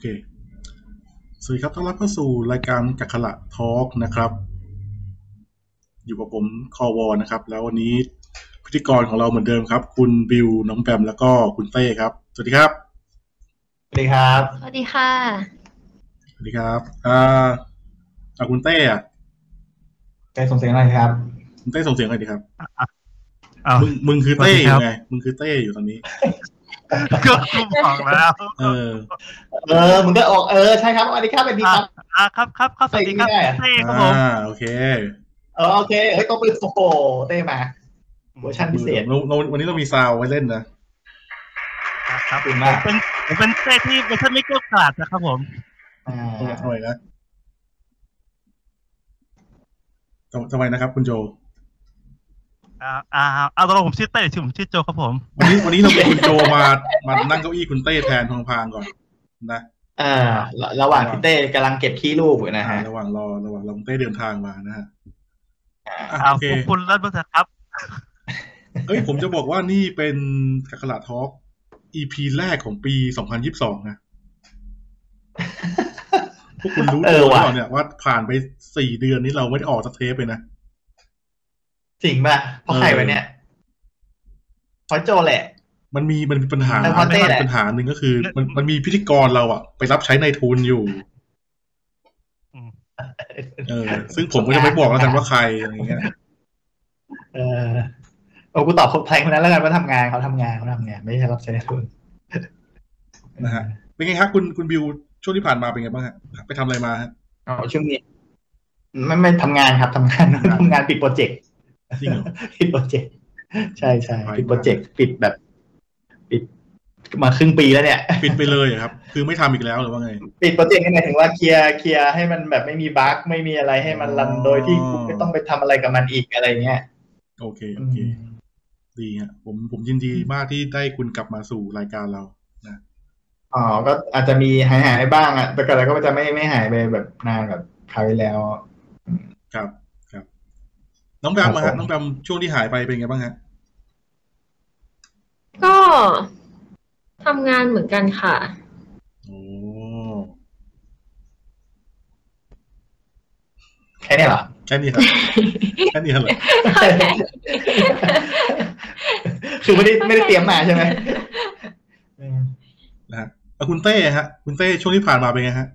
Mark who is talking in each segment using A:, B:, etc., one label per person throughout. A: เค สวัสดีครับต้อนรับเข้าสู่รายการกักขละทอล์กนะครับ อยู่กับผมคอวอนะครับ แล้ววันนี้พิธีกรของเราเหมือนเดิมครับ คุณบิวน้องแบมแล้วก็คุณเต้ครับ สวัสดีครับ
B: สวัสดีครับ
C: สวัสดีค่ะ
A: สวัสดีครับ อ่าอ่าคุณเต้อะ
B: ใจส่งเสียงอะไรครับ
A: คุณเต้ส่งเสียงหน่อยดีครับ
D: อ้าว
A: มึงมึงคือเต้อ
D: สวัสดีครับ
A: ยู่ไง มึงคือเต้อยู่ตอนนี้
D: ก็กูบอกแล้ว
A: เออ
B: เออมึงก็ออกเออใช่ครับสวัสดีครับสวัสดีครับ
D: อ่ะครับครับครับสวัสดีครับ
B: ใส่ไม่ได้อะ
D: เต้ครับผม
A: อ่า โอเค
B: เออโอเคเฮ้ยต้องไปโอ้โหเต้มาเวอร์ชันพิเศษ
A: เราเราวันนี้เรามีซาวไว้เล่นนะ
D: ครับ
B: ขอบคุณมาก
D: เป็นผมเป็นเต้ที่เป็นเต้ไม่เกรี้ยวกราดนะครับผม
B: อ่า
A: ทำไมนะทำทำไมนะครับ คุณโจ
D: อ่าอ่าเอาตกลงผมชื่อเต้หรือชื่อผมชื่อโจครับผม
A: วันนี้วันนี้เราเป็นคุณโจมา มานั่งเก้าอี้คุณเต้แทนพางพางๆก่อนนะ
B: อ่าระระหว่างที่เต้กำลังเก็บขี้ลูกอยู่นะฮะ
A: ระหว่างรอระหว่างรอคุณเต้เดินทางมานะฮะอ่ะ
D: อ่า
A: โอเค
D: ขอบคุณรัฐบาลครับ
A: เอ้ยผมจะบอกว่านี่เป็นกักขลาทอล์ก EP แรกของปี 2022 นะ พวกคุณรู้ตัวหรือเปล่าเนี่ยว่าผ่านไปสี่เดือนนี้เราไม่ได้ออกสักเทปเลยนะ
B: จริงป่ะเพราะใคร
A: เออ
B: วะเนี่ยเพราะโจแหละ
A: มันมีมันมีปัญหา
B: แต่พอเต้แหละ
A: ปัญหาหนึ่งก็คือ มันมันมีพิธีกรเราอะไปรับใช้ในายทุนอยู่ เออ ซึ่งผมก็จะไม่บอกแล้วกันว่าใครอะไรเงี้ย
B: เออโอ้กูตอบคนไทยคนนั้นแล้วกันว่าทำงานเขาทำงานเขาทำงานไม่ใช่รับใช้ในทุน
A: นะฮะเป็นไงครับคุณคุณบิวช่วงที่ผ่านมาเป็นไงบ้างฮะไปทำอะไรมาฮะ
B: อ๋อช่วงนี้ไม่ไม่ทำงานครับทำงานทำงานปิดโปรเจกต์
A: จริงเหรอ
B: ปิดโปรเจกต์ใช่ใช่
A: ไป
B: ปิดโปรเจกต์ปิดแบบ ปิด มาครึ่งปีแล้วเนี่ย
A: ปิดไปเลยเหรอครับ คือไม่ทำอีกแล้วหรือว่าไง
B: ปิดโปรเจกต์นี่หมายถึงว่าเคลียร์เคลียร์ให้มันแบบไม่มีบั๊กไม่มีอะไรให้มันรัน
A: อ๋อ
B: โดยที่กูไม่ต้องไปทำอะไรกับมันอีกอะไรเงี้ย
A: โอเคโอเค ดีฮะผมผมยินดีมากที่ได้คุณกลับมาสู่รายการเรา
B: อ๋อก็อาจจะมีหายหายๆบ้างอะแต่ก็แล้วก็จะไม่ไม่หายไปแบบนานแบบคราวที่แล้ว
A: ครับครับ น้องแบมมา
B: ครั
A: ฮะ
B: บผม
A: น้องแบมช่วงที่หายไปเป็นไงบ้างฮะ
C: ก็ทำงานเหมือนกันค่ะ
A: โอ้
B: แค่เนี้ ยเหรอ
A: แค่นี้ครับแค่นี้เหรอ
B: คือไม่ได้ไม่ได้เตรียมมา ใช่ไหมอืม
A: นะฮะแล้วคุณเต้ฮะ คุณเต้ช่วงที่ผ่านมาเป็นไงฮะ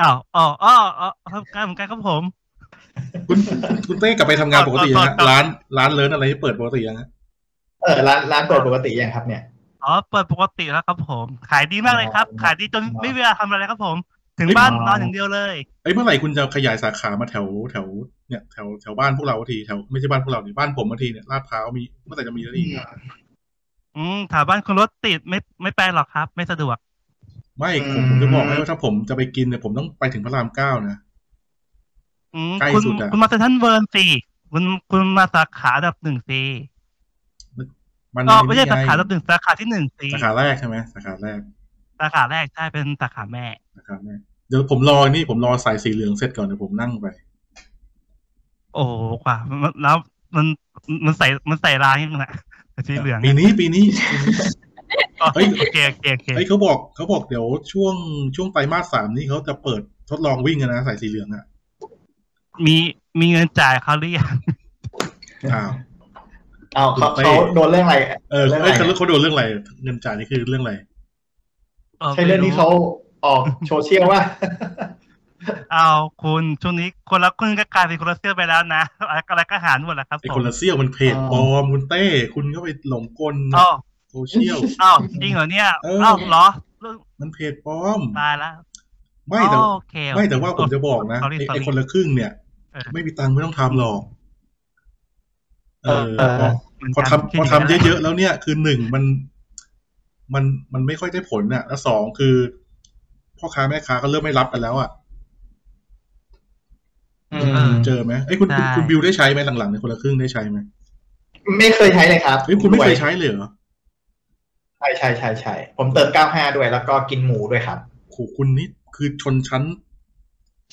D: อ้าวอ๋ออ๋ออ๋อทำการเหมือนกันครับผม
A: คุณคุณเต้กลับไปทำงานปกติยังฮะ
D: ตอนตอน
A: ร้านร้านเลินอะไรที่เปิดปกติยังฮะ
B: เออร้านร้านเปิดปกติยังครับเนี่ย
D: อ๋อเปิดปกติแล้วครับผม ขายดีมากเลยครับ
B: อ๋อ
D: ขายดีจนไม่มีเวลาทำอะไรครับผม ถึงบ้าน
B: อ๋อ
D: นอนอย่างเดียวเลย
A: เอ้ยเมื่อไหร่คุณจะขยายสาขามาแถวแถวเนี่ยแถวแถวบ้านพวกเราทีแถวไม่ใช่บ้านพวกเราเนี่ยบ้านผมทีเนี่ยลาดพร้าวมีเมื่อไหร่จะมีแล้วนี่
D: อืมถามบ้านคนรถติดไม่ไม่ไปหรอกครับ ไม่สะดวก
A: ไม่
B: อื
A: ผม มผมจะบอกให้ว่าถ้าผมจะไปกินเนี่ยผมต้องไปถึงพระรามเก้านะ
D: อืม
A: ใกล้
D: คุณ
A: สุดอะ
D: คุณมาเซนทรันเวิร์นสิคุณคุณมาสาขาอันดับหนึ่งสิ
A: มัน
D: ก็ไม่ใช่สา
A: นี่ง
D: ขาอันดับหนึ่งสาขาที่หนึ่งสิ
A: สาขาแรกใช่ไหมสาขาแรก
D: สาขาแรกใช่เป็นสาขาแม่
A: สาขาแรกเดี๋ยวผมรอนี่ผมรอสายสีเหลืองเสร็จก่อนเดี๋ยวผมนั่งไป
D: โอ้โหกว่ามันแล้วมันมันใส่มันใส่ลายนี่แหละสีเหลือง
A: ปีนี้ปีนี้ปีนี้ เฮ้ย
D: โอเคโอเคโอเค
A: เฮ้ยเขาบอกเขาบอกเดี๋ยวช่วงช่วงไตรมาสสามนี่เขาจะเปิดทดลองวิ่งกันนะสายสีเหลืองอ่ะ
D: มีมีเงินจ่ายเขาหรือยัง
A: อ้าว
B: เอาเขา
A: ไม่
B: เขาโดนเรื่องอะไร
A: เออ
B: เรื่องอะไร
A: เอ้ยเขาเขาโดนเรื่องอะไรเงินจ่ายนี่คือเรื่องอะไร
B: ใช่เรื่องที่เขาอ อกโซเชียลว่า
D: เอาคุณช่วงนี้คนละครึ่งก็กลายเป็นคนละเสื้อไปแล้วนะอะไรก็หารหมดแล้วครับ
A: ไอ้
D: ผ
A: คน
D: ม
A: ละเซี่ยวมันเพจ
B: อ๋อ
A: ปลอมคุณเต้ คุณก็ไปหลงกล
D: อ้าว
A: โซเชียล
D: อ้าวจริงเหรอเนี่ย
A: เออ
D: อ้าวเหรอเรื่อง
A: มันเพจปลอม
D: ตายแล้ว
A: ไม่แต่
D: อ้าวโอเค
A: ไม่แต่ว่าผมจะบอกนะ
D: สรี่
A: ไอ้
D: ส
A: ไอ้
D: รี่
A: คนละครึ่งเนี่ย
D: เออ
A: ไม่มีตังค์ไม่ต้องทำหรอกเออ
B: เออ
A: พอ
D: เหมืน
A: พอ
D: กัน
A: ทำพอทำเยอะๆแล้วเนี่ยคือหนึ่งมัน มันมันไม่ค่อยได้ผลน่ะ แล้วสองคือพ่อค้าแม่ค้าก็เริ่มไม่รับกันแล้วอ่ะ
B: ม
A: เจอไหมไอ้ยคุณคุณ
D: ได้
A: คุณบิวได้ใช้ไหมหลังๆในยคนละครึ่งได้ใช้ไหม
B: ไม่เคยใช้เลยครับ
A: เฮ้ยคุณไม่เคยใช้เลยเหรอ
B: ใช่ใช่ใช่ใช่ผมเติม 95 ด้วยแล้วก็กินหมูด้วยครับ
A: โหคุณนี่คือชนชั้น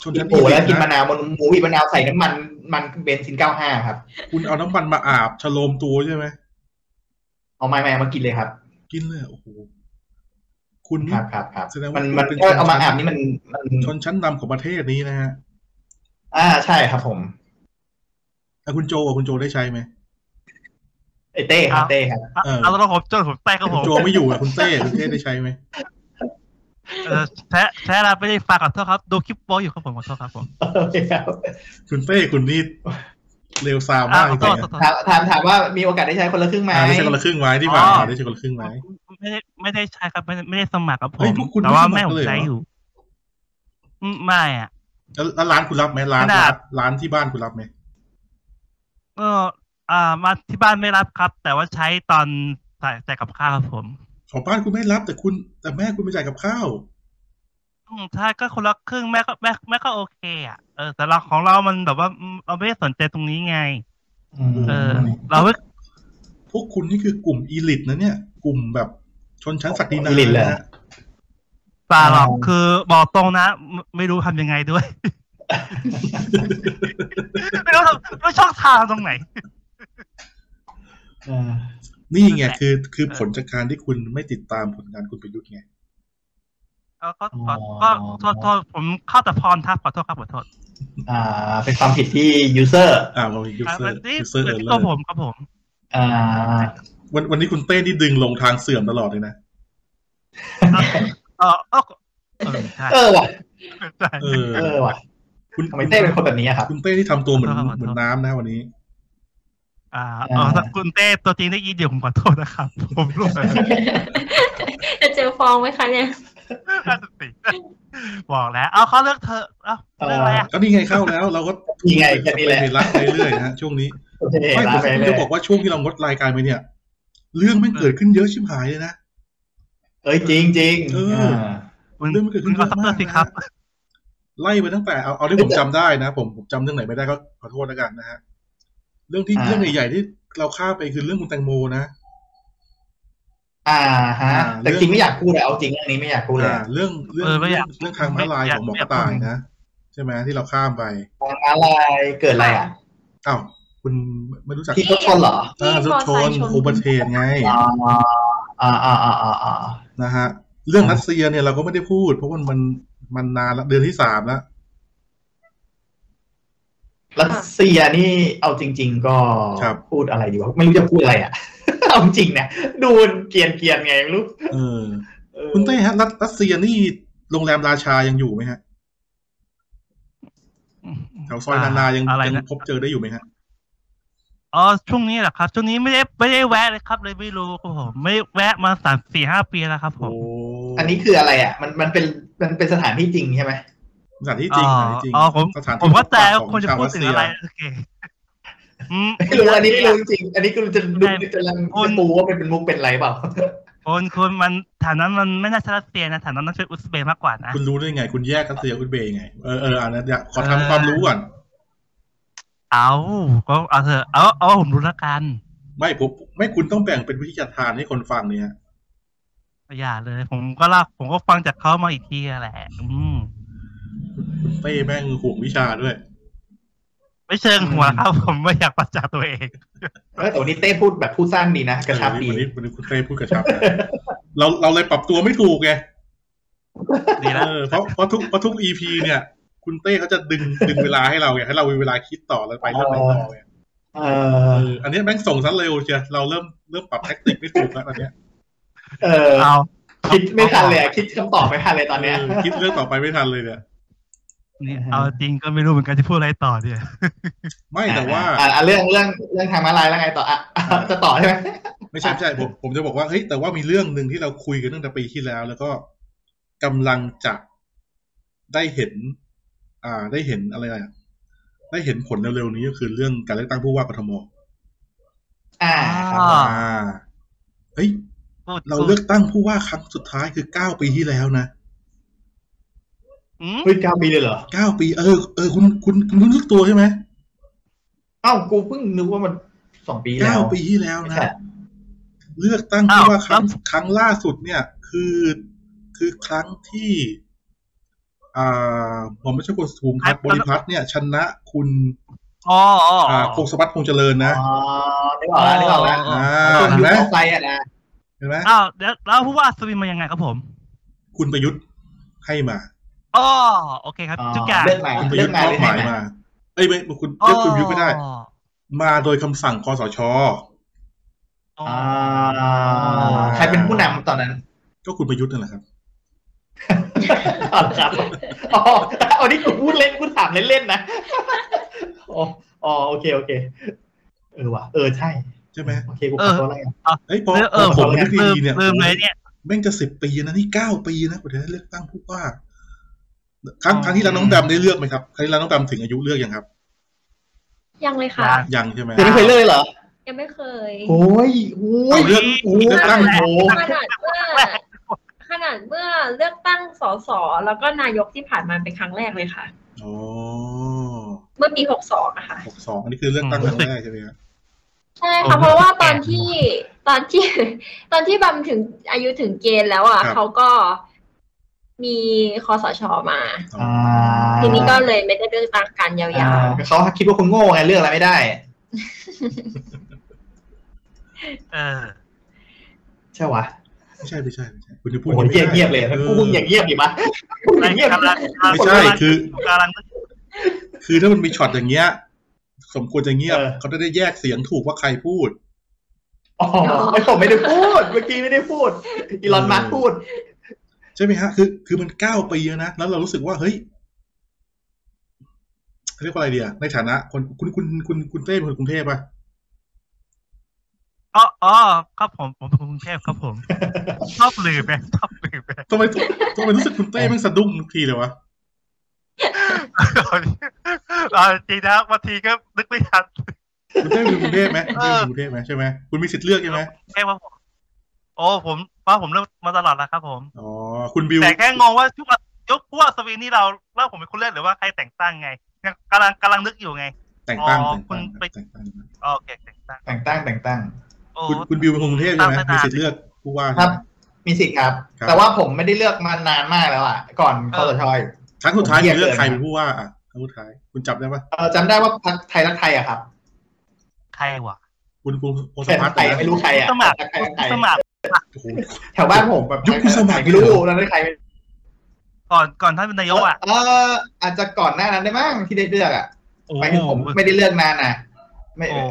A: ชน
B: กิ
A: ชั้
B: น
A: น
B: หมูแล้วกินมะ
A: นะ
B: นาวมันหมูอีกมะนาวใส่น้ำมันมันเบนซิน 95 ครับ
A: คุณเอาน้ำมันมาอาบชะโลมตัวใช่ไหม
B: เอาไม่ไม่เอามากินเลยครับ
A: กินเลยโอ้โหคุณ
B: ค
A: นี่
B: รับครับครับ
A: แสดงว่า
B: มัน
A: มั
B: มัน
A: เป็น
B: ก็เอามา
A: ชนชั้น
B: อาบนี่มันมัน
A: ชนชั้นนำของประเทศนี้นะฮะ
B: อ่าใช่ครับผม
A: แล้วคุณโจอ่ะคุณโจได้ใช้ไหม
B: ไอเต้ครับเต้ครับ
D: อ่ะ
A: เออ
D: เอาแล้วผมจนผมแตกครับผม
A: โจไม่อยู่อ่ะคุณเต้คุณเต้ได้ใช้ไหม
D: เออแท้แท้เราไม่ได้ฟังขอโทษครับ ดูคลิปโปอยู่ครับผมขอโทษครับผม
B: โอเคครับ
A: คุณเต้คุณนี่เร็วซาม
D: อ่ะ
A: มาก
D: ข
A: จ
D: อโท
A: ริง
D: ษ
A: ๆ
D: ขอ
A: อ่ะ
D: โทษ
B: ถามถามถามว่ามีโอกาสได้ใช้คนละครึ่งไหม
A: อ่าได้ใช้คนละครึ่งไว้ที่ผ่านมาได้ใช้คนละครึ่งไว้
D: ไม่ได้ไม่ได้ใช้ครับไม่ได้ไม่ได้สมัครครับผ
A: เฮ้ย
D: ม
A: พวกคุณ
D: แต่ว่า
A: ไม่สมัคร
D: แม่ผ
A: กัน
D: ม
A: เลยเหรอ
D: ใช้อยู่อืมไม่อ่ะ
A: แล้วแล้วร้านคุณรับไหมร้าน
D: ขนา
A: ร้า
D: ด
A: นร้านที่บ้านคุณรับไหม
D: ก็อ่ามาที่บ้านไม่รับครับ แต่ว่าใช้ตอนใส่ใส่กับข้าวครับผม
A: ของบ้านคุณไม่รับแต่คุณ แต่แม่คุณไปจ่ายกับข้าว
D: อืมถ้าก็คนละครึ่งแม่ก็แม่แม่ก็โอเคอ่ะเออแต่เราของเรามันแบบว่าอืมเราไม่ได้สนใจตรงนี้ไง
B: ม
D: เออ เราไม่
A: พวกคุณนี่คือกลุ่มอีลิตนะเนี่ย กลุ่มแบบชนชั้นศักดินา
B: อีลิตเลย
A: นะฮะ
D: ปลาหรอกคือบอกตรงนะไม่ไม่รู้ทำยังไง ด้วย ไม่รู้ทำไม่รู้ช่องทางตรงไหน
B: เออ
A: นี่ไงคือคือ
D: เออ
A: ผลจากการที่คุณไม่ติดตามผลงานคุณประยุทธ์ไง
D: แล้วก็ขอก็โทษโทษผมเข้าแต่พรทับขอโทษครับขอโทษ
B: อ่า เป็นความผิดที่ user
A: อ่าเรายูเซอ
D: วั
A: ร์
D: นที่
A: ยูเซอร์เออน
D: วั
A: ร์
D: ที่
A: เล
D: ตั
A: อ
D: วผ
A: ร์
D: มครับผม
B: อ่า
A: วันวันนี้คุณเต้นี่ดึงลงทางเสื่อมตลอดเลยนะ
D: เออเออเออใช่
B: เออว่ะ
D: ใช่
A: เออ
B: เออว่ะ
A: คุณ
B: ทำไมเต้เป็นคนแบบนี้อะครับ
A: คุณเต้ที่ทำตัวเหมือนเหมือนน้ำนะวันนี้
D: อ่าเออถ้าคุณเต้ตัวจริงได้ยินเดี๋ยวผมขอโทษนะครับ ผมรู้เลย
C: จะเจอฟองไหมคะเนี่ย
D: บอกแล้ว เอาเขาเลือกเธอเอาเลือกอะไรอ่ะ
A: ก็นี่ไงเข้าแล้ว เราก็
B: นี่ไง
A: ไป
B: แค่นี้แหละ
A: เรักไปเรื่อยนะฮะช่วงนี้
B: โอเค
A: ไม่
B: ลา
A: ผม
B: ไป
A: ผม
B: เล
A: จะ
B: ย
A: บอกว่าช่วงที่เรางดรายการไปเนี่ย เรื่องไม่งเกิดขึ้นเยอะชิบหายเลยนะ
B: เอ้ยจริงจริง
A: เออ
B: อ่า
D: มึง
A: เรื่องมันเกิด
D: มึ
A: ขึ้
D: ง
A: นเย
D: ก็
A: อะ
D: ซักเตอ
A: มาก
D: ร์สิ
A: นะครับ ไล่ไปตั้งแต่เอาเอาที่ผมจำได้นะ ผมผมจำเรื่องไหนไม่ได้ก็ขอโทษแล้วกันนะฮะเรื่องที่
B: อ่า
A: เรื่องใหญ่ๆที่เราข้ามไปคือเรื่องคุณแตงโมนะ
B: อ่าฮะ
A: อ่า
B: แต่จริงไม่อยากพูดเลยเอาจริงเรื่องนี้ไม่อยากพูดเลย
A: อ่า เรื่องเรื่อง
D: เออไม่
A: เรื่อย
D: อาง ก
A: เรื่องทางม้าลายของหมอก
D: ไม่อยาก
A: ระต่ายนะใช่ไหมที่เราข้ามไป
B: ทางมาลายเกิดอะไรอ่ะ
A: อ้าวคุณไม่ไม่รู้จัก
B: ที่รถชนเหรอ
A: เอ่า
C: ที่
A: รถช
C: มอไซ
A: น
C: ค์ชน
A: อุบัติเหตุไง
B: อ่าอ่าอ่าอ่าอ่าอ่า
A: นะฮะเรื่องรัสเซียเนี่ยเราก็ไม่ได้พูด เพราะมันมันมันนานละเดือนที่สามแล้ว
B: รัสเซียนี่เอาจริง ๆ ก็พูดอะไรดีวะไม่รู้จะพูดอะไร อ่ะ เอาจริงเนี่ยดูเกรียนเกียนๆไงไม่รู้
A: เออ
B: เออ
A: คุณเต้ฮะรัสรัสเซียนี่โรงแรมราชายังอยู่ไหมฮะแถวซอยนานายัง
D: อะไร
A: ยัง
D: นะ
A: พบเจอได้อยู่ไหมฮะ
D: อ๋อช่วงนี้เหรอครับช่วงนี้ไม่ได้ไม่ได้แวะเลยครับเลยไม่รู้ครับผม ไม่แวะมาสามสี่ห้าปีแล้วครับ ผม
B: อันนี้คืออะไรอ่ะ มันมันเป็นมันเป็นสถานที่จริงใช่ไหม
A: สถานที่จริงสถานที่จริง
D: อ๋อผม
A: สถานที่
D: ผมว่าแต่
A: พบป
D: คนจะ
A: ชาว
D: พู
A: รั
D: ด
A: ส
D: ถึง
A: เซีย
D: อะไรโอเคอืม
B: ไม่รู้อันนี้ไม่รู้จริงๆอันนี้ก็จะดูจะลัง
D: คุณ
B: จะปูว่ามันเป็นมุกเป็นไรเปล่า
D: คนคนมันฐานนั้นมันไม่น่าจะรัสเซียนะฐานนั้นน่าจะเป็นอุซเบกมากกว่านะ
A: คุณรู้ได้ไง คุณแยกรัสเซียกับอุซเบย์ไงเออเอออันนั้นเดี๋ยวขอทำความรู้ก่อน
D: เอาก็เอาเถอะเอาเอาว่าผมรู้ละกัน
A: ไม่ผมไม่คุณต้องแบ่งเป็นวิทยาทานให้คนฟังเนี่ยฮะ
D: อย่าเลย ผมก็เล่าผมก็ฟังจากเขามาอีกทีแหละ อืม
A: คุณเต้แม่งห่วงวิชาด้วย
D: ไม่เชิง
B: อืม
D: หัวครับ ผมไม่อยากประจานตัวเอง
B: เออแต่วันนี้เต้พูดแบบพูดสั้นดีนะกระชับดี
A: วันนี้วันนี้คุณเต้พูดกระชับนะ เราเราเลยปรับตัวไม่ถูกไง
D: ดีแล้ว
A: เออเพราะเพราะทุกเพราะทุกอีพีเนี่ย คุณเต้เขาจะดึงดึงเวลาให้เราไงให้เรามีเวลาคิดต่อแล้วไปเรื่องไหนต่อไง
B: เอ
A: เออ
B: อ
A: อันเนี้ยแม่งส่งซะเร็วเชียเราเริ่มเริ่มปรับแท็กติกไม่ถูกแล้วตอนเนี้ย
B: เออ
D: เอา
B: คิดไม่ทันเลยอะคิดคำตอบไม่ทันเลยตอนเนี้ย
A: เออคิดเรื่องต่อไปไม่ทันเลยเนี่ย
D: นี่เอาจริงก็ไม่รู้เหมือนกันจะพูดอะไรต่อเนี่ย
A: ไม่แต่ว่า
B: อ่ะอ่ะเรื่องเรื่องเรื่องทางม้าลายแล้วไงต่ออ่ะอ่ะจะต่อใช่ไหม
A: ไม่ใช่ไม่ใช่ผมผมจะบอกว่าเฮ้ยแต่ว่ามีเรื่องหนึ่งที่เราคุยกันตั้งแต่ปีที่แล้ว แล้วก็กำลังจะได้เห็น อ่าได้เห็นอะไรอ่ะได้เห็นผลเร็วๆนี้ก็คือเรื่องการเลือกตั้งผู้ว่ากทม
B: อ่าครับผม
D: อ่า
A: อ่าเฮ้ย
D: พูด
A: เราเลือกตั้งผู้ว่าครั้งสุดท้ายคือเก้าปีที่แล้วนะ
D: อืม
B: เฮ้ยเก้าปีเลยเหรอ
A: เก้าปี เออ เออ คุณ คุณคุณรู้สึกตัวใช่ไหม
B: เอ้ากูเพิ่งนึกว่ามันสองปีแล้
A: เก้าว ปีที่แล้วนะ
B: ใช่
A: เลือกตั้งผู้ว่าครั้งครั้งล่าสุดเนี่ย คือ คือครั้งที่ อ่าหม่อมราชกรสุมพัฒน์บริพัตรเนี่ย ชนะคุณ
D: อ๋ออ๋ออ๋อ
A: อ่าพงศวัตรพงษ์เจริญนะ
B: อ๋อนึกออกแล้วนึกออกแล้ว
A: อ่า
B: ช่วง
A: เห็น
B: ยุค
A: ไหม
B: เข้าไปอ่ะนะ
A: เห็นไหม
D: อ้าวเดี๋ยวแล้วผู้ว่าอัศวินมายังไงครับผม
A: คุณประยุทธ์ให้มา
D: อ๋อโอเคครับทุกอย่าง
B: เลือกมา
A: คุณประ
B: เลื
A: ยุ
B: อ
A: ท
B: ก
A: ธ์อบ
B: มามเลือก
A: หาย
B: มาม
A: มา เอ้ยไม่คุณเลือกคุณประยุทธ์ไม่ได้
D: อ๋อ
A: มาโดยคำสั่งคอสช
D: อ๋อ
B: อ่าใครเป็นผู้นำตอนนั้น
A: ก็คุณประยุทธ์นั่นแหละครับ
B: เอาละครับอ๋อเอานี่กูพูดเล่นกูถามเล่นๆนะอ๋ออ๋อโอเคโอเค เออว่ะเออใช่
A: ใช่ไหม
B: โอเคกูขอโทษแล้วกัน
A: เอ้ยพอ
D: เออเอ
A: พอ
D: อ
A: ผ
D: ผม ม
A: นึก
D: ลืม
A: ดีๆเนี่ย
D: ลืมเลยเนี่ย
A: แม่งจะสิบปีนะนี่เก้าปีนะกว่าจะได้เลือกตั้งผู้ว่า ครั้ง
D: อ๋อ
A: ครั้งที่แล้วน้องแบมได้เลือกไหมครับครั้งที่แล้วน้องแบมถึงอายุเลือกยังครับ
C: ยังเลยค่ะ
A: ยังใช่ไหม
B: เธอไม่เคยเลิกเหรอ
C: ยังไม่เคย
B: โอ้ยโอ้
A: เอา
B: ย
A: เลือก
D: โอ้ย
A: เลือกตั้ง
B: โอ้
C: ขนาดเมื่อขนาดเมื่อเลือกตั้งสสแล้วก็นายกที่ผ่านมาเป็นครั้งแรกเลยค่ะ
A: อ๋อ
C: เมื่อปีหกสองอะค่ะ
A: หกสองอันนี้คือเลือกตั้งครั้งแรกใช่ไหมครับ
C: ใช่ค่ะเพราะว่าตอนที่ตอนที่ ตอนที่บำถึงอายุถึงเกณฑ์แล้วอ่ะเขาก็มีคอสชมา
A: อ๋อ
B: อ่า
C: ทีนี้ก็เลยไม่ได้เลือกตั้งกันยา
B: อ่าว เขาคิดว่าคุณโง่ไงเลือกอะไรไม่ได้
D: เออ
B: ใช่วะ
A: ไม่ใช่ไม่ใช่ไม่ใช่คุณจะพูด
B: โอ้ย
A: ไม่
B: เงียบ
A: ได้
B: เงียบเลย
A: ออ
B: กูมึงอย่างเงียบดิมะกูอย่างเงียบดิ
A: ไม่ใช่คือ
D: กำลัง
A: คือถ้ามันมีช็อตอย่างเงี้ย สมควรจะเงียบเขาจะได้แยกเสียงถูกว่าใครพูด
B: อ๋อไม่ผมไม่ได้พูด เมื่อกี้ไม่ได้พูด อีลอนมัสก์พูด
A: ใช่ไหมฮะ คือคือมันเก้าปีแล้วนะ แล้วเรารู้สึกว่า เฮ้ยเขาเรียกว่าอะไรเดียในฐานะ คนคุณคุณคุณคุณเต้เป็นคนกรุงเทพป่ะ
D: อ๋ออ๋อครับผมผมเป็นคนกรุงเทพครับ ผม ชอบลืมไปชอบลืมไป
A: ทำไมทำไมรู้สึกคุณเต้แมันสะดุ้งทุกทีเลยวะ
D: เอาจริงนะบางทีก็นึกไม่ทัน
A: คุณเต้เป็นคนกรุงเทพไหมคุณเต้เป็นคนกรุงเทพไหมใช่ไหมคุณมีสิทธิ์เลือกใช่ไหม
D: แค่ว่าผมโอ้ผมว่าผมเริ่มมาตลอดแล้วครับผม
A: อ๋อ คุณบิว
D: แต่แค่งงว่ายุคยุคพวกสวีนี่เราเล่าผมเป็นคนเล่นหรือว่าใครแต่งตั้งไงยังกำลังกำลังนึกอยู่ไง
A: แต่งตั้ง
D: อ๋อ
A: แต่งตั้ง
D: คุณไป
A: แต่งตั้ง
D: อ๋อโอเคแต่งตั้ง
B: แต่งตั้งแต่งตั้ง
D: โอ้
A: คุณคุณบิวเป็นคนกรุงเทพใช่ไหม
D: ตามสไต
A: มี
D: ล์
A: สิทธิ์เลือกผู้ว่า
B: ค
A: ใช่
B: รับ
A: ไหม
B: มีสิทธิ์ครับ
A: ครับ
B: แต่ว่าผมไม่ได้เลือกมานานมากแล้วอ่ะ ก่อนคอสชอย
A: ครั้งสุดท้าย
B: ผมเครียด
A: คุณเลือก
B: เลยนะ
A: ใครเป็นผู้ว่าอ่ะครั้งสุดท้ายคุณจับได้ปะ
B: เอ่อจำได้ว่าพักไทยรักไทยอะครับ
D: ใครวะ
A: คุณคุณโอส
B: แต่
A: พั
B: รั
A: ฒ
B: ก
A: น์
B: ไทยไม่รู้ใครอะ
D: สมัคร
B: รักไทยรักไทย
D: สมัคร
A: โอ้โห
B: แถวบ้านผมแบบ
A: ยุคผู้สมัคร
B: ไม่รู้แล้วไม่ใครไม่รู้
D: ก่อนก่อนท่านเป็นนายกอ่ะ
B: เอออาจจะก่อนหน้านั้นได้มั้งที่ได้เลือกอะ
D: โอ้
B: ไปถึงผมไม่ได้เลือกนานนะไม่
D: โอ้โห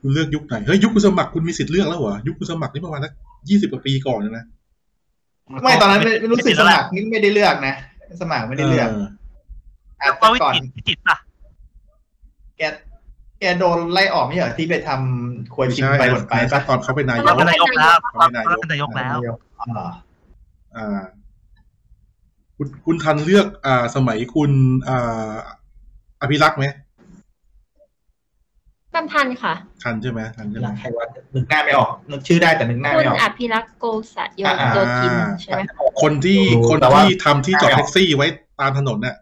A: คุณเลือกยุคไหนเฮ้ยยุคคุณสมัครคุณมีสิทธิ์เลือกแล้วเหรอยุคคุณสมัครนี่ประมาณสักยี่สิบกว่าปีก่อนนะ
B: ไม่ตอนนั้นไม่ไม่รู้สึกสมัครนี่ไม่ได้เลือกนะสมัครไม่ได้เลือกอาจ
D: ตอ
B: จะ
D: นวิ
B: ก่อน
D: จิตรวิจิตรอ่ะ
B: แกแกโดนไล่ออกไม่เหรอที่ไปทำควยชิมไปหมดไป
A: ใช่
B: ปะ
A: ตอนเขาเป็นนายก
D: เขาเป็นนายกแล้ว
A: เขาเป็นนายก
D: เขาเป็นนายกแล้ว
B: อ๋อเหรอ
A: อ่า คุณคุณทันเลือกอ่าสมัยคุณอ่าอภิรักษ์ไหม
C: ๆบำพันค่ะ
A: ทันใช่ไหมทันใช่ไหม
B: รักไทยวัดนึกหน้าไม่ออกนึกชื่อได้แต่นึกหน้า
C: คุ
B: ไม่
C: ณ
B: ออก
C: อภิรักษ์โกสัตโยโยธินใช่ไหมคะ
A: คนที่
B: โอ้
A: คน
B: แต่ว่า
A: ที่ทำที่จอดแท็กซี่ไว้ตามถนนน่ะ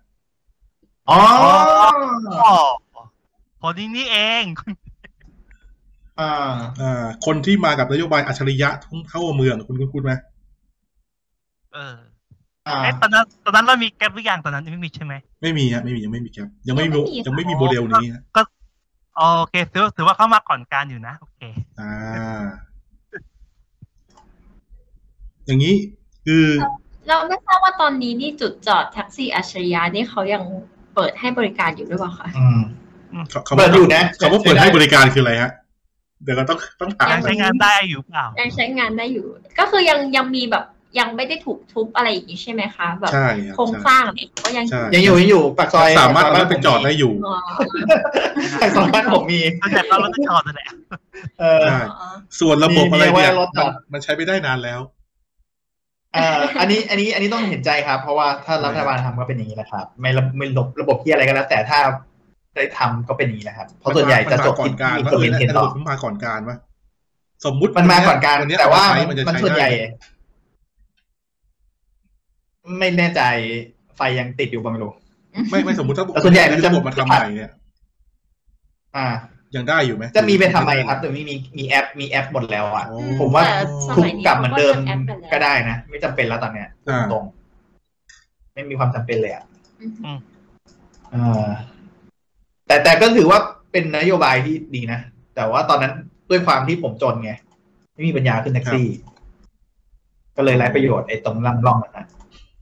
B: อ๋อ
D: อ๋อคนนี้นี่เอง
B: อ่า
A: อ่า คนที่มากับนโยบายอัจฉริยะท่องเท่าเมือง คุณคุณคุณไหม
D: เออ
B: อ่า
D: เอ๊ะตอนนั้นตอนนั้นเรามีแก๊ปหรือยังตอนนั้นยังไม่มีใช่ไหม
A: ไม่มีฮะไม่มียังไม่มีครับยังไม่มียังไม่มีโมเดลนี้ฮะ
D: อ๋อโอเคถือว่าถือว่าเข้ามาก่อนการอยู่นะ โอเค
A: อ่า อย่างนี้คือ
C: เราไม่ทราบว่าตอนนี้นี่จุดจอดแท็กซี่อัจฉริยะนี่เขายังเปิดให้บริการอยู่หรือเปล่าคะ
B: อืม
A: เขาเขา
B: เปิดอยู่นะ
A: คำว่าเปิดให้บริการคืออะไรฮะ เดี๋ยวเราต้องต้องถาม
D: ยัง
A: ก่อ
D: ใช้
A: น
D: งานได้อยู่เปล่า
C: ยังใช้งานได้อยู่ ก็คือยังยังมีแบบยังไม่ได้ถูกทุบอะไรอย่างนี้ใช่ไหมคะแบบ
A: ใช่ครับ
C: โครงส
A: ใช่
C: ร้างเนี่ยก็ยังอยู่
A: ใช่
B: ยังอยู่ยังอยู่ปากซอย
A: สามารถเอารถไปจอดได้อยู่
C: อ๋อ
B: ปากซอยบ้านผมมี
D: ก็แต่ก็รถจอดนั่นแหละ
B: เออ
A: ได้
C: อ๋อ
A: ส่วนระบบอะไรเนี่ย
B: มีไว้รถจ
A: มั
B: อน ด
A: มันใช้ไปได้นานแล้ว
B: เอ่ออันนี้อันนี้อันนี้ต้องเห็นใจครับ เพราะว่าถ้ารัฐบาลทำก็เป็นอย่างนี้แหละครับ ไม่ระไม่ลบระบบที่อะไรก็แล้ว แต่ถ้าได้ทำก็เป็นอย่างนี้แหละครับเพราะส่วนใหญ่จะจบ
A: มันมาก่อ
B: ที่
A: นการว่าเออเนี่ย
B: ที่คนเล่นเกม
A: ระ
B: ต่
A: บ
B: อบ
A: มันมาก่อนการวะสมมุติ
B: มันมาก่อนการ
A: วัเย
B: แต่ว่า
A: เอไป
B: มัน
A: จะ
B: มัน
A: ช้
B: ส่วนใหญ่
A: ได้
B: ไม่แน่ใจไฟยังติดอยู่บ้างไม่รู้
A: ไม่ไม่สมมติถ้า
B: แต่ส่วนใหญ่มันจะ
A: ระบบมาทำใหม่เนี่ย
B: อ่า
A: ยังได้อยู่ไหม
B: จะมีไปทำไมครับแต่มีมีมีแอปมีแอปหมดแล้วอ่ะ
A: โอ้
B: ผมว่า
C: แต่ส
B: ทุก
C: มัยนี้
B: กลับเหมือนเดิม
C: ขาทำแอปกันแล้ว
B: ก็ได้นะ ไม่จำเป็นแล้วตอนเนี้ย
A: อ่า
B: ตรงๆไม่มีความจำเป็นเลยอ่ะ
C: อือฮึ
B: เออแต่แต่ก็ถือว่าเป็นนโยบายที่ดีนะ แต่ว่าตอนนั้นด้วยความที่ผมจนไง ไม่มีปัญญาขึ้นแท็กซี่ ก็เลยไร้ประโยชน์ไอ้ตรงลำล่องนั่นนะ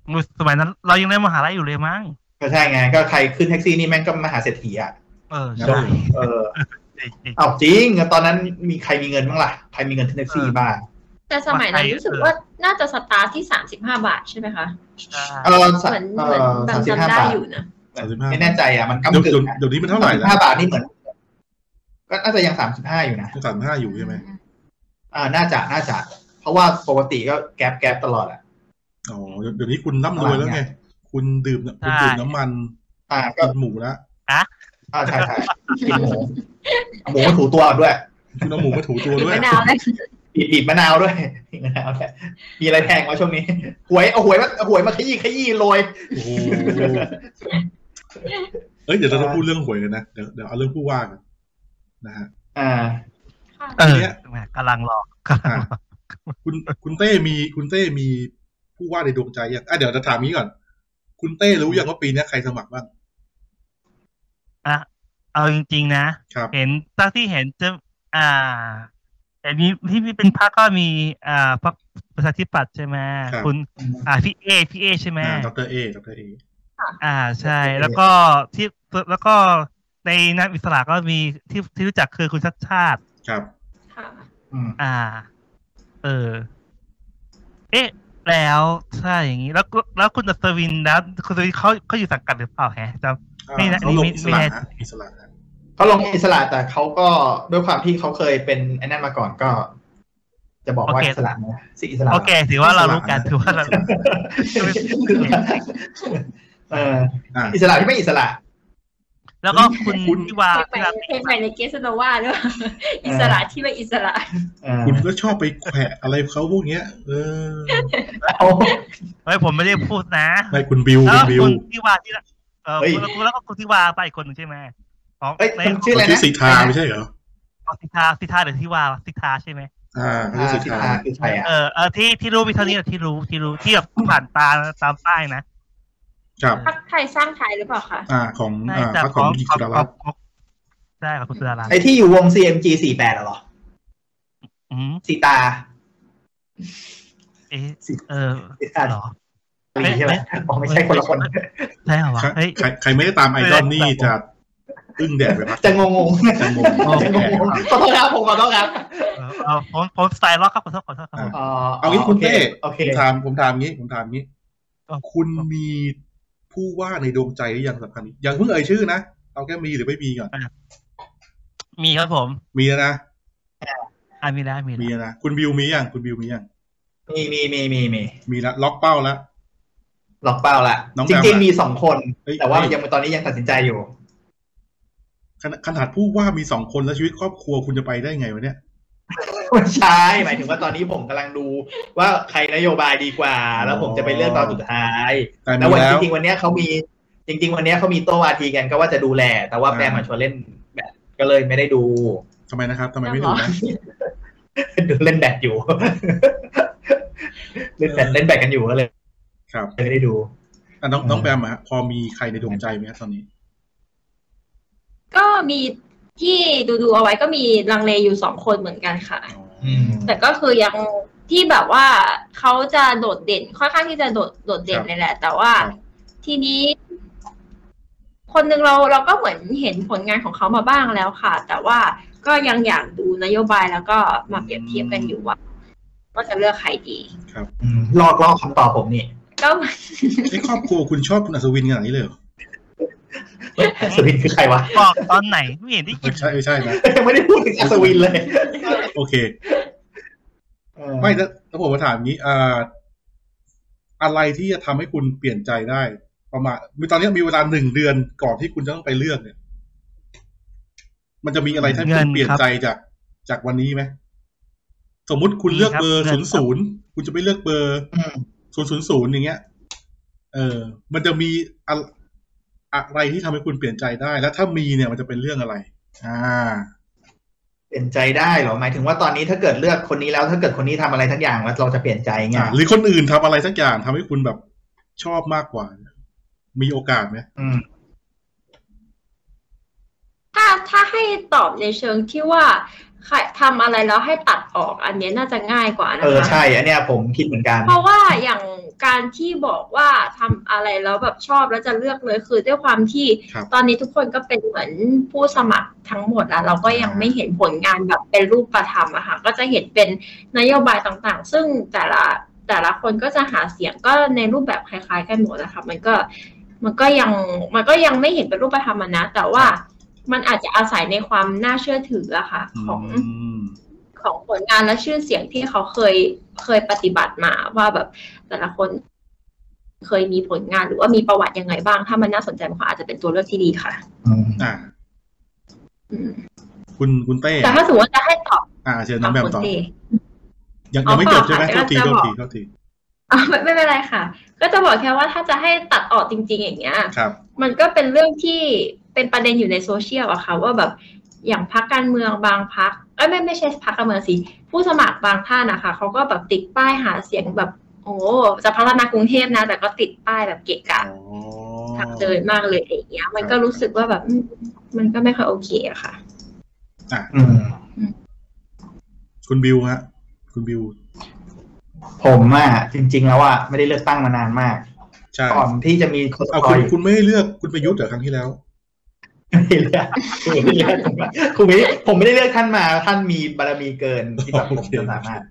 D: อุ๊ยสมัยนั้น เรายังได้มหาลัยอยู่เลยมั้ง
B: ก็ใช่ไง ก็ใครขึ้นแท็กซี่นี่แม่งก็มหาเศรษฐีอ่ะ
D: เออใช่
B: เออ
D: จริงจริง
B: เอาจริงตอนนั้นมีใครมีเงินบ้างล่ะใครมีเงินขึ้นแท็กซี่บ้าง
C: แต่สมัยนั้นรู้สึกว่าน่าจะสตาร์ทที่สามสิบห้าบาทใช่ไหมคะ
D: ใช่
B: เออ
C: เหมือนเหมือนแบ
B: สา
C: บ
B: มสิบห้า
C: จำได้
B: บาท
C: อยู่นะ
B: ไม่แน่ใจอ่ะมัน
A: เดี๋ยว
B: กำกึ่
A: เดี๋ยว
B: งนะ
A: เดี๋ยวนี้มันเท่าไหร่แล้ว
B: ห้าบาทนี่เหมือน ก็น่าจะยังสามสิบห้าอยู่นะ
A: ยังสามห้าอยู่ใช่ไหม
B: อ่า น่าจะ น่าจะ เพราะว่าปกติก็แก๊ปแก๊ปตลอดอ่ะ
A: อ๋อเดี๋ยวเดี๋ยวนี้คุณร่ำรวยแล้วไง คุณดื่มน่ะคุณดื่มน้ำมัน
B: อ่า ก็
A: กินหมูละ
B: อ่าใช่ใช่กินหมูหมูมันถูตัวด้วย
A: คุณเอาหมูมาถูตัว
C: ถึง
A: ด้วย
C: มะนาวเลย
B: บีบบีบมะนาวด้วยบีบมะนาวด้วยมีอะไรแพงวะช่วงนี้ หวย เอาหวยมาเอาหวยมาขยี้ขยี้โรย
A: โอ้โหเอ้ยเดี๋ยวเราจะพูดเรื่องหวยกันนะเดี๋ยวเดี๋ยวเอาเรื่องผู้ว่ากันนะฮะ
B: อ่า
D: เออ
A: ทีเนี้ย
D: แหมกำลังรอกำลังรอ
A: คุณคุณเต้มีคุณเต้มีผู้ว่าในดวงใจยังอ่ะเดี๋ยวจะถามนี้ก่อน คุณเต้รู้ยังว่าปีเนี้ยใครสมัครบ้าง
D: อ่ะเอาจริง ๆ นะ
A: ครับ
D: เห็นตาที่เห็นจะ อ่าแต่มีที่มีเป็นพรรคก็มี อ่าพรรคประชาธิปัตย์ใช่ไหมคุณอ่าพี่เอพี่เอใช่ไหม
A: อ่าดรเอดรเอ
D: อ่าใช่
B: โอเค
D: แล้วก็ที่แล้วก็ในนักอิสระก็มีที่ที่รู้จักคือคุณชัดชาติ
A: ครับ
C: ค่ะ
B: อืม
D: อ่า เออ เอ๊ะ แล้วใช่อย่างนี้แล้วก็แล้วคุณอัศวินแล้วคุณอัศวินเขาเขาอยู่สังกัดหรือเปล่าแฮะจ
A: อ่า
D: ไม่นะ
A: เขาลง
D: ไม่
A: อิสระ
D: ไม่
A: ฮะอิสระฮะ
B: เขาลงอิสระแต่เขาก็ด้วยความที่เขาเคยเป็นไอ้นั่นมาก่อนก็ จะบอกว่า
D: โอเค
B: อิสระนะสิอิสระ
D: ำโอเคถือว่าเรารู้กันถือว่าเรา
B: เออ
A: อ่า
B: อิสระที่ไม่อิสระ
D: แล้วก็คุณ
A: คุณ
D: ที่ว่า
C: เพลงใหม่
D: ที่ว่า
C: เพลงใหม่ในเกสโนวาด้วยอิสระที่ไม่อิสระ
B: เออ
A: คุณก็ชอบไปแขวะอะไรเขาพวกเนี้ย เออ
B: เอา
D: เฮ้ยผมไม่ได้พูดนะ
A: ไม่คุณบิว
D: แล้
A: คุณ
D: ว
A: บิว
D: คุณที่ว่าที่ละเออคุณแล้วก็คุณที่ว่าไปอีกคนหนึ่งใช่ไหมของ
B: เอ้ย
D: ใน
B: มันชื่อ
A: ค
B: อะไร
A: นชื่อ
B: นะ
A: สีทาไม่ใช่เหรอ
D: ของสิทธาสิทธาหรือที่ว่าสิทธาใช่ไหม
A: อ่าเขา
B: อ่า
A: ชื่อสี
B: สิ
A: ทา
B: ทาคือใครอ่ะ
D: เออเออที่ที่รู้มีเท่านี้แหละที่รู้ที่รู้ที่แบบผ่านตาตามป้ายนะครับ
C: พักไทยสร้างไทยหรือเปล่าคะ
A: อ่าของ
D: ได้
A: อ่า
D: จาก
A: พระ
D: ข
A: ขอ
D: อง ง
A: กิ
D: ของ
A: จา
D: ข
A: รั
D: อง
A: ตน์
D: ของได้ครับคุณสุดารัตน์
B: ไอ้ที่อยู่วง CMG สี่แปดหรอ
D: อืม
B: สีตา
D: เอะ
B: สี
D: เออ
B: ตา
D: เหรอ
B: ลีใช่ไหมบอกไม่ใช่คนละคน
D: ใช่เหรอวะ
A: ใคร
D: เฮ้ย
A: ใครใครไม่ได้ตามไอดอลนี่จะอึ้งแดดไปพัก
B: จะงงง
A: จะงง
D: โอเค
B: จะงงงขอโทษครับผมขอโทษครับ
D: เออเอาผมผมสไตล์ล็อกครับขอโทษขอโทษครับผม
B: อ๋อ
A: เอางี้คุณเต้
B: โอเค
A: ผมถามผมถามงี้ผมถามงี้ คุณมีผู้ว่าในดวงใจหรือยังสำคัญนี้ยังเพิ่งเอ่ยชื่อนะเอาแค่มีหรือไม่มีก่อน
D: มีครับผม
A: มีแล้วนะ
D: อ่ะมีแล้วมี
A: มี
D: แล้
A: แล้
D: ว
A: วนะคุณบิวมียังคุณบิวมียัง
B: มีมีมีมีมี
A: มีละล็อกเป้าแล้ว
B: ล็อกเป้าละ
A: น้องแบ
B: จ
A: ม
B: ริง
A: อะ
B: ๆมีสองคน
A: เฮ้ย
B: แต่ว่า
A: เฮ้ย
B: ยังตอนนี้ยังตัดสินใจอยู่
A: ขนาดขนาดผู้ว่ามีสองคนแล้วชีวิตครอบครัวคุณจะไปได้ไงวะเนี่ย
B: ไม่ใช่ หมายถึงว่าตอนนี้ผมกำลังดูว่าใครนโยบายดีกว่า แล้วผมจะไปเลือกตอนสุดท้าย
A: แต่มี
B: แล้ววัน
A: แล้ว
B: จริงๆวันเนี้ยเขามีจริง ๆ วันเนี้ยเขามีโต้วาทีกันก็ว่าจะดูแล แต่ว่า
A: อ่า
B: แปรมาชวนเล่นแบดก็เลยไม่ได้ดู
A: ทำไมนะครับทำไมไม่ดูนะ
B: ดูเล่นแบดอยู่ เล่นแบดเล่นแบดกันอยู่ก็เลย
A: ครับ
B: ไม่ได้ดู
A: อ่ะน้อง
B: เออ
A: น้องแบมอะฮะพอมีใครในดวงใจไหมฮะตอนนี้
C: ก็มีที่ดูดูๆเอาไว้ก็มีลังเลอยู่สองคนเหมือนกันค่ะ
B: อืม
C: แต่ก็คือยังที่แบบว่าเขาจะโดดเด่นค่อนข้างที่จะโดดโดดเด่นเลยแหละ แต่ว่า
A: ครับ
C: ทีนี้ คนหนึ่งเราเราก็เหมือนเห็นผลงานของเขามาบ้างแล้วค่ะ แต่ว่าก็ยังอยากดูนโยบายแล้วก็มาเปรียบเทียบกันอยู่ว่าว่าจะเลือกใครดี
B: อืมลอกลอกคำตอบผมนี่
C: ก็
A: ไอ้ครอบครัวคุณชอบคุณอัศวินขนาดนี้เลยเหรอ
B: เฮ้ยอัศวินคือใครวะ
D: บอกตอนไหนไม่เห็นได้ยิน
A: ใช่ไม่ใช่นะ
B: ยังไม่ได้พูดถึงอัศวินเลย
A: โอเค ไม่แล้วแล้วผมมาถามงี้อ่าอะไรที่จะทำให้คุณเปลี่ยนใจได้ ประมาณมีตอนนี้มีเวลาหนึ่งเดือนก่อนที่คุณจะต้องไปเลือกเนี่ย มันจะมีอะไรที่คุณเปลี่ยนใจจากจากวันนี้ไหมสมมุติคุณเลือกเบอร์ศูนย์ศูนย์คุณจะไม่เลือกเบอร์
B: อืม
A: ศูนย์ศูนย์ศูนย์อย่างเงี้ย เออ มันจะมีอะอะไรที่ทำให้คุณเปลี่ยนใจได้ แล้วถ้ามีเนี่ยมันจะเป็นเรื่องอะไร อ่า
B: เปลี่ยนใจได้เหรอหมายถึงว่าตอนนี้ถ้าเกิดเลือกคนนี้แล้วถ้าเกิดคนนี้ทำอะไรทั้งอย่างแล้วเราจะเปลี่ยนใจไง
A: อ่า หรือคนอื่นทำอะไรสักอย่างทำให้คุณแบบชอบมากกว่า มีโอกาสไหม
B: อืม
C: ถ้าถ้าให้ตอบในเชิงที่ว่า ค่ะทำอะไรแล้วให้ตัดออกอันเนี้ยน่าจะง่ายกว่านะ
B: เออ
C: คะ
B: ใช่ อันเนี้ยผมคิดเหมือนกัน
C: เพราะว่าอย่างการที่บอกว่าทำอะไรแล้วแบบชอบแล้วจะเลือกเลยคือด้วยความที่
A: ครับ
C: ตอนนี้ทุกคนก็เป็นเหมือนผู้สมัครทั้งหมดอะเราก็ยังไม่เห็นผลงานแบบเป็นรูปธรรมอะค่ะก็จะเห็นเป็นนโยบายต่างๆ ซึ่งแต่ละแต่ละคนก็จะหาเสียงก็ในรูปแบบคล้าย ๆ กันหมดนะคะมันก็มันก็ยังมันก็ยังไม่เห็นเป็นรูปธรรมอะนะ แต่ว่ามันอาจจะอาศัยในความน่าเชื่อถืออะค่ะของ
A: ม
C: ของผลงานและชื่อเสียงที่เขาเคยเคยปฏิบัติมาว่าแบบแต่ละคนเคยมีผลงานหรือว่ามีประวัติยังไงบ้าง ถ้ามันน่าสนใจมันก็อาจจะเป็นตัวเลือกที่ดีค่ะ
A: อ่า
C: อืม
A: คุณคุณเต้
C: แต่ถ้าสมมติว่าจะให้ตอบ
A: อ่าเชิญน้องแบม
C: คุณ
A: ต่อ
C: เต้
A: ยัง
C: อ๋
A: ยั
C: อง
A: ไม่จบใช่ไหม
C: เปล่า
A: โทษ
C: ค่ะ
A: ที
C: จะ
A: โทษ
C: บอก
A: ทีโทษที
C: อ่ะ ไม่ไม่เป็นไรค่ะ ก็จะบอกแค่ว่าถ้าจะให้ตัดออกจริง ๆ อย่างเงี้ย
A: ครับ
C: มันก็เป็นเรื่องที่เป็นประเด็นอยู่ในโซเชียลอะค่ะว่าแบบอย่างพักการเมืองบางพักเอ้ยไม่ไม่ใช่พักการเมืองสิผู้สมัครบางท่านนะคะเขาก็แบบติดป้ายหาเสียงแบบ โอ้จะพัฒนากรุงเทพนะ แต่ก็ติดป้ายแบบเกะกะ
A: อ๋อ
C: ทางเดินมากเลยอะไรอย่างเงี้ย มั
A: ค
C: น
A: รับ
C: ก็รู้สึกว่าแบบอืมมันก็ไม่ค่อยโอเคอะค่ะ
B: อืม
A: คุณบิวฮะ คุณบิว
B: ผมอ่ะจริง ๆ แล้วอ่ะไม่ได้เลือกตั้งมานานมาก
A: ใช่
B: ก่อนที่จะมีคส
A: เอา
B: ช
A: คุณ
B: อีก
A: คุณไม่ได้เลือกคุณประยุทธ์เหรอครั้งที่แล้ว
B: ไม่ได้เลือกคุณไม่ได้เลือกผมว่าคุณไม่ได้ผมไม่ได้เลือกท่านมา ท่านมีบารมีเกินที่แบบผม
A: โอเค
B: จะสามารถ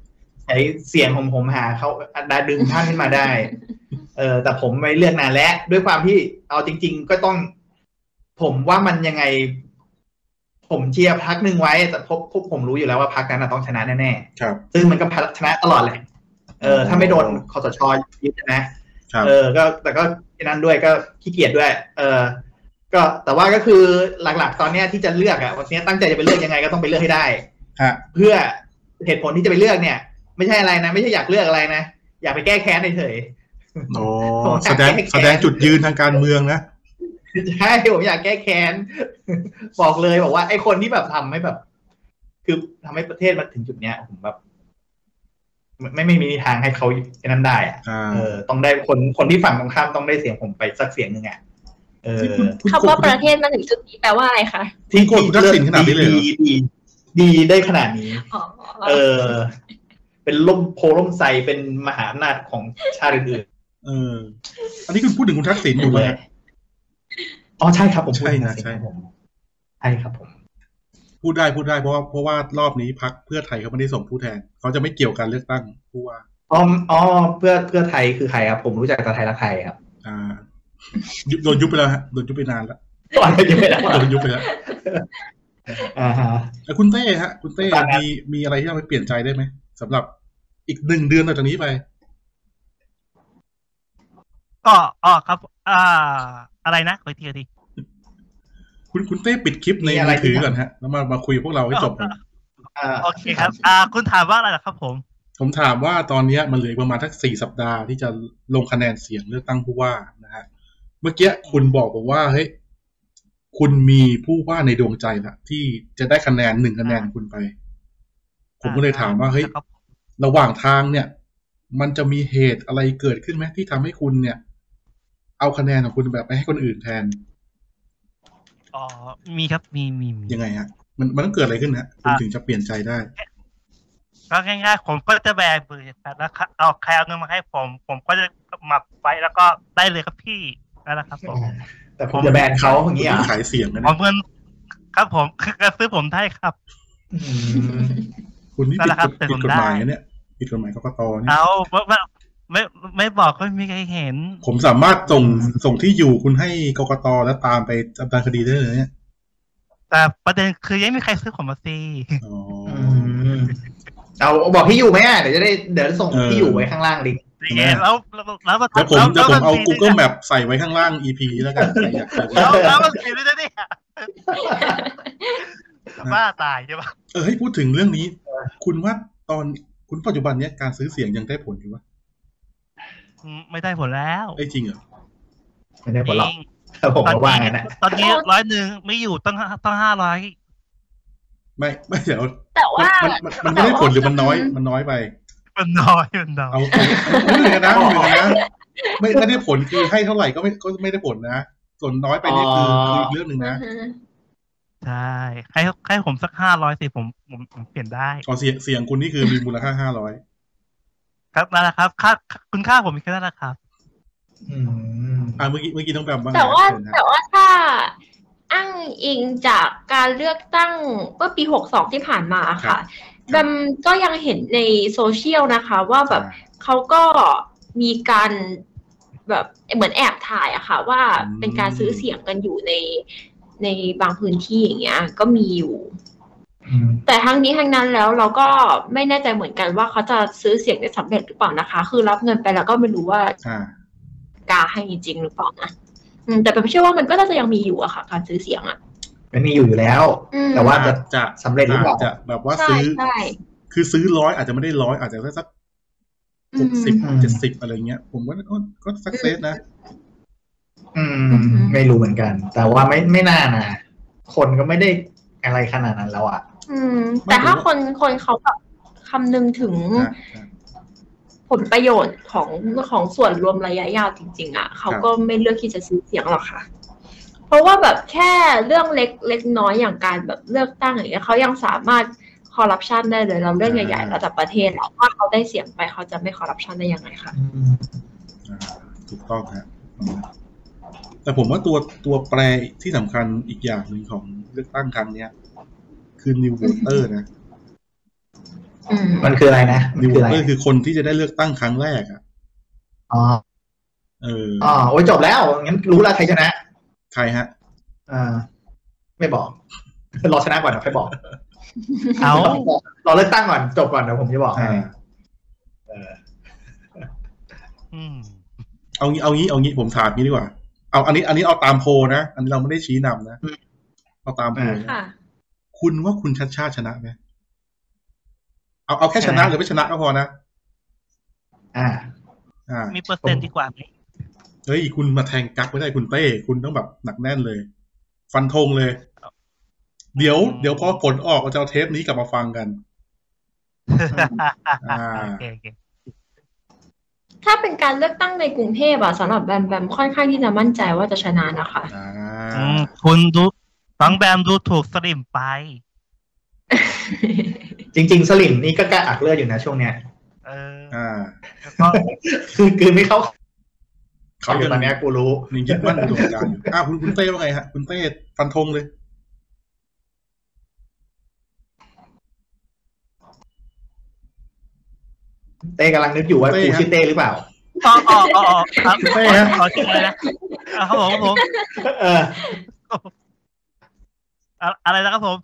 B: ใช้เสียงของผมหาเขาดาดึงท่านขึ้นมาได้ เออแต่ผมไม่เลือกนานแล้ว ด้วยความที่เอาจริง ๆ ก็ต้อง ผมว่ามันยังไง ผมเชียร์พักหนึ่งไว้ แต่พบพบผมรู้อยู่แล้วว่าพักนั้นนะต้องชนะแน่
A: ครับ
B: ๆซึ่งมันก็ชนะตลอดแหละเออถ้าไม่โดนคอสชยึดนะ
A: ครับ
B: เออ ก็แต่ก็ที่นั้นด้วยก็ขี้เกียจด้วย เออ ก็แต่ว่าก็คือหลักๆ ตอนเนี้ยที่จะเลือกอะวันเนี้ยตั้งใจจะไปเลือกยังไงก็ต้องไปเลือกให้ได้
A: ฮะ
B: เพื่อเหตุผลที่จะไปเลือกเนี่ย ไม่ใช่อะไรนะ ไม่ใช่อยากเลือกอะไรนะ อยากไปแก้แค้นเฉย
A: อ๋อ
B: ผม
A: แสดง
B: แก้แค้น
A: แสดงจุดยืนทางการเมืองนะ
B: ๆ ใช่ผมอยากแก้แค้น บอกเลยบอกว่าไอ้คนที่แบบทำให้แบบ คือทำให้ประเทศมาถึงจุดเนี้ยผมแบบไม่ไม่ไม่มีทางให้เขาไอ้นั้นได้อะ
A: อ่า
B: เออ ต้องได้คนคนที่ฝั่งตรงข้ามต้องได้เสียงผมไปสักเสียงหนึ่งอะเออ
A: คุณ
C: คำว่าประ
A: คุณ
C: เทศมาถึงจุดนี้แปลว่าอะไรคะ
A: คุณโกรธคุณทักษิณขนาดนี้เลยเหรอ
B: ดีดีดีได้ขนาดนี้
C: อ๋อ
B: เออ เป็นล่มโพล่มไซเป็นมหาอำนาจของชาติอื่น
A: เออ อันนี้คุณพูดถึงคุณทักษิณ
B: ๆ
A: อยู่ไหมฮะ
B: อ๋อใช่ครับผมพูด
A: ใช่นะ
B: จริงๆ
A: ใช่
B: ครับผมใช่ครับผม
A: พูดได้พูดได้เพราะว่าเพราะว่ารอบนี้พักเพื่อไทยเขาไม่ได้ส่งผู้แทน เขาจะไม่เกี่ยวการเลือกตั้งผู้ว่า
B: อ๋ออ๋อเพื่อเพื่อไทยคือใครครับ ผมรู้จักแต่ไทยรักไทยครับ
A: อ่า ยุบโดนยุบไปแล้วฮะโดนยุบไปน านแล้ว
B: ก่อนไปยังไม่ได้
A: โดนยุบไปแล้ว
B: อ่าฮะ
A: แล้วคุณเต้ฮะ คุณเต้
B: ตอนนั้น
A: มีมีอะไรที่เราไปเปลี่ยนใจได้ไหมสำหรับอีกหนึ่งเดือนต่อจากนี้ไป
D: ก็อ๋อครับ อ่า อะไรนะขออีกทีขออีกที
A: คุณคุณเต้ปิดคลิปใน
B: มีอะ
A: มื
B: ไร
A: อถือ
B: ที่
A: ก่อนฮะแล้วมามาคุยกับพวกเราให้จบก่อน
B: อ่า
D: โอเคครับ อ่า คุณถามว่าอะไรเหรอครับผม
A: ผมถามว่าตอนเนี้ยมันเหลืออกประมาณทักสี่สัปดาห์ที่จะลงคะแนนเสียงเลือกตั้งผู้ว่านะฮะเมื่อกี้คุณบอกผมว่าเฮ้ยคุณมีผู้ว่าในดวงใจละที่จะได้คะแนนหนึ่งคะแนนคุณไป ผมก็เลยถามว่าเฮ้ย
D: นะครับ
A: ระหว่างทางเนี่ย มันจะมีเหตุอะไรเกิดขึ้นไหมที่ทำให้คุณเนี่ย เอาคะแนนของคุณแบบไปให้คนอื่นแทน
D: อ๋อ มีครับ มีมีมี
A: ยังไงฮะ มันมันต้องเกิดอะไรขึ้นฮะคุณ
D: อ่ะ
A: ถึงจะเปลี่ยนใจได้
D: ก็ง่ายๆ ผมก็จะแบกมือครับแล้วครับเอาใครเอาเงินมาให้ผม ผมก็จะหมับไว้แล้วก็ได้เลยครับพี่นั่นแหละครับผม
B: แต่ผมจะแบนเขาอย่างนี้เหรอ่ะ
A: ขายเสียงนะ
D: เอา
A: เนี่ย
D: เงินครับผมคือกระซื้อผมได้ครับ
A: คุณนี่ผิดกฎ
D: นั่นแหละครับ
A: ผิดกฎหมาย
D: แต่ผมได้
A: นะเนี่ยผิดกฎหมายกกตเนี่ย
D: เอาไม่ไม่ไม่บอกก็ไม่มีใครเห็น
A: ผมสามารถส่งส่งที่อยู่คุณให้กกตแล้วตามไปดำเนินคดีได้เลยเนี่ย
D: แต่ประเด็นคือยังไม่มีใครซื้อผมมาซี
A: อ๋ออ
B: เอาบอกที่อยู่ไหมอ่ะเดี๋ยวจะได้เดี๋ยวส่ง
A: เออ
B: ที่อยู่ไว้ข้างล่างลิงก์
A: ทำไมอะ
D: แล้วแล้วแล้ว
A: เดี๋ยวผมเดี๋ยวผมเอา
D: น
A: Google Map ใส่ไว้ข้างล่าง EP แล้วกันใครอยากดู
D: แล้วแล้วมันซีด้วยนะ เนี่ยบ้าตายใช่ปะ
A: เออให้ยพูดถึงเรื่องนี้ คุณว่าตอนคุณปัจจุบันเนี้ยการซื้อเสียงยังได้ผลอยู่ปะ
D: อืมไม่ได้ผลแล้ว
A: ไอ้ยจริงเหรอ
B: ไม่ได้ผลหรอก
D: จริง
B: แต่ผม
D: ตอน
B: ก็ว่างั้น
D: นี้
B: นะ
D: ตอนนี้ร้อยหนึ่งไม่อยู่ต้องห้าต้องห้าร้อย
A: ไม่ ไม่เดี๋ยว
C: แต่ว่า
A: มันมันมันไม่ได้ผลหรือมันน้อย มันน้อยไป
D: มันน้อยมันน้อย
A: เอาเอาเอาหนึ่ง นะหนึ่งนะไม่ไม่ได้ผลคือให้เท่าไหร่ก็ไม่ก็ไม่ได้ผลนะ ส่วนน้อยไปนี่คือ
B: อ๋
A: คื
B: อ
A: ออีกเรื่องหนึ่งนะ
D: ใช่ให้ให้ผมสักห้าร้อยสิผมผมผมเปลี่ยนได้
A: อ๋อเสียงเสียงคุณนี่คือมีมูลค่าห้าร้อย
D: ครับนั่นแหละครับค่าคุณค่าผมมีแค่นั้นแหละครับ
B: อืม
A: อ่าเมื่อกี้เมื่อกี้น้องแบมบ้าง
C: แต่ว่า
A: เชิญนะ
C: แต่ว่าถ้าอ้างอิงจากการเลือกตั้งเมื่อปี 62 ที่ผ่านมาค่ะแบมก็ยังเห็นในโซเชียลนะคะ ว่าแบบเขาก็มีการแบบเหมือนแอบถ่ายอะค่ะ ว่าเป็นการซื้อเสียงกันอยู่ในในบางพื้นที่อย่างเงี้ย ก็มีอยู่
B: อืม
C: แต่ทั้งนี้ทั้งนั้นแล้วเราก็ไม่แน่ใจเหมือนกันว่าเขาจะซื้อเสียงได้สำเร็จหรือเปล่านะคะ คือรับเงินไปแล้วก็ไม่รู้ว่า
A: อ่า
C: กาให้จริงหรือเปล่านะอืมแต่เป็นเชื่อว่ามันก็น่าจะยังมีอยู่อะค่ะ การซื้อเสียงอะ
B: มันมีอยู่อยู่แล้ว
C: อืม
B: แต่ว่าจะ
A: จะ
B: สำเร็จหรือเปล่า
A: จจะแบบว่า
C: ใช่
A: ซื้อ
C: ใช่
A: คือซื้อร้อยอาจจะไม่ได้ร้อยอาจจะได้สัก
C: อื
A: ห
C: ม
A: กสิบ
B: อืม
A: เจ็ดสิบอะไรเงี้ย ผมว่าก็ก็สักเซสนะ
B: อื
C: อื
B: ม
C: อหือ
B: ไม่รู้เหมือนกัน แต่ว่าไม่ไม่น่านะคนก็ไม่ได้อะไรขนาดนั้นแล้วอ่ะ
C: อืม แต่ถ้าคนคนเขาแบบคำนึงถึงผลประโยชน์ของของส่วนรวมระยะยาวจริง ๆอะเขาก็ไม่เลือกที่จะซื้อเสียงหรอกค่ะ เพราะว่าแบบแค่เรื่องเล็กเล็กน้อยอย่างการแบบเลือกตั้งอย่างเงี้ยเขายังสามารถคอร์รัปชันได้เลยเราเรื่องใหญ่
A: อ่า
C: ๆระดับประเทศแล้วว่าเขาได้เสียงไปเขาจะไม่คอร์รัปชันได้ยังไงคะ
A: อ่าถูกต้องฮะแต่ผมว่าตัวตัวแปรที่สำคัญอีกอย่างหนึ่งของเลือกตั้งครั้งเนี้ย คือ new voter นะ
C: อืม
B: มันคืออะไรนะมัน
A: new
B: คืออะไร
A: voter คือคนที่จะได้เลือกตั้งครั้งแรกอ่ะ
B: อ๋อ
A: เออ
B: อ๋อโอ้ยจบแล้วงั้นรู้แล้วใครชนะ
A: ใครฮะ
B: อ่า ไม่บอก รอชนะก่อนเดี๋ยวค่อยบอก
D: เอา
B: รอเลือกตั้งก่อนจบก่อนเดี๋ยวผมจะบอกให้
A: อ่า
B: เออ
D: อืม
A: เอางี้เอางี้เอางี้ผมถามงี้ดีกว่า เอาอันนี้อันนี้เอาตามโพลนะ อันนี้เราไม่ได้ชี้นำนะ เอาตามโพลนะ
C: ค่ะ
A: คุณว่าคุณชัดชาติชนะไหมเอาเอาแค่ชนะหรือไม่ชนะก็พอนะ
B: อ่า
A: อ่า
D: มีเปอร์เซ็นต์ดีกว่าไหม
A: เฮ้ยคุณมาแทงกักไม่ได้คุณเต้ คุณต้องแบบหนักแน่นเลย ฟันธงเลย เดี๋ยว เดี๋ยวพอผลออกเราจะเอาเทปนี้กลับมาฟังกัน อ่า
D: โอเคโอเค
C: ถ้าเป็นการเลือกตั้งในกรุงเทพอะสำหรับแบมแบมค่อนข้างที่จะมั่นใจว่าจะชนะนะคะ
A: อ่า
D: อืมคุณดูฟังแบมดูถูกสลิมไป
B: จริง ๆ สลิมนี่ก็กล้าอักเลือดอยู่นะช่วงเนี้ย
D: เออ
A: อ่า
D: แล้วก็
B: คือคือไม่เข้า
A: เขา
B: เขาอยู่
A: จะ
B: ตอนเนี้ยกูรู้
A: นี่ยึดมั่นในดวงดาวอยู่ อ่าคุณคุณเต้ว่าไงฮะ คุณเต้ฟันธงเลย
B: เต้กำลังนึกอยู่ว่า
A: เต้
B: กู
A: ฮะ
B: ชื่อเต้หรือเปล่า
D: อ๋ออ๋ออ๋ออ๋อครับ
A: เต้ฮะ
D: ขอช่วยนะอ่ะครับผมผม
B: เออ
D: อะอะไรนะครับผม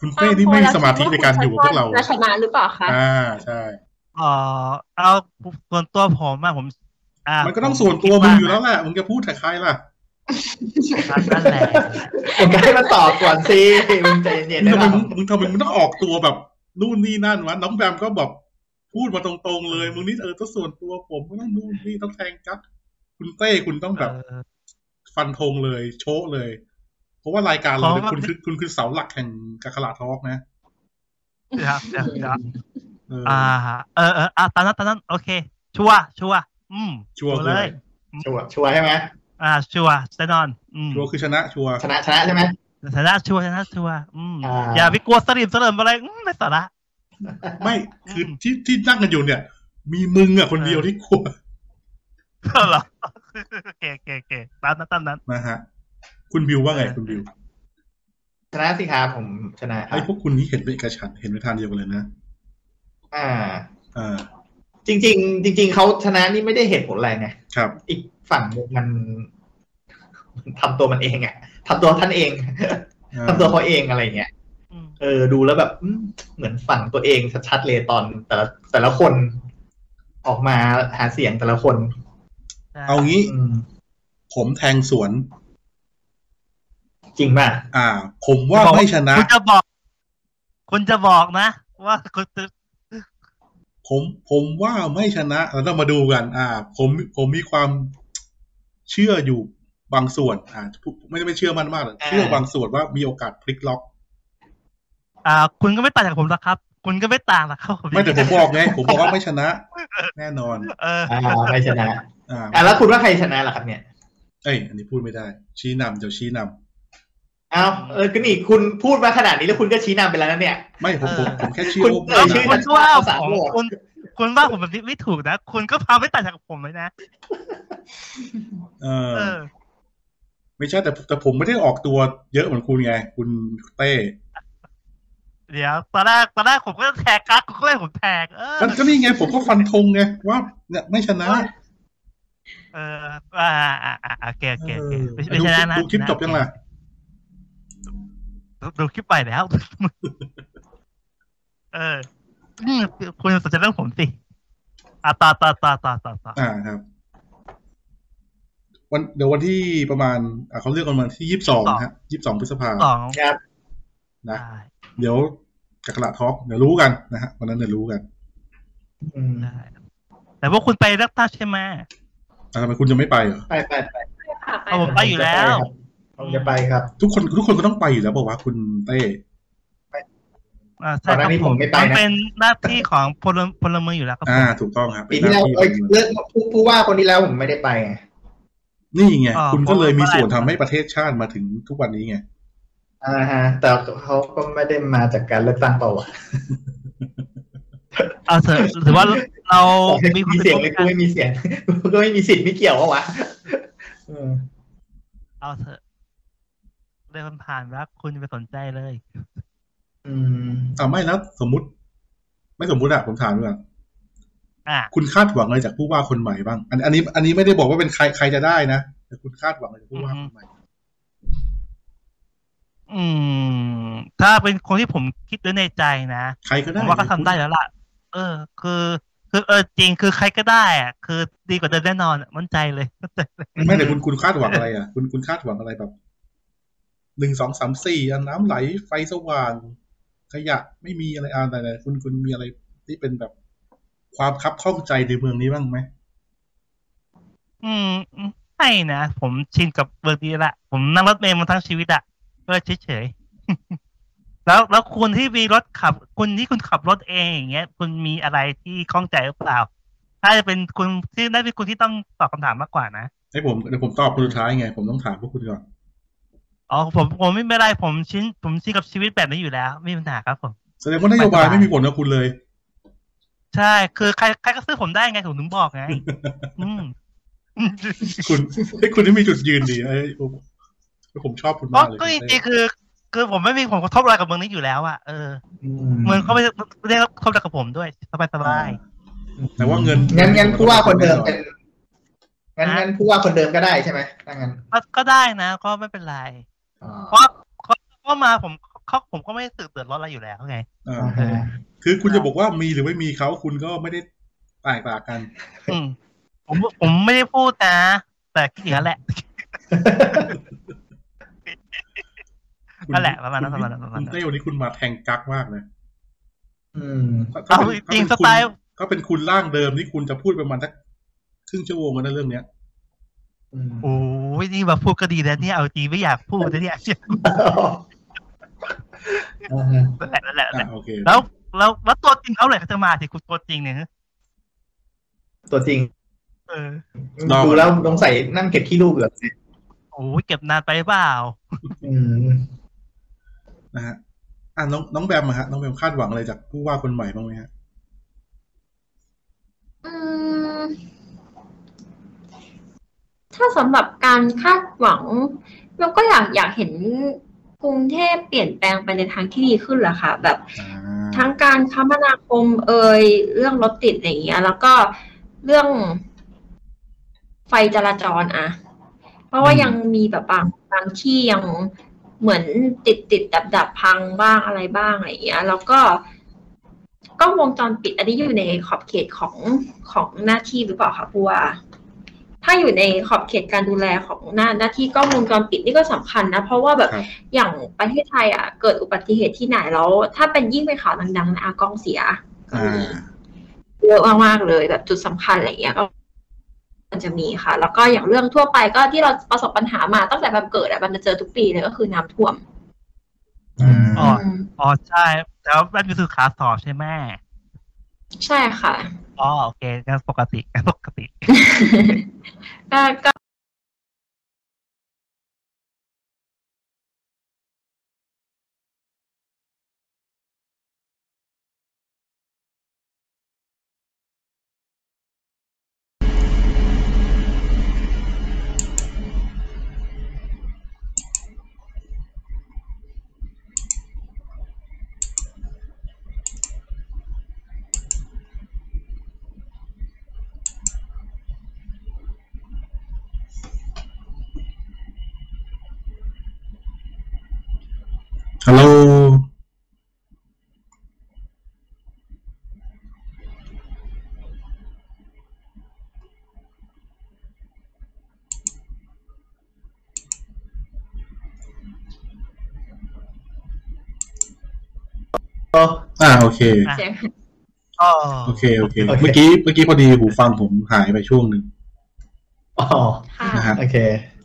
A: คุณเต้ที่ไม่มีสมาธิในการอยู่กับพวกเรา
C: ชนะหรือเปล่าคะ
A: อ่าใช่
D: อ๋อเอาส่วนตัวผมอะผม อ่า
A: มั
D: มัน
A: ก็ต้องส่วนตัวมึงอยู่แล้วแหละมึงจะพูดแต่ใครล่ะ
D: นั่นแหละ
B: ผมจะให้มันตอบก่อนสิ มึงใจเย็นๆ
A: มึ
B: ได้
A: งทำไม
B: เปล่า
A: มึงมึงทำไมมึงต้องออกตัวแบบนู่นนี่นั่นวะน้องแบมก็แบบพูดมาตรงๆเลย มึงนี่เออต้องส่วนตัวผมก็ต้องนู่นนี่ต้องแทงกัดคุณเต้คุณต้องแบบ
D: เออ
A: ฟันธงเลย โชะเลย เพราะว่ารายการเราเนี่ย
D: เพราะว่า
A: คุณคือคุณคือเสาหลักแห่งกาคาลาทอล์กนะ
D: เดี๋ยวเดี๋ยวเดี๋ยว
A: เอออ
D: อ่าเออเอออ่ะตอนนั้นตอนนั้นโอเค ชัวร์ชัวร์อืม
A: ชัวร์
D: เล
A: เลย ย
B: ชัวร์ชัวร์ใช่ไหม
D: อ่า ชัวร์แน่นอนอืม
A: ชัวร์คือชนะชัวร์
B: ชนะชนะใช่ไหม
D: ชนะชัวร์ชนะชัวร์อืม
B: อ่า
D: อย่าไปกลัวสลิมสลิมอะไรอืมไม่สาระ
A: ไม่คืออ
D: ม
A: ที่ที่นั่งกันอยู่เนี่ย มีมึงอ่ะคนเดียวที่กลัว
D: เหรอโอเคโอเคโอเคตามนั้นตามนั้น
A: นะฮะ คุณบิวว่าไงคุณบิว
B: ชนะสิครับผมชนะครั
A: ไอ้
B: บ
A: พวกคุณนี่เห็นเป็นเอกฉันท์เห็นเป็นทางเดียวกันเลยนะ
B: อ่า
A: อ่า
B: จริง ๆ จริง ๆเขาชนะนี่ไม่ได้เหตุผลอะไรไง
A: ครับ
B: อีกฝั่งหนึ่งมันมันทำตัวมันเองอะทำตัวท่านเอง ทำตัวเขาเองอะไรเงี้ย
D: อืม
B: เออดูแล้วแบบอืมเหมือนฝั่งตัวเองชัดๆเลยตอนแต่ละแต่ละคนออกมาหาเสียงแต่ละคน
A: เอางี้
B: อืม
A: ผมแทงสวน
B: จริงป่ะ
A: อ่า ผมว่าไม่ชนะ
D: คุณจะบอก คุณจะบอกนะ ว่าคุณจะ
A: ผมผมว่าไม่ชนะแล้วเรามาดูกัน อ่า ผมผมมีความเชื่ออยู่บางส่วน อ่าไม่ไม่เชื่อมั่นมากหรอก
B: อ่า
A: เชื่อบางส่วนว่ามีโอกาสพลิกล็อก
D: อ่า คุณก็ไม่ต่างจากผมหรอกครับ คุณก็ไม่ต่างหรอกครับผม
A: ไม่แต่ผมบอก ไงผมบอกว่าไม่ชนะ แน่นอน
D: เออ
B: อ่าไม่ชนะ
A: อ่า
B: อ่ะแล้วคุณว่าใครชนะล่ะครับเนี่ย
A: เอ้ยอันนี้พูดไม่ได้ ชี้นำเดี๋ยวชี้น
B: เอาเออก็นี่คุณพูดมาขนาดนี้แล้วคุณก็ชี้นำไปแล้วนะเนี่ย
A: ไม่ผมผมผมแค่เชื่อ
B: คุณ
A: ว่า
B: เอ่ยชื่อ
D: คุณว่าผมคุณคุณว่าผมแบบนี้ไม่ถูกนะ คุณก็พาไม่ต่างจากผมเลยนะ
A: เอ
D: เอ
A: อ
D: อ
A: ไม่ใช่แต่แต่ผมไม่ได้ออกตัวเยอะเหมือนคุณไง คุณเต้
D: เดี๋ยวตอนแรกตอนแรกผมก็แท็กกักคุณก็ให้ผมแท็กเออ
A: มันก็นี่ไง ผมก็ฟันธงไงว่าเนี่ยไม่ชนะ
D: เอออ่าอ่าอ่าโอเคโอเคโอเคไม่
A: เออ
D: ไม่ชนะนะ
A: ดูคลิปจบยังล่ะ
D: ดูคลิปไปแล้ว เอออืมคุณสนใจเรื่องผมสิอ่ะต่อต่อต่อต่อต่อต่อ
A: อ่าครับ วันเดี๋ยววันที่ประมาณ อ่าเขาเลือกกันวันที่ยี่สิบสองฮะยี่สิบสองพฤษภา
D: สอง
B: ครับ
A: นะ
D: ได้
A: เดี๋ยวจักรละทอกเดี๋ยวรู้กันนะฮะวันนั้นเดี๋ยวรู้กัน
B: อืม
D: ได้แต่ว่าคุณไปเลือกตั้งใช่ไหม
A: อ่ะทำไมคุณจะไม่ไปเหรอ
B: ไปไปไป
C: ค่ะไป
D: เอาผม ไปอยู่แล้ว
B: ผมจะไปครับ
A: ทุกคนทุกคนก็ต้องไปอยู่แล้วบอกว่าวะคุณเต้
D: อ่าใช่
B: ก่อนห
D: ค
B: น้า
D: รับ
B: นี้
D: ผ
B: ผมมไม่ไปนะ
D: มันเป็นหน้าที่ของพลพลเมืองอยู่แล้วครับ
A: อ่า ถูกต้องครับ
B: ปีที่แล้ว
A: เป็นห
B: เอ้
A: น้าย ที่ของ
B: เลิกผู้ผู้ว่าคนที่แล้วผมไม่ได้ไปไง
A: นี่ไงคุณก็เลยมีส่วนทำให้ประเทศชาติมาถึงทุกวันนี้ไง
B: อ่าฮะ แต่เขาก็ไม่ได้มาจากการเลือกตั้งเปล่าวะ
D: เอาเถอะถือว่าเรามีค
B: มี
D: วามป็น
B: เสียง
D: ร่ว
B: หรือกู
D: มกัน
B: ไม่มีเสียงกูก็ไม่มีสิทธิ์ไม่เกี่ยวเปล่าวะเออ
D: เอาเถอะเรื่องมันผ่านแล้วคุณอย่าไปสนใจเลย
B: อืม
A: อ่าไม่แล้วสมมติ ไม่สมมติอะผมถามด้วย
D: อ่ะ
A: คุณคาดหวังอะไรจากผู้ว่าคนใหม่บ้าง อันอันนี้ อันนี้ไม่ได้บอกว่าเป็นใครใครจะได้นะแต่คุณคาดหวังอะไรจากผู้ว่าคนใหม่
D: อืม ถ้าเป็นคนที่ผมคิดด้วยในใจนะ
A: ใครก็
D: ผ
A: ได้
D: มว่าก็ทำได้แล้วล่ะ เออ คือ คือเออจริงคือใครก็ได้อะคือดีกว่าเดิมแน่นอนอะมั่นใจเลยมั่นใจเลย
A: ไม่แต่คุณคุณคาดหวังอะไรอะคุณคุณคาดหวังอะไรแบบหนึ่งสองสามสี่อันน้ำไหลไฟสว่าง ขยะไม่มีอะไรอ่าแต่คุณคุณมีอะไรที่เป็นแบบความคับข้องใจในเมืองนี้บ้างไหม
D: อืมใช่นะผมชินกับเบอร์ดีละผมนั่งรถเมล์มาทั้งชีวิตอะก็เฉยเฉยๆ แล้วแล้วคุณที่มีรถขับคุณที่คุณขับรถเองอย่างเงี้ย คุณมีอะไรที่ข้องใจหรือเปล่า ถ้าจะเป็นคุณที่น่าจะเป็นคุณที่ต้องตอบคำถามมากกว่านะ
A: ให้ผมเดี๋ยวผมตอบคุณสุดท้ายไง ผมต้องถามพวกคุณก่อน
D: อ๋อผมผมไม่เป็นไรผมชินผมชินกับชีวิตแบบนี้อยู่แล้ว ไม่มีปัญหาครับผม
A: แสดงว่านโยบายไม่มีผลกับคุณเลย
D: ใช่คือใครใครก็ซื้อผมได้ไงผมถึงบอก ไง อืม
A: คุณ ให้ยคุณที่มีจุดยืนดีไอ้ยผมผมชอบคุณ
D: ก็
A: มากเลย
D: ก็จ
A: คุณ
D: ริ
A: เต้
D: งๆคือ คือผมไม่มีผมกระทบอะไรกับเมืองนี้อยู่แล้วอะเออเมืองเขาไม่ไม่ได้กระทบอะไรกับผมด้วยสบายสบาย
A: แต่ว่าเงิน
B: งั้นงั้นผู้ว่าคนเดิมเป็นงั้นงั้นผู้ว่าคนเดิมก็ได้ใช่ไหมถ้างั้น
D: ๆก็ก็ได้นะ ก็ไม่เป็นไร
B: อ๋อ
D: เพราะเพราะก็มาผมเขาผมก็ไม่ได้ตื่นเตือนร้อนอะไรอยู่แล้ว ไง
A: อ่า
B: อ่าฮะ
A: คือคุณจะบอกว่ามีหรือไม่มีเขาคุณก็ไม่ได้แตกต่างกัน
D: อืมผมผมไม่ได้พูดนะ แต่คิดอย่าง นั้นแหละ
A: คุณ
D: นั่นแหละประมาณนั้นประมาณนั้นประมาณ
A: คุ
D: นั้
A: ณ
D: น
A: เต้วันนี้คุณมาแทงกักมากเลย
B: อืม
A: ถ้าถ้า
D: เอา
A: เป็น
D: จ
A: ถ้า
D: ริง
A: เป็น
D: ส
A: คุณ
D: ไตล์
A: ถ้าเป็นคุณร่างเดิมนี่คุณจะพูดประมาณสักครึ่งชั่วโมงกันนะเรื่องเนี้ย
B: อืม
D: โอ้ยนี่มาพูดก็ดีนะเนี่ยเอาจริงไม่อยาก พูดนะเนี่ย
B: อ่าฮะ
D: นั่นแหละนั่นแหละนั่น
A: อ่ะ
D: แหละ
A: โอเค
D: แล้วแล้วแล้วตัวจริงเขาเลยเขาจะมาสิคุณตัวจริงเนี่ย
B: ตัวจริง
D: เออ
B: ดูแล้วสงสัยนั่งเก็บขี้ลูกเหรอ
D: โอ้ยเก็บนานไปเปล่า
B: อืม
A: นะฮะอ่ะน้องน้องแบมอะฮะน้องแบมคาดหวังอะไรจากผู้ว่าคนใหม่บ้างไหมฮะ
C: อืมถ้าสำหรับการคาดหวัง เราก็อยากอยากเห็นกรุงเทพเปลี่ยนแปลงไปในทางที่ดีขึ้นแหละค่ะ แบบ
A: อ่า
C: ทั้งการคมนาคมเอ่ยเรื่องรถติดอะไรอย่างเงี้ย แล้วก็เรื่องไฟจราจรอะเพราะว่ายังมีแบบบางบางที่ยังเหมือนติดติดดับดับพังบ้างอะไรบ้างอะไรอย่างเงี้ย แล้วก็กล้องวงจรปิดอันนี้อยู่ในขอบเขตของของหน้าที่หรือเปล่าคะผู้ว่า ถ้าอยู่ในขอบเขตการดูแลของหน้าหน้าที่กล้องวงจรปิดนี่ก็สำคัญนะ เพราะว่าแบบ
A: ครับ
C: อย่างประเทศไทยอ่ะเกิดอุบัติเหตุที่ไหนแล้ว ถ้าเป็นยิ่งเป็นข่าวดังๆนะอากล้องเสีย
A: อ่า
C: เยอะมากๆเลยแบบจุดสำคัญอะไรอย่างเงี้ยก็มันจะมีค่ะ แล้วก็อย่างเรื่องทั่วไปก็ที่เราประสบปัญหามาตั้งแต่แบบเกิดอ่ะมันจะเจอทุกปีเลยก็คือน้ำท่วม
A: อ่า
D: อ๋อ
C: อืม
D: อ๋อใช่แต่ว่ามันมีสื่อขาสอบใช่ไหม
C: ใช่ค่ะ
D: อ๋อโอเคงั้นปกติงั้นปกติ
C: ก็ก็
A: ฮัลโหล
B: ก็
A: อ่าโอเค
C: เสียง
D: อ๋อ
A: โอเค โอเค
B: โอเค
A: เมื่อกี้ เมื่อกี้พอดีหูฟังผมหายไปช่วงหนึ่ง
B: อ๋อ
C: ค่ะ
A: นะฮะ
B: โอเค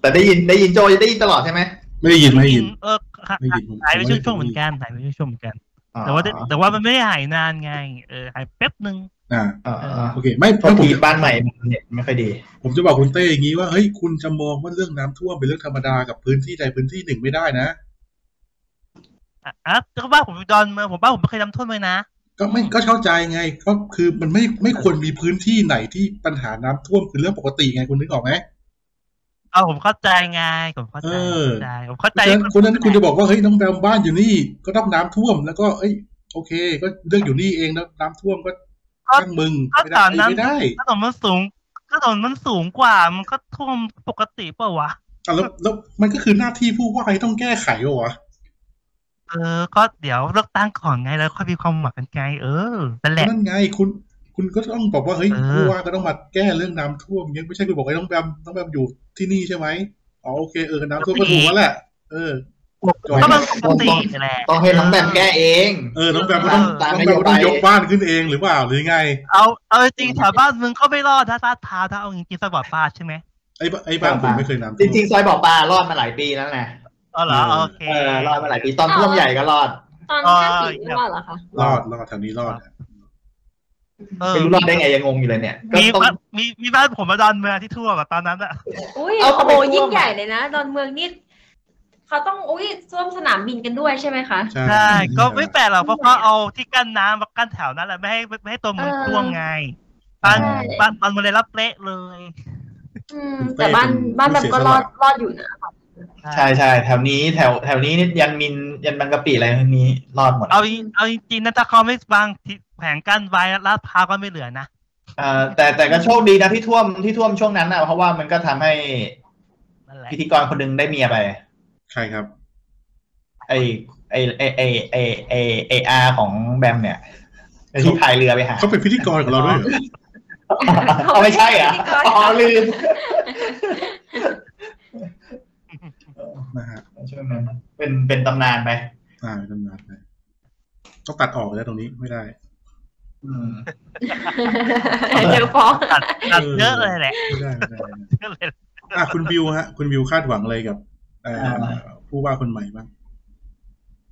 B: แต่ได้ยินได้ยินโจได้ยินตลอดใช่ไหม
A: ไม่ได้ยิน ไม่ได้ยิน
D: เออหา
A: ไม่ได้ยินผม
D: หายไป
A: ผมไม่ได้
D: ช่วงๆเหมือนกันหายไปช่วงๆเหมือนกัน
B: อ๋อ
D: แต่ว่าได้แต่ว่ามันไม่ได้หายนานไง เออหายแป๊บหนึ่ง
A: อ่า
B: อ๋อ
A: โอเค ไม่
B: พอ
A: ถ้าผม
B: ดีบ้านใหม่มันเน็ตไม่ค่อยดี
A: ผมจะบอกคุณเต้อย่างนี้ว่า เฮ้ย คุณจะมองว่าเรื่องน้ำท่วมเป็นเรื่องธรรมดากับพื้นที่ใดพื้นที่หนึ่งไม่ได้นะ
D: อ่ะอ่ะก็บ้านผมอยู่ดอนเมืองผมบ้านผมไม่เคยทำโทษเลยนะ
A: ก็ไม่ก็เข้าใจไง ก็คือมันไม่ไม่ควรมีพื้นที่ไหนที่ปัญหาน้ำท่วมคือเรื่องปกติไงคุณนึกออกไหม
D: เอาผมเข้าใจไงผมเข้าใจ
A: เออ
D: เข้าใจผม
A: เพราะฉะนั้นค
D: เข้าใจ
A: นนั้นคุณจะบอกว่าเฮ้ยน้องแบมบ้านอยู่นี่ก็ต้องน้ำท่วมแล้วก็เอ้ยโอเค ก็เรื่องอยู่นี่เองแล้วน้ำท่วมก็ตั้งมึงไม่ได้ไม่ได้
D: ถนนมันสูงถนนมันสูงกว่ามันก็ท่วมปกติเปล่าวะ
A: อ่ะแล้วแล้วมันก็คือหน้าที่ผู้ว่าที่ต้องแก้ไขเหรอวะ
D: เออ ก็เดี๋ยวเลือกตั้งก่อนไงแล้วค่อยมีความหวังกันไงเออนั่นแหละ
A: นั่นไงคุณ คุณก็ต้องบอกว่าเฮ้ย
D: เออ
A: ผู้ว่าก็ต้องมาแก้เรื่องน้ำท่วมเงี้ยไม่ใช่คุณบอกไอ้น้องแบมน้องแบมอยู่ที่นี่ใช่ไหมอ๋อโอเคเออน้ำท่วมก็ถูกแล้วแหละเออ จอย
D: ก็มันปกติแหละ
B: ต้องให้น้องแบมแก้เอง
A: เออน้องแบมก็ต้อง
B: ตาม
A: น้อง
B: น
A: แบ
B: โย
A: มก็ต้อ
B: บา
A: ย งยกบ้านขึ้นเองหรือเปล่าหรือไง
D: เอาเอาจริงๆแถวบ้านมึงก็ไม่รอดถ้าลาดพร้าวถ้าเอาจริงๆสปอร์ตปาใช่ไหม
A: ไอ้บไอ้บ้านผมไม่เคยน้ำ
B: จ
A: ท่วม
B: ริงๆซอยบอกปลารอดมาหลายปีแล้วนะ
D: เออเหรอ
A: เออ
D: โอเค
B: เออรอดมาหลายปีตอนท่วมใหญ่ก็รอด
C: ตอน
D: อ๋อ
C: ห้าสี่ไม่ว่าเหรอคะ
A: รอดรอดแถวนี้รอดอะ
D: เออ
B: ไม่รู้รอดได้ไงยังงงอยู่เลยเนี่ยก็
D: มี
B: ต้อง
D: บ้านมีมีบ้านผมมาดอนเมืองที่ท่วมอะตอนนั้นอะ
C: อุ้ย
B: เอา
C: โอ้
B: เข้า
C: โห
B: ไปร่วม
C: ยิ่งใหญ่เลยนะดอนเมืองนี่เขาต้องอุ้ยซ่วมสนามบินกันด้วยใช่ไหมคะ
A: ใช่
D: ใช่ก็ไม่แปลกหรอกเพราะเขาเอาที่กั้นน้ำมากั้นแถวนั้นแหละไม่ให้ไม่ให้ตัวเมืองท่วมไงบ้าน
C: ใช่
D: บ้านมันเลยรับเละเลย
C: อืม แต่บ้านบ้านแบบก็รอดรอดอยู่นะ
B: ใช่ใช่แถวนี้แถวแถวนี้นี่ยันมินยันบางกะปิอะไรพวกนี้รอดหมด
D: เอาจริงเอาจริงๆนะถ้าเขาไม่วางที่แผงกั้นไว้ลาดพร้าวก็ไม่เหลือนะ
B: เอ่อแต่แต่ก็โชคดีนะที่ท่วมที่ท่วมช่วงนั้นนะเพราะว่ามันก็ทำให้
D: นั่นแหละ
B: พิธีกรคนหนึงได้เมียไป
A: ใช่ครับ
B: ไอไอไอไอไอไอไออาร์ของแบมเนี่ยที่พายเรือไปหา
A: เขาเป็นพิธีกรกับเราด้วยเหรอ
B: เอาไม่ใช่เหรอ่ะอ๋อลืม
A: นะฮะ
B: ช่วงนั้นเป็นเป็นตำนานไป
A: อ่าเป็นตำนานไปต้องตัดออกแล้วตรงนี้ไม่ได้
B: อืม
C: เจอฟ้อง
D: ตัดตัดเยอะเลยแหละ
A: ไม่ได้ไม่ได้ไม่ได้
D: เยอะเลย
A: อ่ะคุณบิวฮะ คุณบิวคาดหวังอะไรกับเอ่อ
B: อ่า
A: ผู้ว่าคนใหม่บ้าง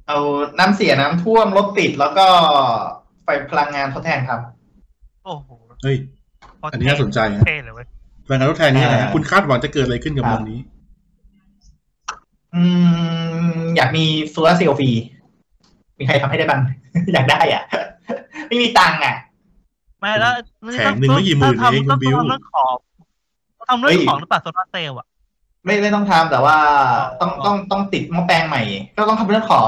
B: เอาน้ำเสียน้ำท่วมรถติดแล้วก็ไฟพลังงานทดแทนครับ
D: โอ้โห
A: เฮ้ย
D: โคตร
A: อันนี้น่าสนใจฮะ
D: เท่เลยเว้ย
A: แรงงานทดแทนนี่ยังไงฮะ
B: อ่า
A: คุณคาดหวังจะเกิดอะไรขึ้นกับเมืองนี้
B: อืม อยากมีโซลาร์เซลล์ฟรี มีใครทำให้ได้บ้าง อยากได้อ่ะ ไม่มีตังค์อ่ะ
D: ไม่แล้ว
A: แผงหนึ่งไม่กี่หมื่น
D: ต้อง
A: เอง
D: ทำต้
A: คุ
D: อง
A: ณบิว
D: ทำเรื่องของต้องทำเรื่องของหรือเปล่าโซลาร์เซลล์อ่ะ
B: ไม่ไม่ต้องทำแต่ว่าต้อง
D: อ๋อ
B: ต้องต้องติดหม้อแปลงใหม่ ก็ต้องทำเรื่องขอ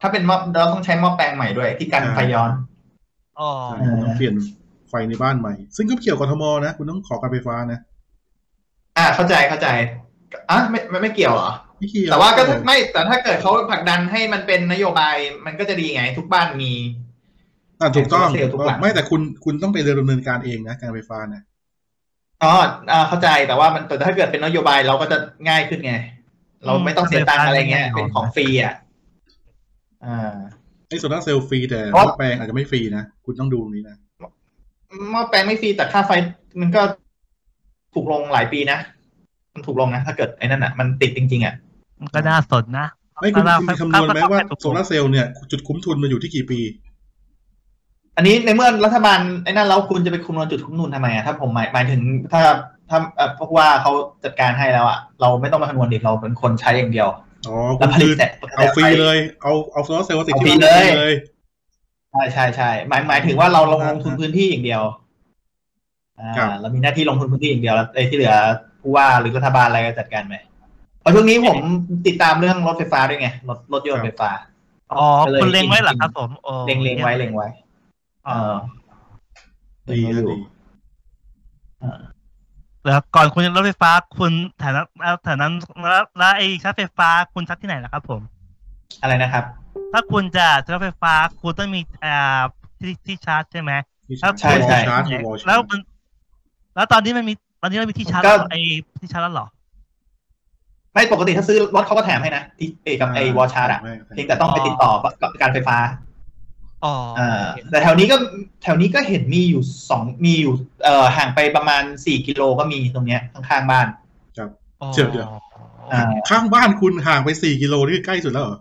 B: ถ้าเป็นหม้อเราต้องใช้หม้อแปลงใหม่ด้วยที่กันไฟย้อน
D: อ๋อ
A: ใช่ต้องเปลี่ยนไฟในบ้านใหม่ ซึ่งก็เกี่ยวกับกทมนะ คุณต้องขอการไฟฟ้านะ
B: อ่าเข้าใจเข้าใจอ่ะไม่ไม่ไม่เกี่ยวเหรอ
A: ไม่เกี่ยว
B: แต่ว่าก็ไม่แต่ถ้าเกิดเขาผลักดันให้มันเป็นนโยบายมันก็จะดีไง ทุกบ้านมี
A: อ่ะถูกต้อง
B: เสียทุกหลัง
A: ไม่แต่คุณคุณต้องไปเดินดำเนินการเองนะการไฟฟ้านะ
B: อ๋ออ่าเข้าใจแต่ว่ามันแต่ถ้าเกิดเป็นนโยบายเราก็จะง่ายขึ้นไง เราไม่ต้องเสียตังค์อะไรเงี้ยเป็นของฟรีอ่ะอ่า
A: ไอ้โซลาร์เซลล์ฟรีแต่
B: อ๋อ
A: รถแปลงอาจจะไม่ฟรีนะคุณต้องดูตรงนี้นะ
B: หม้อแปลงไม่ฟรีแต่ค่าไฟมันก็ถูกลงหลายปีนะ มันถูกลงนะ ถ้าเกิดไอ้นั่นอ่ะ มันติดจริง ๆ อ่ะ
D: มันก็น่าสนนะ
A: ไม่คุณคุณมีคำนวณไหมว่า
D: ก็ต้อง
A: โซลาร์เซลล์เนี่ย จุดคุ้มทุนมันอยู่ที่กี่ปี
B: อันนี้ในเมื่อรัฐบาลไอ้นั่นแล้วคุณจะไปคุมนวณจุดคุ้มนุนทำไมอ่ะถ้าผมหมายหมายถึงถ้าถ้าเอ่อพวกว่าเขาจัดการให้แล้วอ่ะเราไม่ต้องมาคำนวณดิเราเป็นคนใช้อย่างเดียว
A: อ๋อคุณ
B: แล้วผลิ
A: คื
B: ต
A: อ
B: แต่
A: เอาฟรีเลย เอาเอาโซลาร์เซลล์มาติด
B: เอา
A: ที่
B: ฟรี
A: บ้านฟรี
B: เลย
A: เลย
B: ใช่ใช่ใช่หมายหมายถึงว่าเราลง
A: อ่า
B: ลงทุนพื้นที่อย่างเดียว อ่า
A: ครับ
B: เรามีหน้าที่ลงทุนพื้นที่อย่างเดียวแล้วไอ้ที่เหลือผู้ว่าหรือรัฐบาลอะไรก็จัดการไปเพราะช่วงนี้ผมติดตามเรื่องรถไฟฟ้าด้วยไงรถรถยนต์ไฟฟ้า
D: อ๋อคุณเล็งไว้เหรอครับผมโอ้
B: เล็งเล็งไว้เล็งไว้เออ
A: ดีนะดี
D: แล้วก่อนคุณจะรถไฟฟ้าคุณแถวนั้นแถวนั้นแล้วแล้วไอ้ชาร์จไฟฟ้าคุณชาร์จที่ไหนล่ะครับผม
B: อะไรนะครับ
D: ถ้าคุณจะใช้รถไฟฟ้าคุณต้องมีอ่าที่ที่ชาร์จใช่ไหม ครับ
B: ใช่ใช่
A: ชาร์จวอลชาร์จ
D: แล้วมันแล้วตอนนี้มันมีตอนนี้เรามีที่ชาร์จ
B: ก็
D: แล้วไอ้ที่ชาร์จแล้วเหรอ
B: ไม่ปกติถ้าซื้อรถเขาก็แถมให้นะที่เอกับไอวอชาร์ดอะ
A: ไม่
B: เพียงแต่ต้องไปติดต่อกับการไฟฟ้า
D: อ๋อ
B: เออแต่แถวนี้ก็แถวนี้ก็เห็นมีอยู่สองมีอยู่เอ่อห่างไปประมาณสี่กิโลก็มีตรงเนี้ยข้างๆบ้าน
A: เดี๋ยวเดี๋ยว
D: อ่า
A: ข้างบ้านคุณห่างไปสี่กิโลนี่ใกล้สุดแล้วเหรอ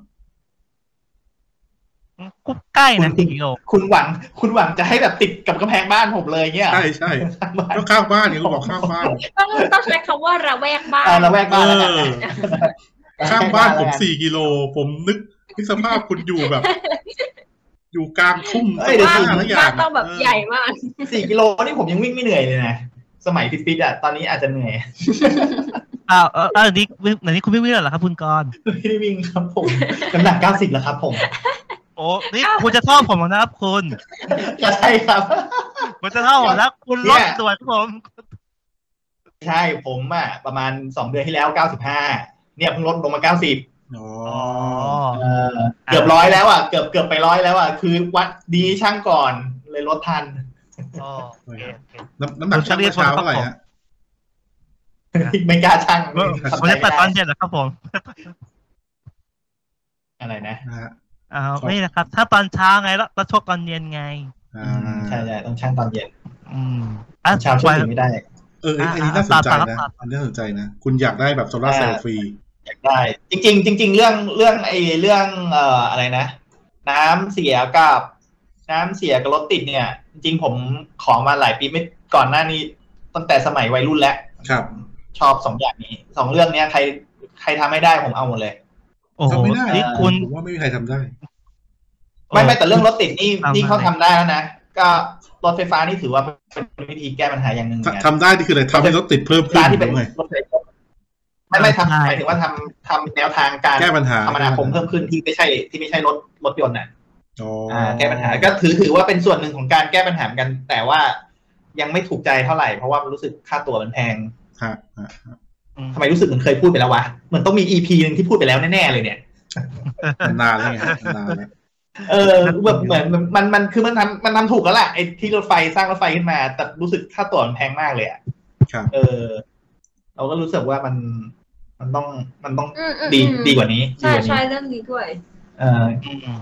D: กุ๊บใกล้นะ
B: คุณ
D: กิโล
B: คุณหวังคุณหวังจะให้แบบติดกับกำแพงบ้านผมเลยเนี้ย
A: ใช่ใช่
B: ข้างบ้าน
A: ก็ข้างบ้านเนี่ยเขาบอกข้างบ้าน
C: ต้องต้องใช้คำว่าระแวกบ้าน
B: เออระแวกบ้านแล้วกัน
A: เออ
B: นะ
A: ข้างบ้านผมสี่กิโล ผมนึกนึกสภาพคุณอยู่แบบ อยู่กลางทุ่ง
C: บ้าน
A: หน้
C: บ้านต้องแบบใหญ่มาก
B: สี่กิโลนี่ผมยังวิ่งไม่เหนื่อยเลยนะสมัยฟิตๆอ่ะตอนนี้อาจจะเหนื่อย
D: อ้าวเออเออนี่ไหนนี่คุณไม่วิ่งเหรอครับคุณกรณ์
B: ไม่ได้วิ่งครับผมน้ำหนักเก้าสิบแล้วครับ ผม
D: โอ้นี่คุณจะท่อผมแล้วนะครับคุณ
B: ก็ใช่ครับ
D: คุณจะท่อผมแล้วคุณลดส่วนผม
B: ใช่ผมอ่ะประมาณสองเดือนที่แล้วเก้าสิบห้าเนี่ยเพิ่งลดลงมาเก้าสิบ
A: อ๋อ
D: อ๋อ
B: เออเกือบร้อยแล้วอ่ะเกือบเกือบไปร้อยแล้วอ่ะคือวัดดีช่างก่อนเลยลดทัน
D: อ๋อโอเคโอเค
A: น้ำน้ำหนักช่างเมื่อเช้าเท่าไหร่ฮะ
B: ไม่กล้าช่าง
D: ผมผมจะตัดตอนเจ็ดเหรอครับผม
B: อะไรนะ
A: นะฮะ
D: อ้าว
A: ครับ
D: ไม่นะครับ ถ้าตอนเช้าไงแล้วแล้วชกตอนเย็นไง
A: อ่า
B: ใช่ใช่ต้องช่างตอนเย็น
D: อืมอ่ะ
B: เช้าช่ว
D: ไป
B: ยไม่ได้
A: เอออันนี้น่าสนใจนะอันนี้น่าสนใจนะ คุณอยากได้แบบโซลาร์เซลล์ฟรี
B: อยากได้ จริง ๆ จริง ๆ เรื่องเรื่องไอ้เรื่องเอ่ออะไรนะ น้ำเสียกับ น้ำเสียกับรถติดเนี่ย จริง ๆ ผมขอมาหลายปีไม่ก่อนหน้านี้ตั้งแต่สมัยวัยรุ่นแล้ว
A: ครับ
B: ชอบสองอย่างนี้สองเรื่องเนี้ยใครใครทำไม่ได้ผมเอาหมดเลย
D: โอ้โห
A: ทำไม่ได้
D: นี่คุณ
A: ผมว่าไม่มีใครทำได้
B: ไม่ไม่แต่เรื่องรถติดนี่
D: ตามมา
B: นี่เขาทำได้แล้วนะ ก็รถไฟฟ้านี่ถือว่าเป็นวิธีแก้ปัญหาอย่างหนึ่งเหมือนกัน
A: ทำได้นี่คืออะไรทำให้รถติดเพิ่มขึ้น
B: ร้านที่
A: ห
B: เป็
A: รื
B: น
A: อไง
B: รถไฟฟ้าไม่ไม่ทำ
D: ใช่
B: หมายถึงว่าทำทำแนวทางการ
A: แก้ปัญหา
B: คมนาคมเพิ่มขึ้นที่ไม่ใช่ที่ไม่ใช่รถรถยนต์น่ะ
A: อ๋ออ่
B: าแก้ปัญหาก็ถือถือว่าเป็นส่วนหนึ่งของการแก้ปัญหาเหมือนกัน แต่ว่ายังไม่ถูกใจเท่าไหร่เพราะว่ารู้สึกค่าตั๋วมันแพง
A: ฮะฮะ
D: อืม
B: ทำไมรู้สึกเหมือนเคยพูดไปแล้ววะเหมือนต้องมีอีพีหนึ่งที่พูดไปแล้วแน่ๆเลยเนี่ย
A: มันนานแล้วไงฮะมันนานแล้ว
B: เออแบบเหมือนมันมันคือมันทำมันทำถูกแล้วแหละไอ้ที่รถไฟสร้างรถไฟขึ้นมา แต่รู้สึกค่าตั๋วมันแพงมากเลยอ่ะ
A: ครับ
B: เออ เราก็รู้สึกว่ามันมันต้องมันต้อง
C: อืมอืม
B: ดี
C: อืม
B: ดีกว่านี้ดี
C: ใช่
B: กว่า
C: ใช่
B: นี้
C: เรื่องนี้ด้วย
B: เออ
D: อืม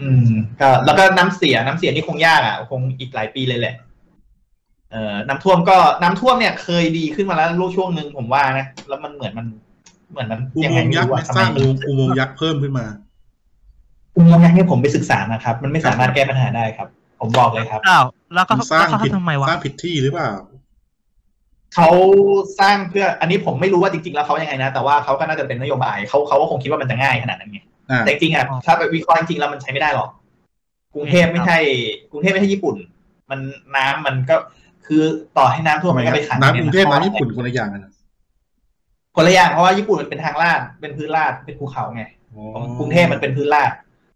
B: อืมก็แล้วก็น้ำเสียน้ำเสียนี่คงยากอ่ะคงอีกหลายปีเลยแหละ เออน้ำท่วมก็น้ำท่วมเนี่ยเคยดีขึ้นมาแล้วลูกช่วงหนึ่งผมว่านะแล้วมันเหมือนมันเหมือนมัน
A: อุ
B: ยัง
A: โมง
B: ไง
A: ค์
B: ไม่
A: ยักษ์ไหม
B: รู้อะ
A: ส
B: ทำไม
A: ร้างอุโมงค์อุโมงค์ยักษ์เพิ่มขึ้นมา
B: อุโมงค์ยักษ์เนี่ยผมไปศึกษามาครับ มันไม่สามารถแก้ปัญหาได้ครับ ผมบอกเลยครับ
D: อ้าวแล้วก็
A: คุณส
D: แล้
A: ร้าว ง
D: เขา
A: ผิด
D: ทำไมวะ
A: สร้างผิดที่หรือเปล่า
B: เขาสร้างเพื่ออันนี้ผมไม่รู้ว่าจริงๆแล้วเขายังไงนะ แต่ว่าเขาก็น่าจะเป็นนโยบายเขาเขาก็คงคิดว่ามันจะง่ายขนาดนั้นไง
A: อ่า
B: แต่จริงๆอ่ะถ้าไปวิเคราะห์จริงๆแล้วมันใช้ไม่ได้หรอกกรุงเทพไม่ใช่กรุงเทพไม่ใช่ญี่ปุ่น มันน้ำมันก็คือต่อให้น้ำท่วมมันก็ไปขัง
A: น้ำกรุงเทพ
B: ใ
A: น้ำญี่ปุ่นคนละอย่างกันนะ
B: คนละอย่างเพราะว่าญี่ปุ่นมันเป็นทางลาดเป็นพื้นลาดเป็นภูเขาไง
A: อ๋อ
B: ของกรุงเทพมันเป็นพื้นลาด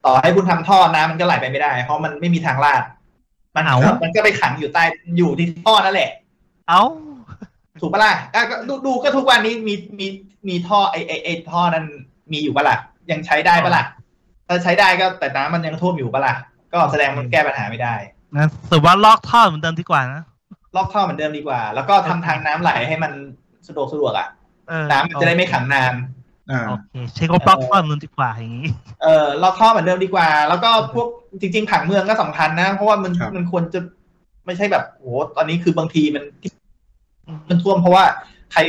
B: ต่อให้คุณทำท่อน้ำมันก็ไหลไปไม่ได้ เพราะมันไม่มีทางลาด มัน
D: เอา
B: มันก็ไปขังอยู่ใต้อยู่ที่ท่อนั่นแหละ
D: เอา
B: ถูกปะล่ะอ่ะก็ดูดูก็ทุกวันนี้มีมีมีท่อไอไอไอท่อนั้นมีอยู่ปะล่ะยังใช้ได้ปะล่ะถ้าใช้ได้ก็แต่น้ำมันยังท่วมอยู่ปะล่ะก็แสดงมันแก้ปัญหาไม่ได้
D: งั้นสรุดว่าลอกท่อเหมือนเดิมดีกว่านะ
B: ลอกท่อเหมือนเดิมดีกว่า แล้วก็ทำทางน้ำไหลให้มันสะดวกสะดวกอ่ะ
D: เออ
B: น้ำมันจะได้ไม่ขังนาน
A: อ่า
D: โอเคใช้ก็ลอกท่อเหมือนเดิมดีกว่าอย่างนี้
B: เออลอกท่อเหมือนเดิมดีกว่า แล้วก็พวกจริง ๆ ผังเมืองก็สำคัญนะ เพราะว่ามัน
A: ครับ
B: มันควรจะไม่ใช่แบบโหตอนนี้คือบางทีมัน มันท่วมเพราะว่าใคร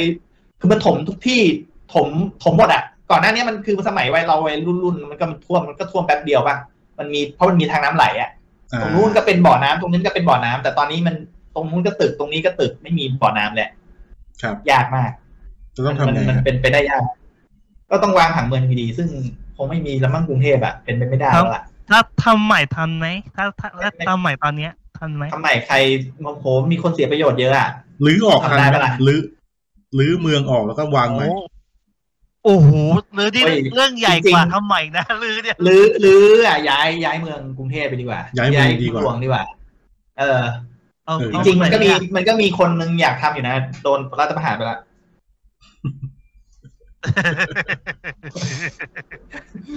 B: คือมันถมทุกที่ถมถมหมดอ่ะ ก่อนหน้านี้มันคือสมัยวัยเราวัยรุ่นรุ่นๆมันก็มันท่วมมันก็ท่วมแป๊บเดียวป่ะมันมีเพราะมันมีทางน้ำไหลอ่ะ
A: อ่า
B: ตรงนู้นก็เป็นบ่อน้ำตรงนั้นก็เป็นบ่อน้ำแต่ตอนนี้มันตรงนู้นก็ตึกตรงนี้ก็ตึกไม่มีบ่อน้ำแหละ
A: ครับ
B: ยากมาก
A: จะต้อง
B: มั
A: ทำไง
B: มัน
A: ฮะ
B: เป็นไปได้ยาก ก็ต้องวางผังเมืองดีๆซึ่งคงไม่มีแล้วมั้งกรุงเทพอ่ะเป็นไปไม่ได้แล้วล่ะ
D: ถ้าทำใหม่ทันไหมถ้าถ้าถ้าทำใหม่ตอนเนี้ยทันไหม
B: ทำไมใครโอ้โหมีคนเสียประโยชน์เยอะอ่ะ
A: หรือออก
B: ทำได้ปะล่ะ
A: หรือหรือเมืองออกแล้วก็วางใหม่
D: โอ้โอ้โหหรือที่
B: เฮ้ย
D: เรื่องใหญ่
B: จริ
D: ก
B: งๆ
D: ว่าทำใหม่นะหรือเนี่ย
B: หรือหรืออ่ะย้ายย้ายเมืองกรุงเทพไปดีกว่า
A: ย้ายเมืองดีกว่า
B: หลวงดีกว่า เออ
D: เอา
A: เออ
B: จริงๆ มันก็มี
D: เอาให
B: มันก็มีคนนึงอยากทำอยู่นะ โดนรัฐประหารไปละ
D: ม่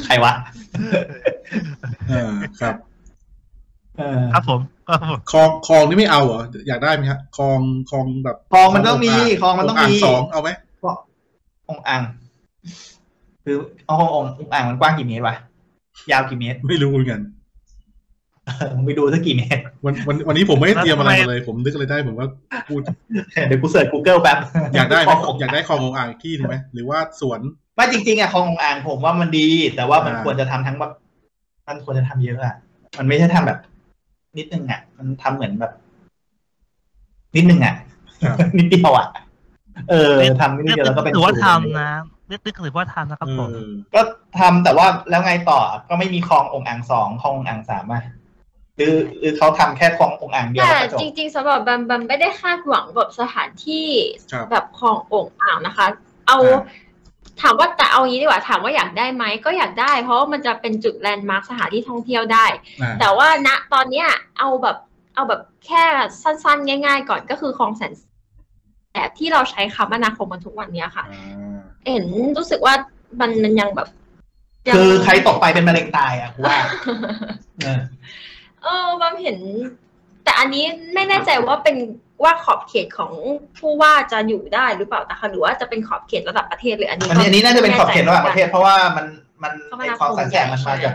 B: ใครวะ
A: อ่าครับ
B: เออ
D: ครับผมครับผม
A: คลองคลองนี่ไม่เอาเหรออยากได้ไหมฮะคลองคลองแบบ
B: คลองมันต้องมีคลองมันต้องมี
A: าสองเอาไหม
B: องค์อ่างคือเอาองค์องค์อ่างมันกว้างกี่เมตรวะยาวกี่เมตร
A: ไม่รู้เหมือนกัน
B: เออมึงไปดูสักกี่เมตร
A: วันวันวันนี้ผมไม่ได้เตรียมอะไรมาเลย ผมนึกอะไรได้ผมก็พูด
B: เดี๋ยวกูเสิร์ช Google แป๊บ
A: อยากได้ไหม
B: คลององ
A: อยากได้คลององอ่างอีกที่หนึ่งไหมหรือว่าสวน
B: ไม่จริงๆอะคลององอ่างผมว่ามันดี แต่ว่ามัน
A: อ่า
B: ควรจะทำทั้งแบบมันควรจะทำเยอะอะมันไม่ใช่ทำแบบ นิดนึงอะมันทำเหมือนแบบ นิดนึงอะ
A: ครับ
B: นิดเดียวอะเออทำนิดเดียวแล้วก็เป็น
D: ถือว่า
B: ศูนย์
D: ทำนะเรียกถือว่าทำนะครับผม
A: เออ
B: ก็ทำแต่ว่าแล้วไงต่อก็ไม่มีคลององอ่างสองคลององอ่างสามอะหรือหรือเขาทำแค่คลององอ่างเดียว
C: แต่
B: แล้วก็จบ
C: จริง ๆสำหรับบัมบัมไม่ได้คาดหวังแบบสถานที่
A: ครับ
C: แบบขององค์อ่างนะคะ เอา
A: อ่า
C: ถามว่าแต่เอางี้ดีกว่าถามว่าอยากได้ไหมก็อยากได้ เพราะว่ามันจะเป็นจุดแลนด์มาร์คสถานที่ท่องเที่ยวได้
A: อ่า
C: แต่ว่าณตอนเนี้ยเอาแบบเอาแบบแค่สั้นๆ ง่าย ๆ ก่อนก็คือคลองแสนแสบที่เราใช้คำว่านาคมกันทุกวันเนี้ยค่ะ เห็นรู้สึกว่ามันมันยังแบบยัง
B: คือใครตกไปเป็นมะเร็งตายอะกูว่าเออ
C: เออบัมเห็น แต่อันนี้ไม่แน่ใจว่าเป็นว่าขอบเขตของผู้ว่าจะอยู่ได้หรือเปล่าแต่คะหรือว่าจะเป็นขอบเขตระดับประเทศหรืออันนี้
B: อันนี้อันนี้น่าจะเป็นขอบเขตระหว่างประเทศ เพราะว่ามันมัน
C: คม
B: ไอ้
C: นา
B: คลองแสนแสบมันมาจาก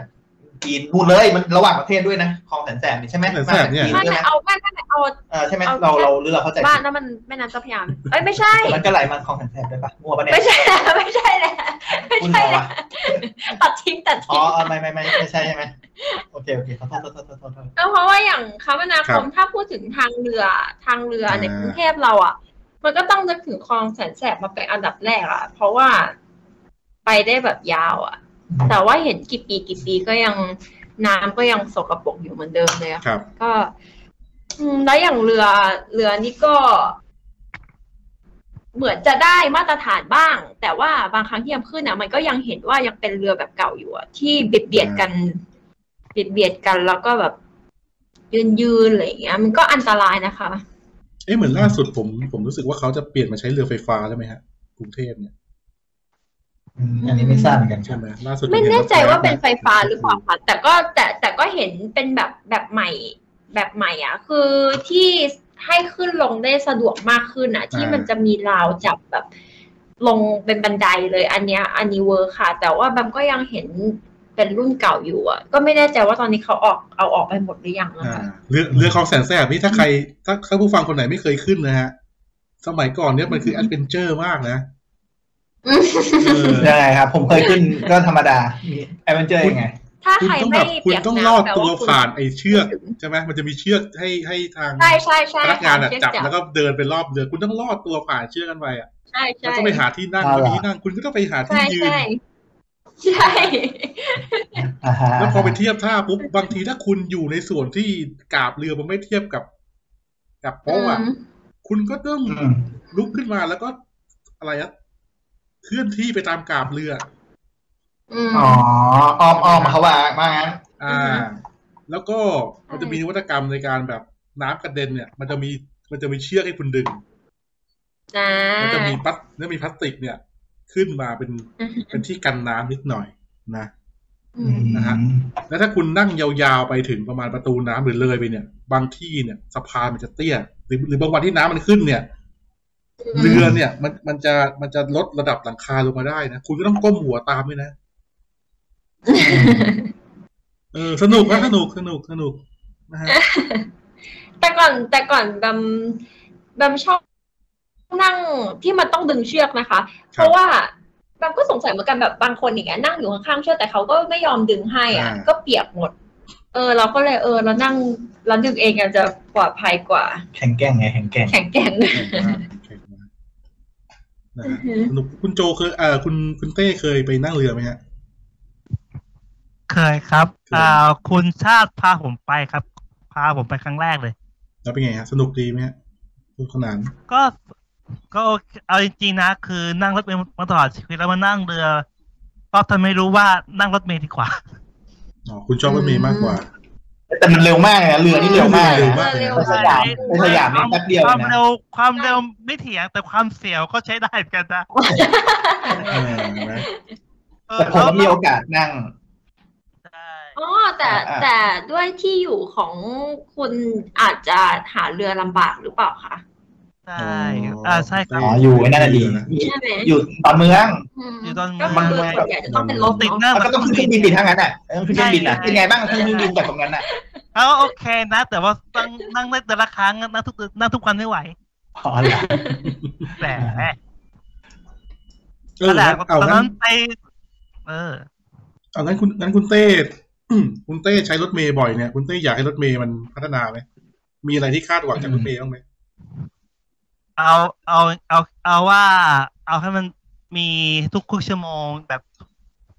B: จีนพูดเลย มันระหว่างประเทศด้วยนะคลองแสนแสบนี่ใช่ไหม
A: แสนแสบเนี่ย
B: มา
C: ไม่
B: จากจีนใช่ไหม
C: ไม่เอาไม่ไม่ไม่เอา
B: เออใช่ไหม
C: เอา
B: เราเราหรือเราเข้าใจ
C: บ้าน
B: ผิด
C: แล้วมันแม่น้ำเจ้าพระยาเอ้ยไม่ใช่
B: มันก็ไหลมาคลองแสนแสบได้ปะมั่วปะเนี่ย
C: ไม่ใช่ ไม่ใช่แหละไม่
B: คุณ
C: ใช่
B: เรา
C: แหละ
B: วะ
C: ตัดทิ้งตัด
B: อ๋
C: ทิ้
B: อง เออไม่ไม่ไม่ไม่ใช่ใช่ไหมโอเคโอเคขอโทษขอโทษขอโทษขอโทษ
C: ก็เพราะว่าอย่างคมนา
A: ครั
C: ค
A: บ
C: มถ้าพูดถึงทางเรือทางเรือใน
A: อ่า
C: กรุงเทพเราอ่ะ มันก็ต้องนึกถึงคลองแสนแสบมาเป็นอันดับแรกอ่ะ เพราะว่าไปได้แบบยาวอ่ะ แต่ว่าเห็นกี่ปีกี่ปีก็ยังน้ำก็ยังสกปรกอยู่เหมือนเดิมเลยอะ
A: ครับ
C: ก็อืมแล้วอย่างเรือเรือนี่ก็ เหมือนจะได้มาตรฐานบ้าง แต่ว่าบางครั้งที่ยำขึ้นนะมันก็ยังเห็นว่ายังเป็นเรือแบบเก่าอยู่อะที่เบียดเบียดกันเบียดเบียดกันแล้วก็แบบยืนยืนๆอะไรอย่างเงี้ย มันก็อันตรายนะคะ
A: เอ๊ะเหมือนล่าสุดผมผมรู้สึกว่าเขาจะเปลี่ยนมาใช้เรือไฟฟ้าแล้วไหมฮะกรุงเทพเนี่ย
B: อืมอันนี้ไม่ทราบเหมือนกันค
A: ใช่
B: รับ
A: ไหมล่าสุด
C: ไม่แน่ใจว่าเป็น
A: แ
C: ไฟฟ้าหรือเปล่าค่ะแต่ก็แต่แต่ก็เห็นเป็นแบบแบบใหม่แบบใหม่อ่ะ คือที่ให้ขึ้นลงได้สะดวกมากขึ้นอ่ะ ที่
A: อ่ามั
C: มันจะมีราวจับแบบ ลงเป็นบันไดเลย อันเนี้ยอันนี้เวอร์ค่ะ แต่ว่าแบมก็ยังเห็นเป็นรุ่นเก่าอยู่อ่ะ ก็ไม่แน่ใจว่าตอนนี้เขาออกเอาออกไปหมดหรือยังนะ
A: อ่า
C: คะ
A: เรือเรือคลองแสนแสบนี่ถ้าใครถ้าถ้าผู้ฟังคนไหนไม่เคยขึ้นนะฮะ สมัยก่อนเนี่ยมันคือแอดเวนเจอร์มากนะ
C: อืม
A: เออ
B: ยังไงครับ ผมเคยขึ้นก็ธรรมดามีแอดเวนเจอร์ยังไง
C: ถ้า
A: คุณต้อง
C: ใครไม่
A: แบบคุณ
C: เปียก
A: ต้องลอด
C: น้ำแปล
A: ตัว
C: ว่าคุณ
A: ผ่านไอ้เชือกใช่ไหมมันจะมีเชือกให้ให้ทาง
C: ใช่ใช่ใช่
A: พนักงานอะ
C: เชือก
A: จับแล้วก็เดินไปรอบเรือ คุณต้องลอดตัวผ่านเชือกกันไปอ่ะ
C: ใช่
A: แล้ว
C: ใช่
A: ต้องไปหาที่นั่ง
B: อ่า
A: ไม่มีที่นั่งคุณก็ต้องไปหาที่
C: ใช่
A: ยืน
C: ใช่ใช่
B: อ่าฮะ
A: แล้วพอไปเทียบท่าปุ๊บบางทีถ้าคุณอยู่ในส่วนที่กาบเรือมันไม่เทียบกับ กับโป๊ะอ่ะคุณก็ต้อง
B: อืม
A: ลุกขึ้นมาแล้วก็อะไรอะเคลื่อนที่ไปตามกาบเรือ
C: อืม
B: อ๋ออ้อมอ้อมเขาว่าว่างั้น
A: อ่า
C: อือฮึ
A: แล้วก็มันจะมีนวัตกรรมในการแบบน้ำกระเด็นเนี่ย มันจะมีมันจะมีเชือกให้คุณดึง
C: นะ
A: มันจะมีพลาสแล้วมีพลาสติกเนี่ย ขึ้นมาเป็นเป็นที่กันน้ำนิดหน่อยนะ
C: อืม
A: นะฮะ แล้วถ้าคุณนั่งยาวๆไปถึงประมาณประตูน้ำหรือเลยไปเนี่ย บางที่เนี่ยสะพานมันจะเตี้ย หรือหรือบางวันที่น้ำมันขึ้นเนี่ย
B: ม
A: เรือเนี่ยมันมันจะมันจะลดระดับหลังคาลงมาได้นะ คุณก็ต้องก้มหัวตามด้วยนะเออสนุกนะสนุกสนุกสนุกนะฮ ะ
C: แต่ก่อนแต่ก่อนแบมแบมชอบนั่งที่มันต้องดึงเชือกนะ
A: ครั
C: คะ
A: บ
C: เพราะว่าแบมก็สงสัยเหมือนกันแบบบางคนอย่างเงี้ยนั่งอยู่ข้างๆเชือกแต่เขาก็ไม่ยอมดึงให้อ่ะ ก็เปียกหมด เออ เราก็เลยเออ เรานั่งเราดึงเองอาจจะปลอดภัยกว่า
B: แข็งแกร่งไงแข็งแกร่ง
C: แข็งแกร่ง
A: แข่งมากแข่งมากนะฮะ
C: อือฮึ
A: สนุกคุณโจเคยเออคุณคุณเต้เคยไปนั่งเรือไหมฮะ
D: เคยครับ
A: เคย
D: อ่าคุณชาติพาผมไปครับ พาผมไปครั้งแรกเลย
A: แล้วเป็นไงฮะ สนุกดีไหมฮะสนุกสนาน
D: ก็ก็โอเคเอาจริงๆนะคือนั่งรถเมล์มาตลอดชีวิตแล้วมานั่งเรือ ก็ทำไม่รู้ว่านั่งรถเมล์ดีกว่า
A: อ๋อ คุณชอบรถเมย์มากกว่า
B: แต่มันเร็วมากเลยนะเรือนี่เร็วมากเลยนะ
A: เร็
C: เร็
A: ว
C: ว
A: มาก
B: สยามสยามนี่แป๊บเดียว
D: ค
B: เอ
D: วาง ม
B: นะ
D: เร็วความเร็วไม่เถียงแต่ความเสียวก็ใช้ได้เหมือนกันนะ
A: เออนะ
D: เออ
B: แต่ผม
D: แล้ว
B: มีโอกาสนั่ง
D: ใช่
C: อ๋อแต่
B: อ่า
C: แต่ด้วยที่อยู่ของคุณอาจจะหาเรือลำบากหรือเปล่าคะ
D: ใช่อ่าใช่ครับ
B: อ๋ออยู่ไว้นั่นนะดีมี
C: ใช่ไหม
B: อยู่ตอนเมือง
C: ม
D: อยู่ตอน
C: ก็คือส่วนใหญ่จะต้องเป็นรถ
D: ติด
C: เนาะ
D: หน้า
B: มันก็ต้องขึ้นเครื่องบินดิทั้งนั้นอ่ะเออขึ้นเครื่องบินอ่ะ
D: ใช่
B: เป็นไงบ้างขึ้นเครื่องบินจากตรงนั้นอ่ะ
D: เอาโอเคนะ แต่ว่านั่งนั่งได้แต่ละครั้งนั่งทุกนั่งทุกวันไม่ไหว
B: พอเหรอ
D: แต่
A: เออ
D: ขนาด
A: เอา
D: ตอ
A: งั้
D: นนั้น นไปเออ
A: เอางั้นคุณงั้นคุณเต้ คุณเต้ใช้รถเมย์บ่อยเนี่ย คุณเต้อยากให้รถเมย์มันพัฒนาไหมมีอะไรที่คาดหวังจากรถเมย์บ้างไหม
D: เอาเอาเอาเอาว่า เอาให้มันมีทุกครึ่งชั่วโมงแบบ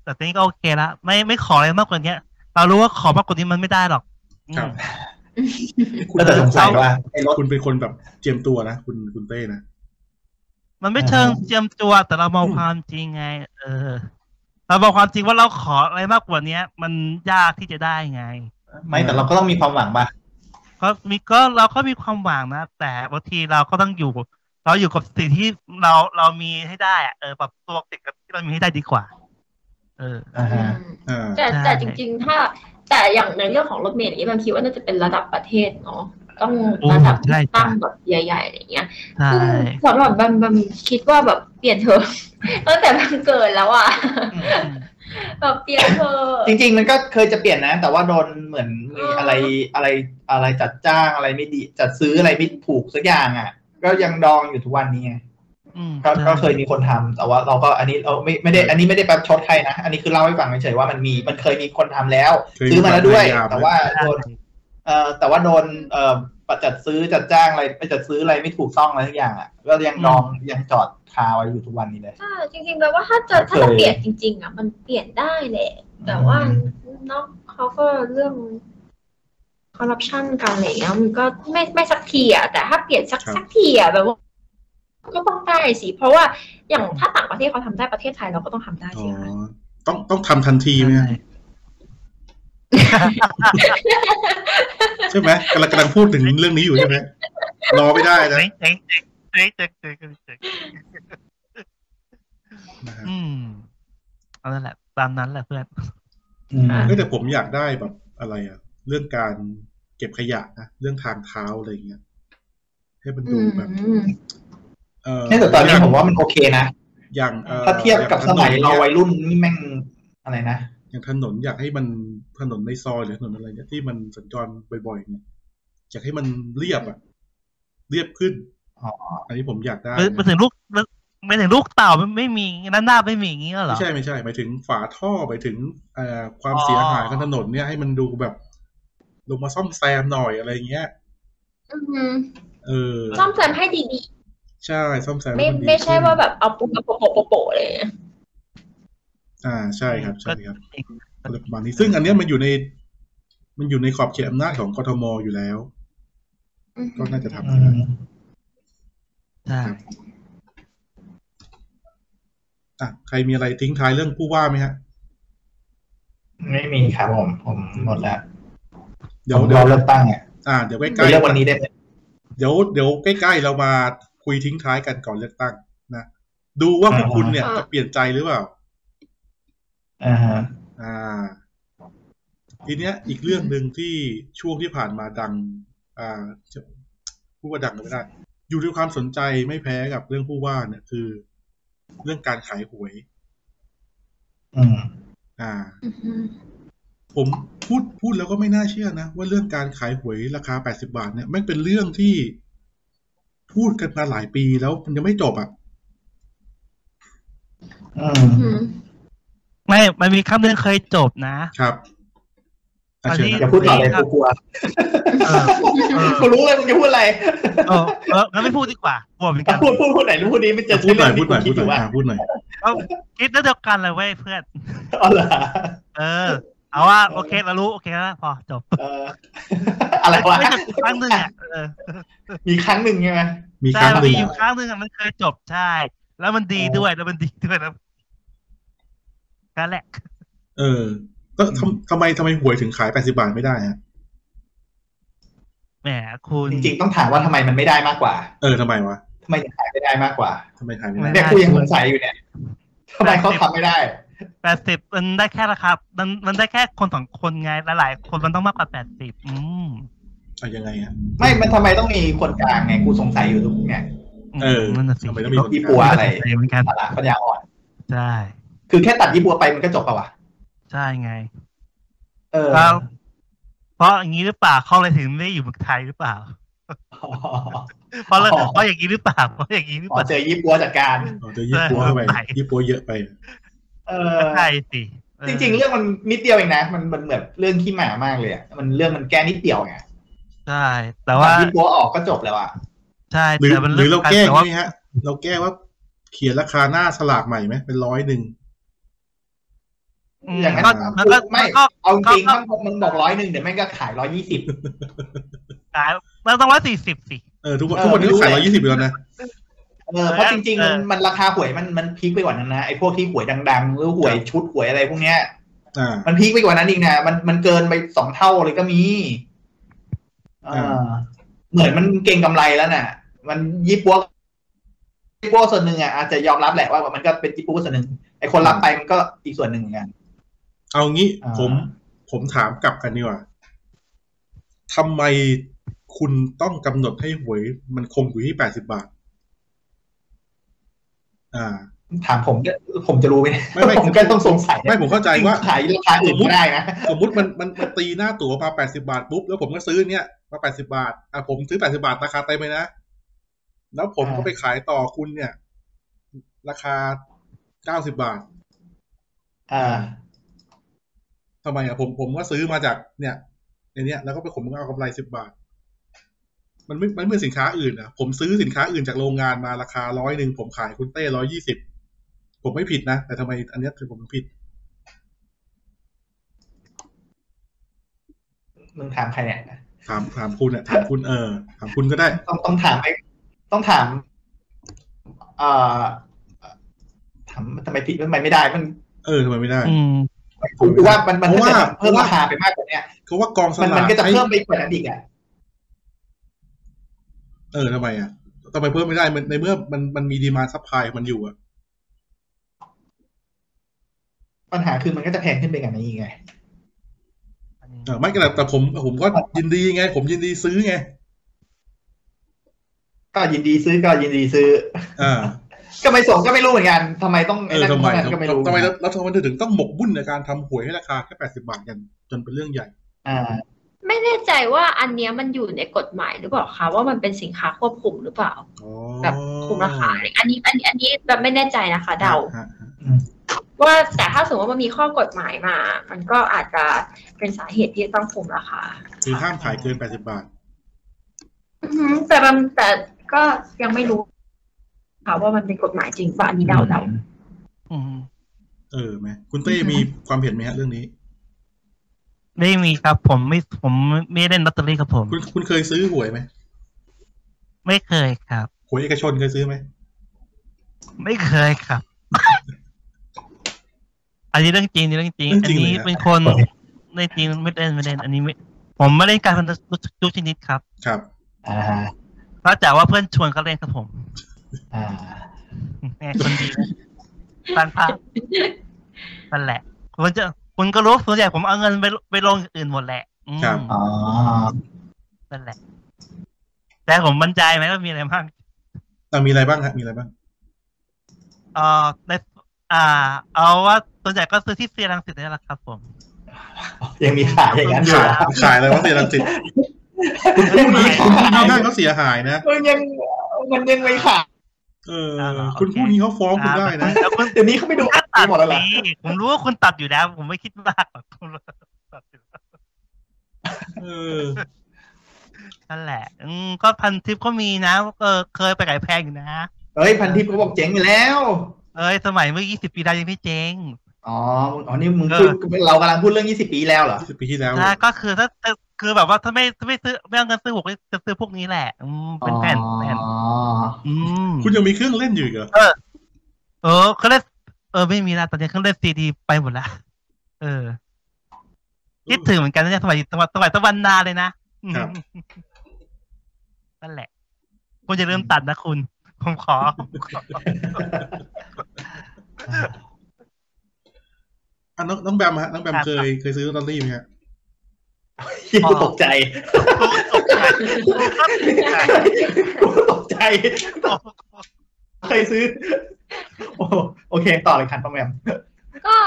D: แต่นี้ก็โอเคละไม่ไม่ขออะไรมากกว่านี้เรารู้ว่าขอมากกว่านี้มันไม่ได้หรอกอืม
A: ครับคุณ
B: ก็แต่สงสัยว่าไอ้รถ
A: คุณเป็นคนแบบเจียมตัวนะคุณคุณเต้นะ
D: มันไม่เชิงเจียมตัวแต่เรามอง
A: อืม
D: ความจริงไง เออ เรามองความจริงว่าเราขออะไรมากกว่าเนี้ย มันยากที่จะได้ไง
B: ไม่แต่เราก็ต้องมีความหวังป่ะ
D: ก็มีก็เราก็มีความหวังนะ แต่บางทีเราก็ต้องอยู่ เราอยู่กับสิ่งที่เราเรามีให้ได้อะเออปรับตัวติดกับที่เรามีให้ได้ดีกว่า เออ
B: อ่า
C: อื
B: ฮะ
C: ม
A: อ่า
C: แต่
D: ใช่
C: แต่จริงๆ ถ้า แต่อย่างในเรื่องของรถเมล์อย่างนี้มันคิดว่าน่าจะเป็นระดับประเทศเนาะต้องระดับ
D: ใช่จ้ะ
C: ตั้งแบบใหญ่ๆอะไรอย่างเงี้ย
D: ใช่
C: สำหรับแบมแบมคิดว่าแบบเปลี่ยนเธอะ ตั้งแต่แบมเกิดแล้วอ่ะ แบบเปลี่ยนเธอะ
B: จริง ๆ มันก็เคยจะเปลี่ยนนะ แต่ว่าโดนเหมือนมีอะไรอะไรอะไรจัดจ้างอะไรไม่ดี จัดซื้ออะไรไม่ถูกสักอย่างอ่ะ ก็ยังดองอยู่ทุกวันนี้ไง
D: อืม
B: ก็ก็เคย
D: ใช่
B: มีคนทำแต่ว่าเราก็อันนี้เราไม่ไม่ได้ อันนี้ไม่ได้แป๊บช็อตใครนะ อันนี้คือเล่าให้ฟังเฉยๆว่ามันมีมันเคยมีคนทำแล้ว
A: เคยมี
B: ซื้อมาแล้วด้วย
A: ความพยายาม
B: แต่ว่าโดน เอ่อแต่ว่าโดนเอ่อประจัดซื้อจัดจ้างอะไรไปจัดซื้ออะไรไม่ถูกต้องอะไรทุกอย่างอ่ะก็ยังดองยังจอดคาไว้อยู่ทุกวันนี้เลย
C: ใช่จริงๆแปลว่าถ้าจะถ้า
B: เคย
C: จะเปลี่ยนจริง ๆอ่ะมันเปลี่ยนได้แหละ แต่ว่าเนอกเขาก็เรื่องคอร์รัปชันกันอะไรอย่างเงี้ยมันก็ไม่ไม่สักทีอ่ะแต่ถ้าเปลี่ยนสัก
A: ครับ
C: สักทีอ่ะแบบว่าก็ต้องได้สิเพราะว่าอย่างถ้าต่างประเทศเขาทำได้ประเทศไทยเราก็ต้องทำได้
A: อ๋อ
C: สิคะ
A: ต้องต้องทำทันทีไหมฮะใช่ไหมกำลังกำลังพูดถึงเรื่องนี้อยู่ใช่ไหมรอไม่ได้นะ
D: เจ๋งเจ๋งเจ๋งเจ๋งเจ๋งเจ๋งเจ๋งเจ๋ง
A: นะฮะ
D: อืมเอานั่นแหละตามนั้นแหละเพื่อน
B: อืม
A: เออแต่ผมอยากได้แบบอะไรอะเรื่องการเก็บขยะนะเรื่องทางเท้าอะไรอย่างเงี้ยให้มันดูแบบ
C: อืม
A: เออ
B: เนี่ยแต่ตอนนี้ผมว่ามันโอเคนะ
A: อย่างอ่อ
B: ถ้าเทียบกับสมัยเราวัยรุ่นนี่แม่งอะไรนะ
A: อย่างถนนอยากให้มันถนนในซอยหรือถนนอะไรเนี่ยที่มันสัญจรบ่อยๆเนี่ยอยากให้มันเรียบอะเรียบขึ้น
B: อ๋อ
A: อันนี้ผมอยากได้
D: ไม่ไม่
A: นะ
D: ถึงลูกไม่ไม่ถึงลูกเต่าไม่ไม่มีด้านหน้าไม่มีอย่างงี้เหร
A: ไม่
D: อ
A: ใช่ไม่ใช่หมายถึงฝาท่อหมายถึงเอ่อความเสียหายของถนนเนี่ยให้มันดูแบบ ลงมาซ่อมแซมหน่อยอะไรอย่างเงี้ย
C: อืม
A: เออ
C: ซ่อมแซมให้ดี
A: ใช่ซ่อมแซม
C: ๆ
A: ให้
C: ไม่
A: นดี
C: ไม่ใช่
A: ขึ้น
C: ว่าแบบเอาปุ๊บแล้วโปะโปะโปะโปะเลย
A: อ่าใช่ครับใช่ครับ
D: จริง
A: อะไรประมาณนี้ซึ่งอันเนี้ยมันอยู่ใน มันอยู่ในขอบเขตอำนาจของกทมอยู่แล้ว ก็น่าจะทำ
B: อื
A: ได้
B: ม
D: ใช่
A: อ่ะใครมีอะไรทิ้งท้ายเรื่องผู้ว่าไหมฮะ
B: ไม่มีครับผมผมหมดแล้ว
A: เดี๋ยว
B: ผม
A: เดี๋ย
B: ร
A: ว
B: อเลือกตั้งอ่ะ
A: อ่าเดี๋ยวใก
B: ไป
A: ล้
B: เลือกวันนี้ได้ไหม
A: ๆเดี๋ยวเดี๋ยวใกล้ๆเรามาคุยทิ้งท้ายกันก่อนเลือกตั้งนะดูว่าพวกคุณเนี่ย
C: อ่า
A: จะเปลี่ยนใจหรือเปล่า
B: อ่าฮะ
A: อ่า ทีเนี้ยอีกเรื่องหนึ่งที่ช่วงที่ผ่านมาดัง อ่าจะพูดว่าดังก็ไม่ได้ อยู่ในความสนใจไม่แพ้กับเรื่องผู้ว่าเนี่ยคือ เรื่องการขายหวย
B: อืม
A: อ่า
C: อืม
A: ผมพูดพูดแล้วก็ไม่น่าเชื่อนะ ว่าเรื่องการขายหวยราคา 80 บาทเนี่ยแม่งเป็นเรื่องที่พูดกันมาหลายปีแล้วมันยังไม่จบอ่ะ
B: อืม
C: อืม
D: ไม่มันมีคำหนึ่งเคยจบนะ
A: ครับอ่ะเชิญ
B: อ
A: ค
B: ย่า
A: รับ
B: พูดต่อเลยกูกลัว
D: เออ
B: กูรู้ เลยมึงจะพูดอะไร
D: เออเอองั้นไม่พูดดีกว่ากลัวเหมือนกัน
B: พูดพูดพูดไหนพูดนี้มันจะ
A: อ่ะพูดหน่อยพูดหน่อย
B: คิ
A: พู
B: ด
A: ด
B: อ
A: หน่อย
B: ยู่ว่า
A: อ่ะพูดหน่อย
D: เอาคิดแล้วเดียวกันเลยเว้ยเพื่อน
B: อ๋อเหรอ
D: เออ เอาว่าโอเคเรารู้โอเคแล้วพอจบ
B: เออ อะไรวะ
D: ไม่แต่ครั้งหนึ่งอ่ะเออ
B: มีครั้งหนึ่งใช่ไหม
A: มีค
D: ใช่
A: รั้ง
D: มัน
A: หนึ่
D: มี
A: ง
D: อยู่ครั้งหนึ่งอะมันเคยจบใช่ แล้วมันดีด้วยแล้วมันดีด้วยแล้วนั่นแหละ
A: เออแล้วทำทำไมทำไมหวยถึงขาย 80 บาทไม่ได้ฮะ
D: แหมคุณ
B: จริงๆต้องถามว่าทำไมมันไม่ได้มากกว่า
A: เออทำไมวะ
B: ทำไมถึงขายไม่ได้มากกว่า
A: ทำไมขายไม่ได้
B: เนี่ยกูยังสงสัยอยู่เนี่ยทำไมเขาทำไม่ได้
D: แปดสิบมันได้แค่ราคามันมันได้แค่คนสองคนไงหลายๆคนมันต้องมากกว่าแปดสิบอืม
A: อะยังไงฮะ
B: ไม่มันทำไมต้องมีคนกลางไงกูสงสัยอยู่ตรงเนี้ย
A: เออ
D: นั่นน่ะสิ
A: ทำไมต้องมีคนกลาง
B: อีปัวอะไร
D: เหมือนกัน
B: สาระปัญญาอ่อน
D: ใช่
B: คือแค่ตัดยี่ปัวไปมันก็จบปะวะ
D: ใช่ไง
B: เออ
D: ครับ เพราะอย่างนี้หรือเปล่าเขาเลยถึงไม่ได้อยู่เมืองไทยหรือเปล่า
B: อ๋อ
D: เพราะเราเพราะอย่างนี้หรือเปล่าเพราะอย่างนี้หรือ
B: อ๋
D: เป
B: อ
D: ล่า
B: เจอยี่ปัวจัดการ
A: เอาเจอยี่ปัวเข้าไป
D: ใช่
A: ยี่ปัวเยอะไป
B: เออ
D: ก็ใช่สิเออ
B: จริงๆ เรื่องมันนิดเดียวเองนะ มันมันเหมือนเรื่องขี้หมามากเลยอะมันเรื่องมันแก้นิดเดียวไง
D: ใช่แต่ว่า
B: ตัดยี่ปัวออกก็จบแล้วอ่ะ
D: ใช่
A: หรือ
D: แต่มัน
A: หรือเราแก้
D: แต่ว่า
A: ไหมฮะ เราแก้ว่าเขียนราคาหน้าสลากใหม่ไหมเป็นร้อยหนึ่ง
D: อืม
B: อย่างนั้น
D: ก็
B: ครับ
D: มันก็
B: ไม่
D: มันก็
B: เอาจริง
D: ก็
B: ๆถ้ามึงบอกร้อยหนึ่งเดี๋ยวแม่งก็ขายร้อยยี่สิบ
D: ขายมันต้องร้อยสี่สิบสิ
A: เออทุกวัน
B: เออ
A: ทุกวันนี้
B: ไม่รู้
A: ขายร้อย
B: แหละ
A: ยี่สิบแล้วนะ
B: เออเพราะจริงๆ
D: เอ
B: มัน
D: อ
B: มันราคาหวยมันมันพีคไปกว่านั้นนะไอ้พวกที่หวยดังๆ หรือหวยชุดหวยอะไรพวกเนี้ย
A: อ่า
B: มันพีคไปกว่านั้นอีกนะมันมันเกินไปสองเท่าเลยก็มีเอออเหมือนมันเก่งกำไรแล้วน่ะ มันยี่ปัวยี่ปัวส่วนหนึ่งอ่ะอาจจะยอมรับแหละว่ามันก็เป็นยี่ปัวส่วนหนึ่งไอ้คนรับไปมันก็อีกส่วนหนึ่งเหมือนกัน
A: เอางี้
B: อ่า
A: ผมผมถามกลับกันดีกว่าทำไมคุณต้องกำหนดให้หวย มันคงอยู่ที่แปดสิบาท อ่า
B: ถามผมเนี่ยผมจะรู้ไหม
A: ไม่ไม่
B: ผมก็ต้องสงสัย
A: ไม่ผมเข้าใจว่า
B: ขายราคาอื่นไม่ได้นะ
A: สมมติมันมันมันตีหน้าตั๋วมาแปดสิบาทปุ๊บแล้วผมก็ซื้อเนี่ยมาแปดสิบาท อ่ะผมซื้อแปดสิบาทราคาเต็มเลยนะ แล้วผมก็
B: อ่า
A: ไปขายต่อคุณเนี่ย ราคาเก้าสิบาท
B: อ่า
A: ทำไมอ่ะผมผมก็ซื้อมาจากเนี่ยในเนี้ยแล้วก็ไปผมก็เอากำไรสิบบาท มันไม่มันไม่เหมือนสินค้าอื่นอ่ะผมซื้อสินค้าอื่นจากโรงงานมาราคาร้อยหนึ่งผมขายคุณเต้ร้อยี่สิบผมไม่ผิดนะแต่ทำไมอันเนี้ยคือผมผิด
B: มึงถามใครเนี่ย
A: ถามถามคุณอ่ะถามคุณเออถามคุณก็ได้
B: ต้องต้องถามไอ้ต้องถามเอ่อถามทำไมผิดทำไมไม่ได้ มัน
A: เออทำไมไม่ได้
D: อืม
B: ผมว่ามันมัน
A: เพราะว่า
B: ถ้าเกิดเพิ่มราคาไปมากกว่าเนี้ย
A: เขาว่ากองส
B: มัน
A: ลา
B: มัน
A: ก
B: ก็จะ
A: ให้
B: เพิ่มไปกว่านั้นอีกอ่ะ
A: เออทำไมอ่ะทำไมเพิ่มไม่ได้มันในเมื่อมันมันมีดีมาซัพพลายมันอยู่อ่ะ
B: ปัญหาคือมันก็จะแพงขึ้นไปกว่านี้อีกไง
A: เออไม่ก็แต่แต่ผมผมก็ยินดีไง ผมยินดีซื้อไง
B: ก็ยินดีซื้อก็ยินดีซื้อ
A: อ่า
B: ก็ไม่ส่งก็ไม่รู้เหมือนกันทำไมต้อง
A: เอ
B: ไอ้
A: อ
B: นั่น
A: ทำไมทำไม
B: เท่านั้นก็ไม่รู้
A: ทำไมแล้วทำไมถึงต้องหมกบุ่นในการทำหวยให้ราคาแค่แปดสิบาทกันจนเป็นเรื่องใหญ่
B: อ่า
C: ไม่แน่ใจว่าอันเนี้ยมันอยู่ในกฎหมายหรือเปล่าคะว่ามันเป็นสินค้าควบคุมหรือเปล่า
A: อ๋อ
C: แบบคุมราคาอะไรอันนี้อันนี้อันนี้แบบไม่แน่ใจนะคะ เดา
A: ฮะฮะ
C: ว่าแต่ถ้าสมมติว่ามันมีข้อกฎหมายมา มันก็อาจจะเป็นสาเหตุที่ต้องคุมราคา
A: คือห้ามขายเกินแปดสิบาท
C: อือหือแต่มันแต่ก็ยังไม่รู้ค่ะว่ามันเป็นกฎหมายจริงป่ะอันนี้เดาเดา
D: อืม
A: เออไหมคุณเต้
C: อือฮะ
A: มีความเห็นไหมฮะเรื่องนี้
D: ไม่มีครับผมไม่ผมไม่เล่นลอตเตอรี่ครับผม
A: คุณคุณเคยซื้อหวยไหม
D: ไม่เคยครับ
A: หวยเอกชนเคยซื้อไหม
D: ไม่เคยครับ อันนี้เรื่องจริงอันนี้เรื่องจริง อันนี้เป็นคนในจริงไม่เล่นไม่เล่น อันนี้ไม่ ผมไม่เล่นการพนันทุกชนิดครับ
A: ครับ
B: อ่า
D: นอกจากว่าเพื่อนชวนก็เล่นครับผม
B: อ่า
D: แหม่คนดีนะตันพานั่นแหละคุณจะคุณก็รู้ส่วนใหญ่ผมเอาเงินไปไปลงอย่างอื่นหมดแหละอืม
B: อ๋อ
D: นั่นแหละ แต่ผมบรรจัยไหมว่ามีอะไรบ้าง
A: อ่ะมีอะไรบ้างฮะมีอะไรบ้าง
D: เอ่อในอ่า เอาว่าส่วนใหญ่ก็ซื้อที่เซียรังสิตนี่แหละครับผม
B: ยังมีขายอย่างนั้นอยู่เหรอ
A: ขายอะไรวะเสียรังสิต
B: คุณ
A: คุ
B: ยั
A: ณ
B: งมี
A: นี่
B: ข
A: คุณนี่
B: าย
A: ห้างเขาเสียหายนะ
B: มันยังมันยังไม่ขาย
A: เออ
D: อ่าเหรอโอเค
A: คุณพูดนี้เขาฟ้องคุณได้นะ
D: แล้วคุณ
B: เดี๋ยวนี้เขาไม่ดู
D: ถ้าตัด
B: หมดแล้วเหรอ
D: สิผมรู้ว่าคุณตัดอยู่แล้ว ผมไม่คิดมากหรอกผมรู้ตัดอยู่แล้ว
A: เออ
D: นั่นแหละ อืมก็พันทิปก็มีนะเออเคยไปขายแพงอยู่นะ
B: เอ้ย พันทิพย์เขาบอกเจ๊งอยู่แล้ว
D: เอ้ยสมัยเมื่อ 20 ปีแล้วยังไม่เจ๊ง
B: อ๋อมึงอ๋อ นี่มึงพูดเรากำลังพูดเรื่อง 20 ปีแล้วเหรอ
A: ยี่สิบปีที่แล้ว
D: นะก็คือถ้าถ้าคือแบบว่าถ้าไม่ถ้าไม่ซื้อไม่เอาเงินซื้อหกก็จะซื้อพวกนี้แหละ อืมเป็นแผ่นแผ่น
B: อ๋อ
D: อืม
A: คุณยังมีเครื่องเล่นอยู่อีกเหรอ
D: เออเขาเล่นเออไม่มีละตอนนี้เครื่องเล่นซีดีไปหมดละเออ คิดถึงเหมือนกันนะเนี่ยสมัยสมัยสมัยตะวันนาเลยนะนั่นแหละ คุณจะเริ่าลืมตัดนะคุณ ผมขอผมขอ
A: น้องน้องแบมฮะน้องแบมเคยเคยซื้อลอตเตอรี่ไหมฮะ
B: ยิ่งกูตกใจกูตกใจ เคยซื้อ โอ้โอเค ต่อเลยคันป้าแมม
C: ก็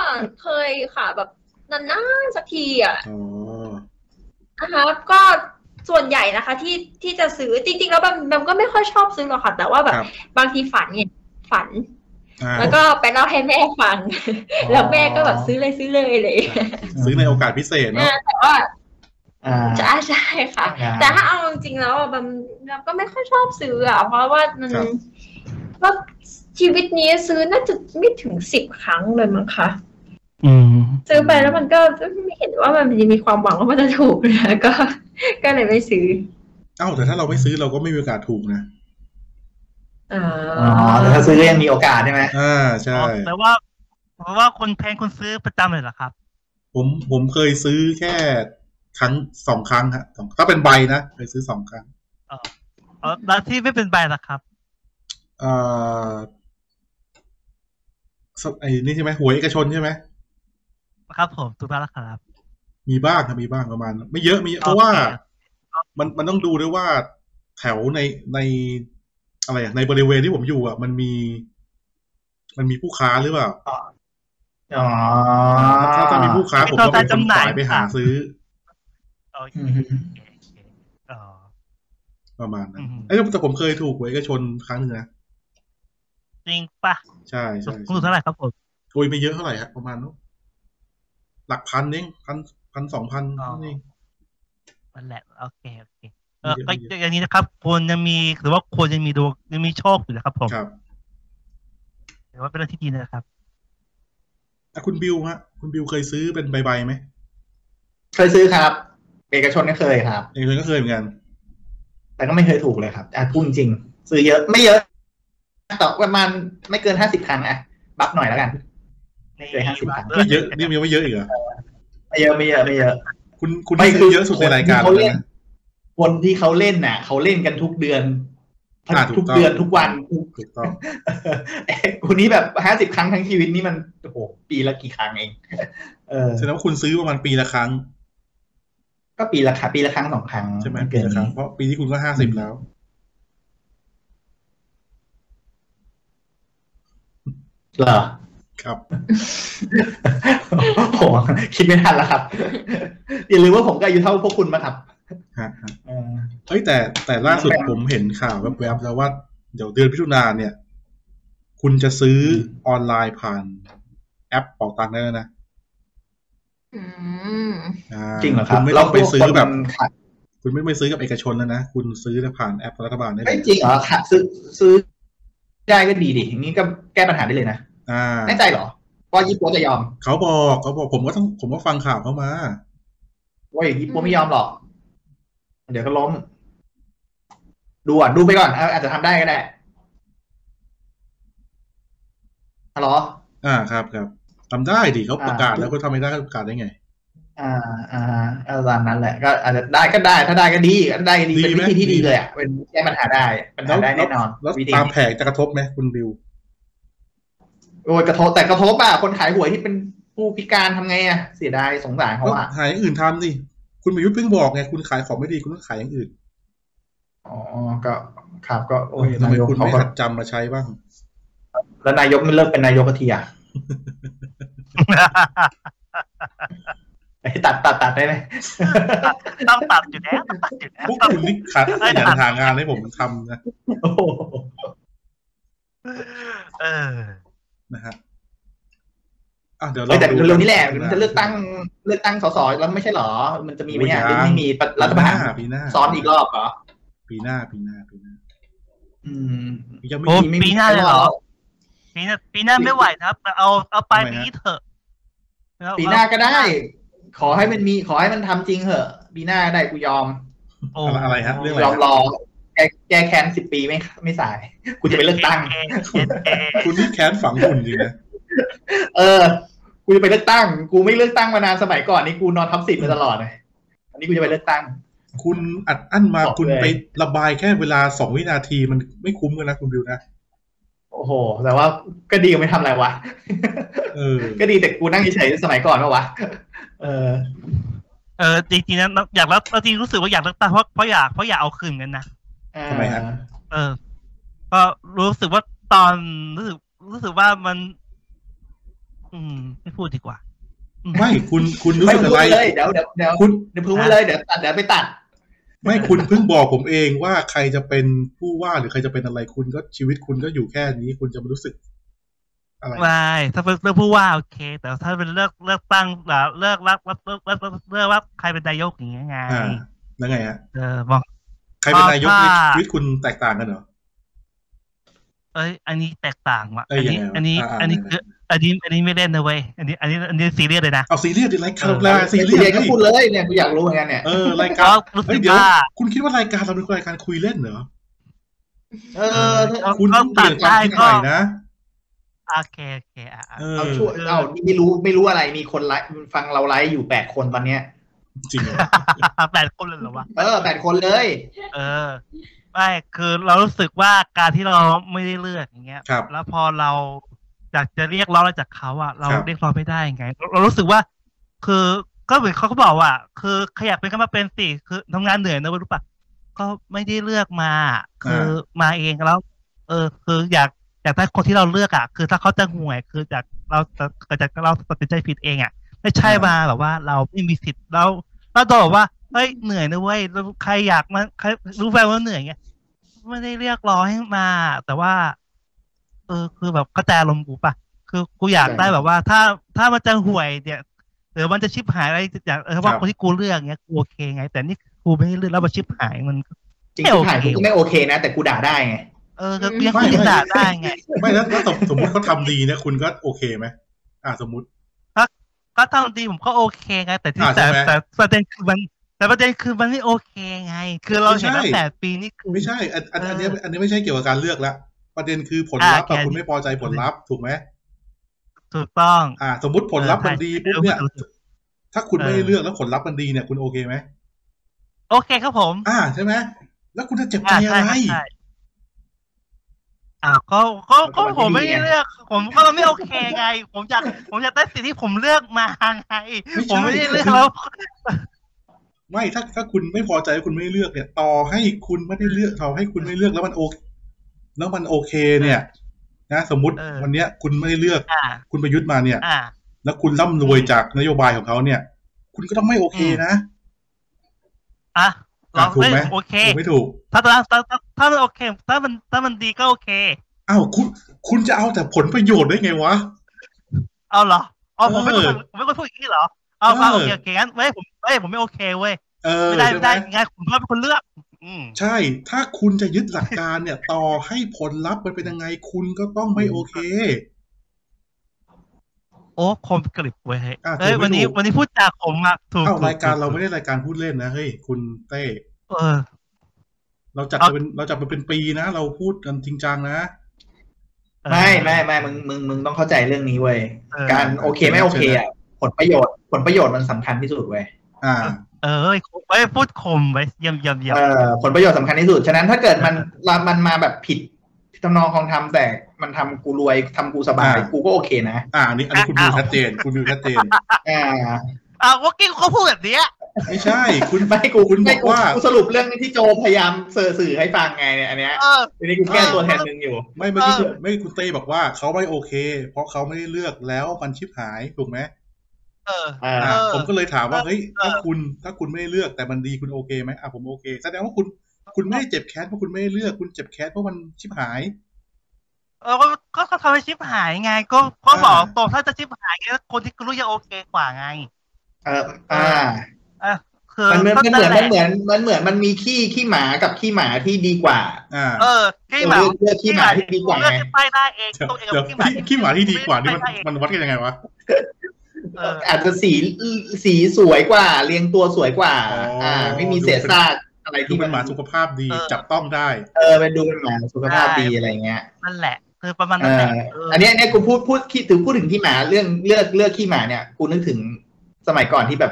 C: เคยค่ะแบบนานๆสักทีอ่ะ
A: อ๋อ
C: นะคะก็ส่วนใหญ่นะคะที่ที่จะซื้อจริง ๆ แล้วแบมแบมก็ไม่ค่อยชอบซื้อหรอกค่ะ แต่ว่าแบบ
A: ครับ
C: บางทีฝันเนี่ยฝัน
A: อ่า
C: แล้วก็ไปเล่าให้แม่ฟัง แล้วแม่ก็แบบซื้อเลยซื้อเลยเลย
A: ซื้อในโอกาสพิเศษเนาะ
C: แต่ว่า
B: อ่า
C: จะ ใช่ค่ะ
B: อ่า
C: แต่ถ้าเอาจริงๆแล้วอะแบมแบมก็ไม่ค่อยชอบซื้ออ่ะเพราะว่ามัน
A: ครับ
C: ว่าชีวิตนี้ซื้อน่าจะไม่ถึงสิบครั้งเลยมั้งคะ
D: อืม
C: ซื้อไปแล้วมันก็ไม่เห็นว่ามันจะมีความหวังว่ามันจะถูกนะ ก็ ก็เลยไม่ซื้อ
A: เอ้าแต่ถ้าเราไม่ซื้อเราก็ไม่มีโอกาสถูกนะ
C: อ๋อ
B: อ๋อแต่
C: อ
B: ถ้าซื้อยังมีโอกาสใช่ไหม
A: อ่าใช่
D: แปลว่าแปลว่าคนแพงคนซื้อประจำเลยเหรอครับ
A: ผมผมเคยซื้อแค่ครั้งสองครั้งฮะสองถ้าเป็นใบนะเคยซื้อสองครั้ง
D: เออแล้วที่ไม่เป็นใบล่ะครับ
A: เอ่อสไอ้นี่ใช่ไหมหวยเอกชนใช่ไหม
D: ครับ ผมถูกแล้วล่ะครับ
A: มีบ้างครับมีบ้างประมาณ ไม่เยอะมีเยอะเพราะว่า
D: โอเค
A: มันมันต้องดูด้วยว่าแถวในในอะไรอะในบริเวณที่ผมอยู่อ่ะ มันมี มันมีผู้ค้าหรือเปล่า
B: อ๋อ
A: ถ้าถ้ามีผู้ค้าผมก็เป็นคนขายไปหาซื้อ
D: โอเค
B: อืม
D: โอเคโอเคเออ
A: ประมาณนั้
D: อื
A: น
D: ม
A: ไอ้ยแต่ผมเคยถูกหวยเอกชนครั้งหนึ่งนะ
D: จริงปะ
A: ใช่ใช่
D: คุณ
A: ใช่
D: ถูกเท่าไหร่ครับผม
A: โอ้ยไม่เยอะเท่าไหร่ฮะประมาณนู้นหลักพันเองพันพันสองพันนั่นเอง
D: นั่นแหละโอเคโอเคเออ
A: ไม่
D: ก็
A: เยอะไม่เยอะ
D: อย่างนี้นะครับควรยังมีหรือว่าควรยังมีดวงยังมีโชคอยู่นะครับผม
A: ครับ
D: ถือว่าเป็นเรื่องที่ดีนะครับ
A: อ่ะคุณบิวฮะ คุณบิวเคยซื้อเป็นใบๆไหม
B: เคยซื้อครับ เอกชนก็เคยครับ
A: เองเคยก็เคยเหมือนกัน
B: แต่ก็ไม่เคยถูกเลยครับอ่ะพูดจริง ซื้อเยอะไม่เยอะแต่ประมาณไม่เกินห้าสิบครั้งอะบัฟหน่อยแล้วกัน ไม่เกินห้าสิบครั้ง
A: ไม่เยอะนี่มันยังไม่เยอะอีกเหรอ
B: ไม่เยอะไม่เยอะไม่เยอะ
A: คุณคุณ
B: ไม่
A: ที่
B: คื
A: ซื้
B: อ
A: อเยอะสุดในรายการ
B: คน
A: เล
B: เล่
A: ย
B: น
A: นะ
B: คนที่เขาเล่นน่ะเขาเล่นกันทุกเดือน
A: อ่าถูก
B: ทุก
A: ต้อง
B: เดือนทุกวัน
A: ถูกต้อง
B: เอ้ยคนนี้แบบห้าสิบ50 ครั้งทั้งชีวิตนี่มันโอ้โหปีละกี่ครั้งเอง เออ
A: แสดงว่าคุณซื้อประมาณปีละครั้ง
B: ก็ปีละครั้งปีละครั้งสองครั้ง
A: ใช่ไหม
B: เกิ
A: ปี
B: น
A: ละครั้งเพราะปีที่คุณก็ห้าสิบแล้ว
B: เหรอ
A: ครับ
B: โอ้โหคิดไม่ทันแล้วครับ อย่าลืมว่าผมก็อายุเท่าพวกคุณมาครับ
A: ฮะฮะ
B: เออ
A: เฮ้ยแต่แต่ล่าสุดผมเห็นข่าวแวบๆแล้วว่าเดี๋ยวเดือนพิจุนายนเนี่ย คุณจะซื้อออนไลน์ผ่านแอปเป่าตังค์ได้แล้วนะ
C: อืม
A: อ่า
B: จริงเหรอครับ
A: ณไม่ต้องไปซื้อแบบ
B: เราพวกคนขาย
A: คุณไม่ไปซื้อกับเอกชนแล้วนะ คุณซื้อผ่านแอปของรัฐบาลได้เล
B: ไม่
A: ย
B: จริงเหรอค่ะซื้อซื้อได้ก็ดีดิอย่างนี้ก็แก้ปัญหาได้เลยนะ
A: อ่า
B: แน่ใจเหรอว่ายี่ปัวจะยอม
A: เขาบอกเขาบอกผมก็ต้องผมก็ฟังข่าวเขามา
B: ว่าอย่างยี่ปัวไม่ยอมหรอก เดี๋ยวก็ล้ม ดูอ่ะดูไปก่อนเอาอาจจะทำได้ก็ได้ฮัลโหล
A: อ่าครับครับทำได้ดิเขาประกาศ
B: อ่า
A: แล้วก็ทำไม่ได้ก็ประกาศได้ไง
B: อ่าอ่าเอาตามนั้นแหละ ก็อาจจะได้ก็ได้ ถ้าได้ก็ดีถ้าได้ก็ดี
A: ดี
B: เป็น
A: ไหม
B: วิธีที่
A: ดี
B: ดีเลยอ่ะเป็นแก้ปัญหาได้ปัญหาได้แน่นอน
A: แล้ว
B: วิธี
A: ตามแผงจะกระทบไหมคุณบิว
B: โอ้ยกระทบแต่กระทบอ่ะคนขายหวยที่เป็นผู้พิการทำไงอ่ะเสียดายสงสารเขา
A: ก็
B: อ่ะ
A: หาอย่างอื่นทำสิคุณประยุทธ์เพิ่งบอกไงคุณขายของไม่ดีคุณต้องขายอย่างอื่น
B: อ๋อ ก็ครับก็โอ้ย
A: ทำไม
B: นายก
A: คุณ
B: เขา
A: ไม่
B: ก็
A: หัดจำมาใช้บ้าง
B: แล้วนายกไม่เลิกเป็นนายกกะทีอ่ะ ไอ้ตัดตัดตัดได้ไหม
D: ต้องตัดอยู่แล้วต้องตัดอยู่แล้ว
A: พวกคุณนี่ขัดอย่าหางานให้ผมทำนะ
B: โอ้โห
D: เออ
A: นะฮะอ่ะเดี๋ยว
B: เอ้
A: เรา
B: ยแต่
A: ดู
B: เร็วๆนี้แหละมันจะเลือกตั้งเลือกตั้งสสแล้วไม่ใช่เหรอ มันจะมีไหมเนี่ยหรือไม่มีรัฐ
A: ปี
B: บา
A: ห
B: ล
A: น้าปีหน้า
B: ซ้อนอีกรอบเหรอ
A: ปีหน้าปีหน้าปีหน้า
B: อืม
A: ยังไม่
D: โอ้
A: มี
B: ไม่
D: ปีหน้าเลยเหรอ ปีหน้าปีหน้าไม่ไหวนะครับแต่เอาเอาปลาย
A: ทำไมฮะ
D: ปีนี้เถอะแล้ว
B: ปีหน้าก็ได้ ขอให้มันมีขอให้มันทำจริงเหอะปีหน้าได้กูยอม
D: โอ้
A: อะไรฮะเรื่องอะ
B: ย
A: ไร
B: อม
A: ฮะ
B: รอแก้แก้แค้นสิบปีไม่ไม่สาย กูจะไปเลือกตั้ง
D: เองเจ็ดเอง
A: คุณนี่แค้นฝังหุ่นจริงนะ
B: เออ กูจะไปเลือกตั้ง กูไม่เลือกตั้งมานานสมัยก่อนนี่กูนอนทับสิทธิ์มาตลอดเลยอันนี้กูจะไปเลือกตั้ง
A: คุณอัดอั้นมา
B: บอกเลย
A: คุณไประบายแค่เวลาสองวินาทีมันไม่คุ้มกันนะคุณบิวนะ
B: โอ้ โอ้โห แต่ว่าก็ดีกว่าไม่ทำอะไรวะ
A: เออ
B: ก็ดีแต่กูนั่งเฉยๆสมัยก่อนปะวะ เออ
D: เออจริงๆนะอยากรับจริงๆรู้สึกว่าอยากเลือกตั้งเพราะเพราะอยากเพราะอยากเอาคืนกันนะ
B: อ่า
A: ทำไมฮะ
D: เออ ก็รู้สึกว่าตอนรู้สึกรู้สึกว่ามัน อืม ไม่พูดดีกว่า
A: ไม่คุณคุณรู้
B: ไม่
A: สึก
B: พู
A: อะ
B: ด
A: ไร
B: เลยเดี๋ยวเดี๋ยวเดี๋ยว
A: คุณ
B: เดี๋ยวพูดเลย เดี๋ยวตัดเดี๋ยวไปตัด
A: ไม่คุณเพิ่งบอกผมเองว่าใครจะเป็นผู้ว่าหรือใครจะเป็นอะไรคุณก็ชีวิตคุณก็อยู่แค่นี้ คุณจะมารู้สึก อะไร
D: ไม่ถ้าเป็นเลือกผู้ว่าโอเค แต่ถ้าเป็นเลือกเลือกตั้งเอ่อเลือกรับรับเลือกรับเลือกรับใครเป็นนายกอย่างเงี้ยไง
A: อ่า แล้วไงฮะ
D: เออมอง
A: ใครเป็นนายก
D: อ่า
A: ในชีวิตคุณแตกต่างกันเหรอ
D: เอ้ย อันนี้แตกต่างว่ะ
A: เอ้ย
D: อันนี้
A: ยังไงวะ
D: อันนี้
A: อ่าๆ
D: อันนี้
A: ไหนๆ
D: คืออันนี้อันนี้ไม่เล่นนะเว้ยอันนี้ อันนี้อันนี้ซีเรียสเลยนะ
A: เอาซีเรียสดิรายการเรา
B: ออ
A: ซีเรียส
B: เรียนก็
A: เฮ้ย
B: พูดเลยเนี่ยกูอยากรู้เหมือนกันเนี่ย
A: เออราย
D: ก็
A: การ
D: รู้สึ
A: เฮ้ย
D: ก
A: เดี๋ยว
D: ว่า
A: คุณคิดว่ารายการเราเป็นรายการคุยเล่นเหรอ
B: เอ
D: เอ
B: อ
D: อ
A: คุณ
D: ก็
A: ต้องเป
D: ตั
A: ลี่ยน
D: ด
A: ความ
D: ได้
A: คิดให
D: ก็
A: ม่นะ
D: โอเคโอเคอ่ะอ่ะ
A: เออ
B: เอาช่วยเอาไม่รู้ไม่รู้อะไรมีคนไลฟ์ฟังเราไลฟ์อยู่แปดคนตอนเนี้ย
A: จริงเหรอ
D: แปดคนเลยเหรอวะ
B: เออแปดคนเลย
D: เออไม่คือเรารู้สึกว่าการที่เราไม่ได้เลือกอย่างเงี้ย
A: ครับ
D: แล้วพอเราอยากจะเรียกร้องอะไรจากเขาอะเรา
A: ครับ
D: เรียกร้องไม่ได้ไงเราเรารู้สึกว่า คือก็เหมือนเขาก็บอกว่า คือขยับเป็นก็มาเป็นสิคือทำงานเหนื่อยนะเว้ยรู้ปะก็ไม่ได้เลือกมา คือมาเองแล้ว เออ คืออยากอยากได้คนที่เราเลือกอะคือถ้าเขาจะห่วย คือจากเราจะเกิดจากเราตัดสินใจผิดเองอะไม่ใช่มาแบบว่าเราไม่มีสิทธิ์เราเราโดนบอกว่าเฮ้ยเหนื่อยนะเว้ยแล้วใครอยากมาใครรู้แฟนว่าเหนื่อยไง ไม่ได้เรียกร้องให้มา แต่ว่า เออ คือแบบเข้าใจอารมณ์กูปะคือกูอยากได้แบบว่า ถ้าถ้ามันจะห่วยเนี่ยหรือมันจะชิบหายอะไรอย่างเออ
A: ค
D: ว่า
A: รับ
D: คนที่กูเลือกเนี้ยกูโอเคไง แต่นี่กูไม่ได้เลือกแล้วมันชิบหายมัน
B: จริง
D: ไม่โอ
B: ๆ
D: เค
B: ถ่ายกูก็ไม่โอเคนะ แต่กูด่าได้ไง
D: เออก็ยัง
A: ไม่
D: คุยกันด่าได้ไง
A: ไม่แล้วแล้วสมสมมติเขาทำดีนะคุณก็โอเคไหมอ่าสมมติ
D: ก็ทำดีผมก็โอเคไง แต่ที่
A: อ่า
D: แต่
A: ใช่ไหม
D: แต่แต่ประเด็นคือมัน แต่ประเด็นคือมันไม่โอเคไง คือเราเห็น
A: ไม่
D: ตั้
A: ใช่
D: งแต่ปีนี่คือ
A: ไม่ใช่อันอันอันเนี้ย
D: เออ
A: อันนี้ไม่ใช่เกี่ยวกับการเลือกละประเด็นคือผลลัพธ์
D: อ่า
A: อะ
D: แก
A: คุณไม่พอใจผลลัพธ์ถูกไหม
D: ถูกต้อง
A: อ่า สมมติผลลัพธ์มันดี
D: เอ
A: ปุ๊
D: อบ ใช่
A: เนี่ย ถ้าคุณ
D: เออ
A: ไม่ได้เลือกแล้วผลลัพธ์มันดีเนี่ยคุณโอเคไหม
D: โอเคครับผม
A: อ่าใช่ไหมแล้วคุณจะเจ็บใจอะ
D: อ่าใช่
A: ไร
D: ใช่ใช่อ่าก็ก็ก็
B: มันก็
D: ผม
B: ไม่
D: ไม่
B: ดีไง
D: ได้เลือก ผมก็เราไม่โอเคไง ผมอยากผมอยากได้สิ่งที่ผมเลือกมาไงผมไม่ได้เลือกแล้ว
A: ไม่ถ้าถ้าคุณไม่พอใจว่าคุณไม่ได้เลือกเนี่ย ต่อให้คุณไม่ได้เลือกต่อให้คุณไม่เลือกแล้วมันโอเคแล้วมันโอเคเนี่ยนะสมมติ
D: เออ
A: วันเนี้ย คุณไม่ได้เลือก
D: อ่า
A: คุณประยุทธ์มาเนี่ย
D: อ่า
A: แล้วคุณร่ำรวยจากนโยบายของเขาเนี่ย คุณก็ต้องไม่โอเคนะ
D: อ่ะ
A: อ่ะ
D: เรา
A: ถูกไหม
D: เอ้ยโอเค
A: ถูกไม่ถูก
D: ถ้าตอนนั้นถ้าถ้าถ้ามันโอเค ถ้ามันถ้ามันดีก็โอเค
A: อ้าวคุณคุณจะเอาแต่ผลประโยชน์ได้ไงวะ
D: เอาเหรอเอาผมไม่
A: เออ
D: ควรผมไม่ควรพูดอย่างนี้เหรอ เอามา
A: เออ
D: โอเคโอเคงั้นเว้ยผมเว้ยผมไม่โอเคเว้ย
A: เออ
D: ไม่ได้
A: ใช่
D: ไม่
A: ไหม
D: ได้ไงผมก็เป็นคนเลือก อืม
A: ใช่ ถ้าคุณจะยึดหลักการเนี่ย ต่อให้ผลลัพธ์มันเป็นยังไง คุณก็ต้องไม่โอเค
D: โอ้คมกริบเว้ย
A: อ่ะ
D: เอ้ย
A: ถูกไม่
D: วันนี้
A: ถูก
D: วันนี้พูดจากผมอะถูก
A: เอ้า
D: ถูก
A: รายการ
D: ถู
A: เราไม่ได้รายการพูดเล่นนะเฮ้ยคุณเต้
D: เออ
A: เราจัด
D: เอา
A: เป็นเราจัดมาเป็นปีนะ เราพูดกันจริงจังนะ
D: เออ
B: ไม่ไม่ไม่มึงมึงมึงต้องเข้าใจเรื่องนี้เว้ย
D: เออ
B: การโอเคไม่โอเคอ่ะผลประโยชน์ ผลประโยชน์มันสำคัญที่สุดเว้ย
A: อ่า
D: เออเอ้ยเอ้ยพูดคมไว้ยเยี่ยมเยี่ยมเยี่ยม
B: เออผลประโยชน์สำคัญที่สุด ฉะนั้นถ้าเกิดมันละมันมาแบบผิดทำนองของทำแต่มันทำกูรวยทำกูสบาย
A: อ่ากู
B: กูก็โอเคนะ
A: อ่าอันนี้อันนี้คุณดูชัดเจน คุณดูชัดเจ น
B: อ่า
D: อ่ะว่ากิ้งเขาพูดแบบเนี้ย
A: ไม่ใช่ คุณ
B: ไม่กู
A: คุณบอกว่า
B: ไม่กูสรุปเรื่องที่โจพยายามสื่อสื่อให้ฟังไงเนี่ยอันเนี้ย
D: เออ
B: ทีนี้กูแก้ตัวแทนมึงอยู่
A: ไม่เมื่อกี้
D: เออ
A: คุณไม่คุณเต้บอกว่าเขาไม่โอเค เพราะเขาไม่ได้เลือกแล้วมันชิบหายถูกไหม
D: เออ
B: อ่า
A: อ่า
D: เออ
A: ผมก็เลยถามว่า
D: เออ
A: เฮ้ยถ้า
D: เออ
A: คุณถ้าคุณไม่ได้เลือกแต่มันดีคุณโอเคไหมอ่ะผมโอเคแสดงว่าคุณคุณไม่ได้เจ็บแค้นเพราะคุณไม่ได้เลือก คุณเจ็บแค้นเพราะมันชิบหาย
D: เออก็ก็ก็ทำให้ชิบหายไง ก็ก็บอก
A: อ่า
D: ตรงถ้าจะชิบหายไงคนที่กูรู้จะโอเคกว่าไง
B: เอออ่า
D: คือ
B: มันเหมือนมันเหมือน
D: ก็
B: มันเหมือนมันเหมือนมันมีขี้ขี้หมากับขี้หมาที่ดีกว่า
A: อ่า
D: เออกิ้งหมา
B: เออเลือกขี้หมาที่ดีกว่า
D: เลือก
B: ไง
D: ที่ป้ายหน้าเอง
A: เดี๋ยว
D: ตัวเอง
A: เดี๋ยว
D: ขี้หมา
A: ขี้ขี้หมาที่ดีกว่านี่มันมัน
D: ไม่ได้เอง
A: วัดกันยังไงวะ
D: เออ
B: อาจจะสีสีสวยกว่า เรียงตัวสวยกว่า
A: อ๋ออ่
B: อ่า ไม่มีเศษซากอะไร
A: คือ
B: ที่
A: มันหมาสุขภาพดีจับต้องได้
B: เออไปดูเป็นหมาสุขภาพดีอะไรเงี้ย
D: นั่นแหละ คือประมาณ
B: เอ
D: นั้นแห
B: อ
D: ละเ
B: อันเนี้ยอันเนี้ยกูพูดพูดคิดถึงพูดถึงขี้หมาเรื่องเลือกเลือกขี้หมาเนี่ยกูนึกถึงสมัยก่อนที่แบบ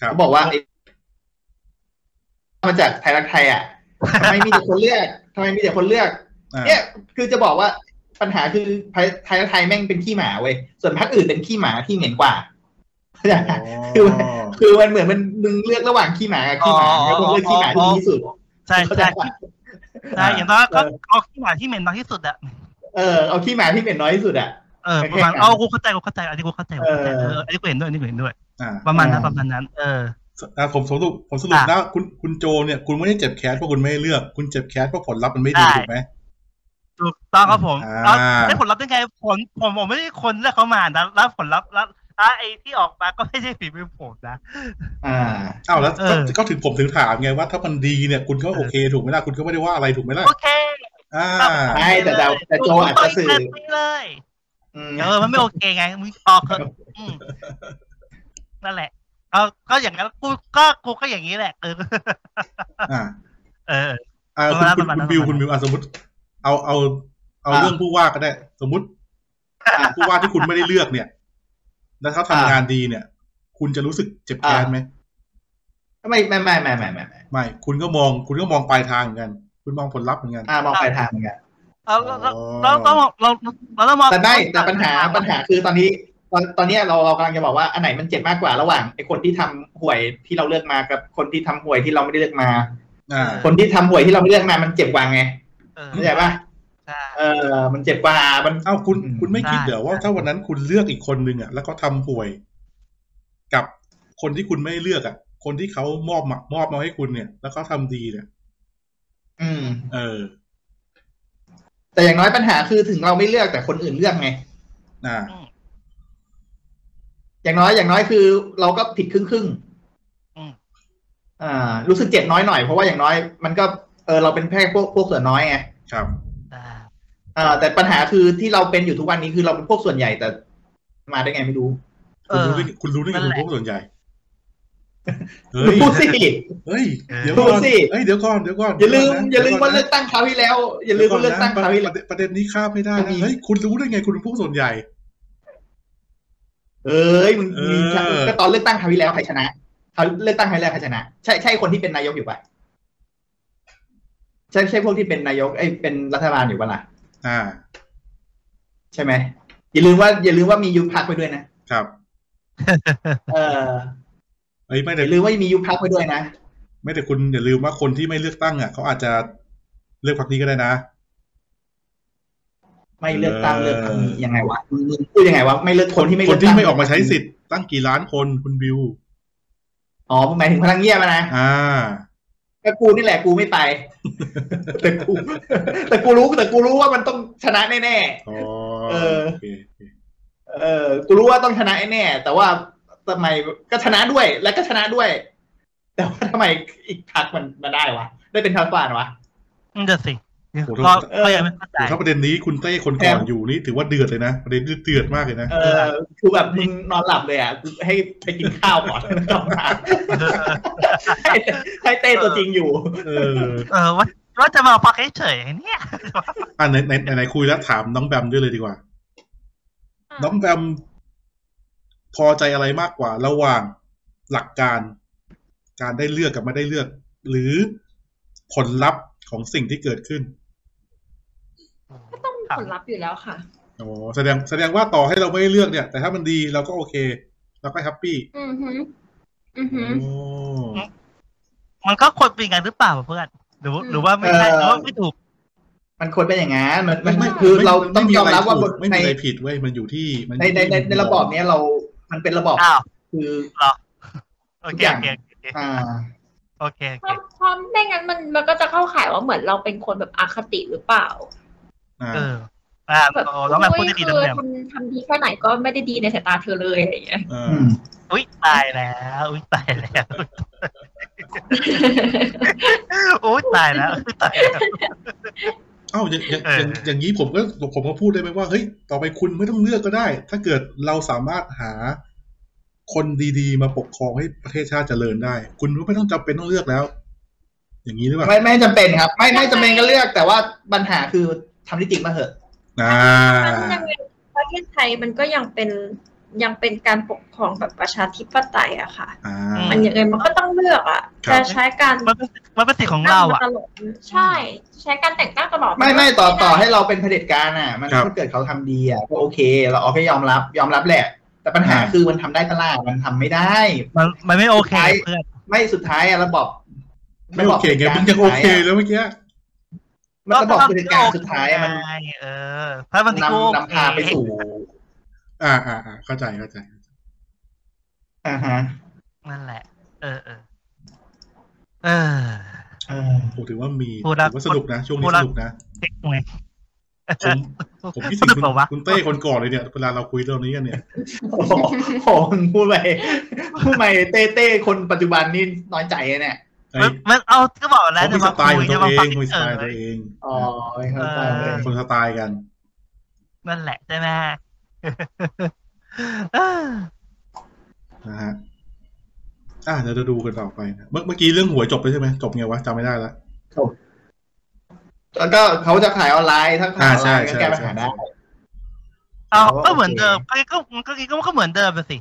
A: ครับ
B: เขาบอกว่าไอ้มาจากไทยรักไทยอ่ะทำไมมีแต่คนเลือกทำไมมีแต่คนเลือก
A: อ่า
B: เนี่ยคือจะบอกว่า ปัญหาคือไทยไทยไทยแม่งเป็นขี้หมาเว้ยส่วนพรรคอื่นเป็นขี้หมาที่เหม็นกว่า เข้าใจปะ คือมัน คือมันเหมือนมันมึงเลือกระหว่างขี้หมากับขี้หมา
D: อ๋อ
B: แล้วมึงเลือกขี้หมาที่ดีที่สุด
D: ใช่
B: เข้าใจ
D: ใช่
B: ปะ
D: ใช่อย่างน้อยก็
B: เออ
D: เอาขี้หมาที่เหม็นน้อยที่สุดอะ
B: เออเอาขี้หมาที่เหม็นน้อยที่สุดอ่ะ
D: เออ
B: ไม่
D: ประมาณ
B: แค่นั้น
D: เอากูเข้าใจกูเข้าใจอันนี้กูเข้าใจกูเข้าใจ
B: เอ
D: เอ
B: อ
D: ออันนี้กูเห็นด้วยอันนี้กูเห็นด้วย
A: อ่า
D: ประมาณนั้น
B: อ่า
D: ประมาณนั้น เออ
A: อ่าผมสรุปผมสรุป
D: อ่ะ
A: แล้วคุณคุณโจเนี่ยคุณไม่ได้เจ็บแค้นเพราะคุณไม่ได้เลือก คุณเจ็บแค้นเพราะผลลัพธ์มันไม่ดี
D: ใช่
A: ถูกไหม
D: ถูกต้องครับผม
A: อ่า
D: แล้วได้ผลลัพธ์ได้ไงผลผมผมไม่ได้คนเลือกเขามานะแล้วผลลัพธ์แล้วแล้วไอ้ที่ออกมาก็ไม่ใช่ฝีมือผม นะ
B: อ่า
A: อ้าวแล้วก็
D: เออ
A: ก็ถึงผมถึงถามไงว่าถ้ามันดีเนี่ยคุณก็โอเคถูกไหมล่ะคุณก็ไม่ได้ว่าอะไรถูกไหมล่ะ
D: โอเค
A: อ่า
B: ใช่แต่แต่แต่โจอาจจะสื่อ
D: แบบนี้เลย
B: อืม
D: เออ มันไม่โอเคไง มึงออกเถอะอืมนั่นแหละ เอาก็อย่างนั้น กู ก็ กูก็อย่างนี้แหละ เออ
A: อ่า
D: เออ
A: อ่า
D: ประ
A: คุณ
D: มาณ
A: คุณ
D: ประมาณ
A: คุณบิว
D: ประ
A: คุณ
D: มาณ
A: บิวอ่ะสมมติ เอาเอาเอา
B: อ่ะ
A: เรื่องผู้ว่าก็ได้ สมมติ
B: อ่ะ
A: ผู้ว่าที่คุณไม่ได้เลือกเนี่ย แล้วเขาทำ
B: อ่ะ
A: งานดีเนี่ย คุณจะรู้สึกเจ็บแค้นไหม
B: ไม่ไม่ไม่ไม่ไม่ไม่ไม่
A: ไม่ คุณก็มอง คุณก็มองปลายทางเหมือนกัน คุณมองผลลัพธ์เหมือนกัน
B: อ่ามองไปลายทางเหมือนกัน
D: เอาเราเราเราเราเราเรามอง
B: แต่ได้แต่ปัญหาปัญหาคือตอนนี้ตอนตอนเนี้ยเราเรากำลังจะบอกว่าอันไหนมันเจ็บมากกว่าระหว่างไอ้คนที่ทำหวยที่เราเลือกมากับคนที่ทำหวยที่เราไม่ได้เลือกมา
A: อ่า
B: คนที่ทำหวยที่เราไม่เลือกมามันเจ็บกว่าไง
D: เออ
B: เข้าใจปะ
D: ใช่
B: เออ มันเจ็บกว่ามัน
A: เอ้าคุณ
B: อืม
A: คุณไม่คิด
D: ได้
A: เหรอว่าถ้าวันนั้นคุณเลือกอีกคนนึงอ่ะ แล้วเขาทำห่วย กับคนที่คุณไม่เลือกอ่ะ คนที่เขามอบมามอบมาให้คุณเนี่ย แล้วเขาทำดีเนี่ย
B: อืม
A: เออ
B: แต่อย่างน้อยปัญหาคือถึงเราไม่เลือกแต่คนอื่นเลือกไง
A: อ่า
D: อืม
B: อย่างน้อยอย่างน้อยคือ เราก็ผิดครึ่งครึ่ง
D: อืม
B: ๆอ่า รู้สึกเจ็บน้อยหน่อยเพราะว่าอย่างน้อยมันก็เออเราเป็นแค่พวกพวกส่วนน้อยไง
A: ครับ
D: อ่า
B: อ่าแต่ปัญหาคือที่เราเป็นอยู่ทุกวันนี้คือเราเป็นพวกส่วนใหญ่แต่ มาได้ไงไม่รู้
D: เอ
A: คุณ
D: อ
A: รู้ได้ไงคุณรู้ได้ไงคุ
D: นั่น
A: ณ
D: แหละ
A: พวกส่วนใหญ่ เฮ้ย
B: รู้สิ
A: เฮ้ย
D: เออ
A: เดี๋ยวก่อน
B: ดูสิ
A: เฮ้ย เดี๋ยวก่อน เดี๋ยวก่อน
B: อย่าลืม
A: เดี๋
B: อย่าลืม
A: ก่
B: ว่าน
A: นะ
B: เลือกตั้งคราวที่แล้ว อย่าลืมว่าเลือกตั้งคราวที่
A: ป
B: แล้ว
A: ระเด็นประเด็นนี้ข้ามไม่ได้นะ
B: ก็มี
A: เฮ้ย คุณรู้ได้ไงคุณเป็นพวกส่วนใหญ่
B: เอ้ยมึงมี
A: เออ
B: ก็ตอนเลือกตั้งคราวที่แล้วใครชนะเขาวเลือกตั้งคราวที่แล้วใครชนะ ใช่ใช่คนที่เป็นนายกอยู่ปะใช่ใช่พวกที่เป็นนายกไอ้ยเป็นรัฐบาลอยู่ปะล่ะ
A: อ่า
B: ใช่ไหมอย่าลืมว่าอย่าลืมว่ามียุบพักไปด้วยนะครับ เออ
A: เอ้ย ไม่
B: อ
A: แต่
B: ย่าลืมว่ามียุบพักไปด้วยนะ
A: ไม่แต่คุณอย่าลืมว่าคนที่ไม่เลือกตั้งอ่ะเขาอาจจะเลือกพรรคนี้ก็ได้นะ
B: ไม่เลือกตั้ง
A: เออ
B: เลือกพักนี้ยังไงวะมึงมึงพูดยังไงวะไม่เลือกคนที่ไม่
A: ค
B: เลื
A: น
B: อก
A: ที่
B: ตั้ง
A: ไม่ออกมาใช้สิทธิ์ตั้งกี่ล้านคนคุณบิว
B: อ๋อหมายถึงพลังเงียบอะนะ
A: อ่า
B: ก็กูนี่แหละกูไม่ไป แต่กูแต่กูรู้แต่กูรู้ว่ามันต้องชนะแน่ๆ
A: อ๋อ
B: เออ
A: โอเคโอเค
B: เออ กูรู้ว่าต้องชนะแน่ๆแต่ว่าทำไมก็ชนะด้วย แล้วก็ชนะด้วย แต่ว่าทำไมอีกพักมันมาได้วะ ได้เป็นทางฝ่านวะ
D: นั่นจะสิก็ก็ยังไม่เข้าใจ
A: ถ้าประเด็นนี้คุณเต้คนก่อนอยู่นี่ถือว่าเดือดเลยนะ ประเด็นนี้เดือดมากเลยนะ
B: เออ คือแบบมึงนอนหลับเลยอ่ะกูให้ไปกินข้าวก่อน ไม่ต้องมาให้ให้เต้ตัวจริงอยู่
A: เออ
D: เออว่าว่าจะมาพักเฉยๆเนี่ย
A: อ่ะไหนไหนไหนคุยแล้วถามน้องแบมด้วยเลยดีกว่า น้องแบมพอใจอะไรมากกว่า ระหว่างหลักการ การได้เลือกกับไม่ได้เลือก หรือผลลัพธ์ของสิ่งที่เกิดขึ้น
C: ก็ต้องมีผลลัพธ์อยู่แล้วค่ะ
A: อ๋อแสดงแสดงว่าต่อให้เราไม่ได้เลือกเนี่ย แต่ถ้ามันดีเราก็โอเคเราก็แฮปปี้
C: อือหือ อือหือ
A: โอ้
D: มันก็ควรเป็นกันหรือเปล่าเพื่อนหรือว่าหรือว่าไม่ใช่หรือว่าไม่ถูก
B: มันควรเป็นอย่างนั้นมันมัน
C: ไม่
B: คือเราต้องยอมรับว่า
A: ไถูกไม่
B: ใน
A: มีอะไรผิดเว้ยมันอยู่ที่มัอ
B: ใน
A: ยู่
B: ใน
A: ที่
B: ในในระบอบเนี้ยเรา มันเป็นระบอบ
D: อ้าว
B: คือ
D: โอ
B: ทุก
D: เค
B: อย่า
D: โอง เคโอเค
B: อ่า
D: โอเค
C: เพ
D: โอเค
C: ราะเพราะไม่งั้นมันมันก็จะเข้าข่ายว่าเหมือนเราเป็นคนแบบอคติหรือเปล่า
A: อ่า
D: เออ อ่า
C: แบบ
D: น้องแบมพูด
C: โอ้ย
D: ได้ดี
C: คื
D: น้อง
C: อ
D: แบม
C: ทำทำดีแค่ไหนก็ไม่ได้ดีในสายตาเธอเลยอะไรอย่างเงี้ย
A: เออ
B: อืม
D: อุ้ยตายแล้วอุ้ยตายแล้ว อุ้ยตายแล้ว อุ้ยตายแล้ว
A: เอ้าอย่างอย่าง
D: เอ
A: อ
D: อ
A: ย่างอย่างนี้ผมก็ผมก็พูดได้ไหมว่าเฮ้ยต่อไปคุณไม่ต้องเลือกก็ได้ ถ้าเกิดเราสามารถหาคนดีๆ มาปกครองให้ประเทศชาติเจริญได้ คุณก็ไม่ต้องจำเป็นต้องเลือกแล้ว อย่างนี้หรือเปล่า
B: ไม่ไม่จำเป็นครับ ไม่ไม่จำเป็นก็เลือก แต่ว่าปัญหาคือทำได้จริงมาเหอะ
A: อ่า
C: ยังไงประเทศไทยมันก็ยังเป็น ยังเป็นการปกครองแบบประชาธิปไตยอะค่ะ
A: อ่า
D: ม
C: มันยังไงมันก็ต้องเลือกอะ
A: ครับ
C: จะใช้การ
D: มันเป็นมันเป็นสิทธิ์ของเราอ่ะ
C: ตั้งมตลดใช่ ใช้การแต่งตั้งตลอด
B: ไม่ไม่
C: นก็
B: ต่อต่อ
C: ด้
B: ให้เราเป็นเผด็จการอ่ะ มัน
A: ครับ
B: ถ้าเกิดเขาทำดีอ่ะก็โอเค เราเอาแค่ยอมรับยอมรับแหละ แต่ปัญหา
A: อ่า
B: คือมันทำได้ตลาดมันทำไม่ได้
D: มันมันไม่โอเคเพื่อน
B: ไม่สุดท้ายอ่ะระบอบ
A: ไม่โอเคไง
B: ระบ
A: เพิ่
B: บ
A: งจะโอเคแล้วเมื่อกี้
B: มันระบอบเผด็จการสุดท้ายอะมัน
D: ใช่เออถ้ามัน
B: นำนำพาไปสู่
A: อ่าอ่าอ่าเข้าใจเข้าใจ
B: อ่าฮะ
D: นั่นแหละ เออเออเออ
B: เออ
A: ผมถือว่ามี
D: พูดแล้ว
A: ถือว่าสนุกนะ ช่วง
D: พู
A: นี้
D: ดแล้
A: ส
D: ว
A: นุก นะ
D: เช็คไง
A: ผมผมคิดถึง
D: ส
A: คุณ
D: นุกเปล่าวะ
A: คุณเต้คนก่อนเลยเนี่ยเวลาเราคุยเรื่องนี้กันเนี่ย
B: โอ้โหโอ้โหพูดไปพูดไปเต้เต้คนปัจจุบันนี่น้อยใจอะเนี่ย
A: ไอ้
D: มันมันเอาก็บอกแล้ว
A: เขามีส
D: จะมา
A: ไตล์ข
D: คุ
A: อย งตัวเอง
D: จะมาฟัง
A: มีส
D: เฉ
A: ไตล์ตัวย เอง
B: อ๋อเข้าใจเลย
A: คนสไตล์กัน
D: นั่นแหละใช่ไหมเออ
A: นะฮะ อ่าเดี๋ยวจะดูกันต่อไปนะเมื่อเมื่อกี้เรื่องหวยจบไปใช่ไหมจบไงวะจำไม่ได้ละ
B: แล้วก็เขาจะขายออนไลน์ถ้าขายออนไลน์
A: อ่าใช่
B: ก็แก้ปัญหา
A: ใช่
B: ได้
D: เอา
B: โอเค
D: ก็เหมือนเดิมก็ก็ก็ก็ก็เหมือนเดิมไปสิ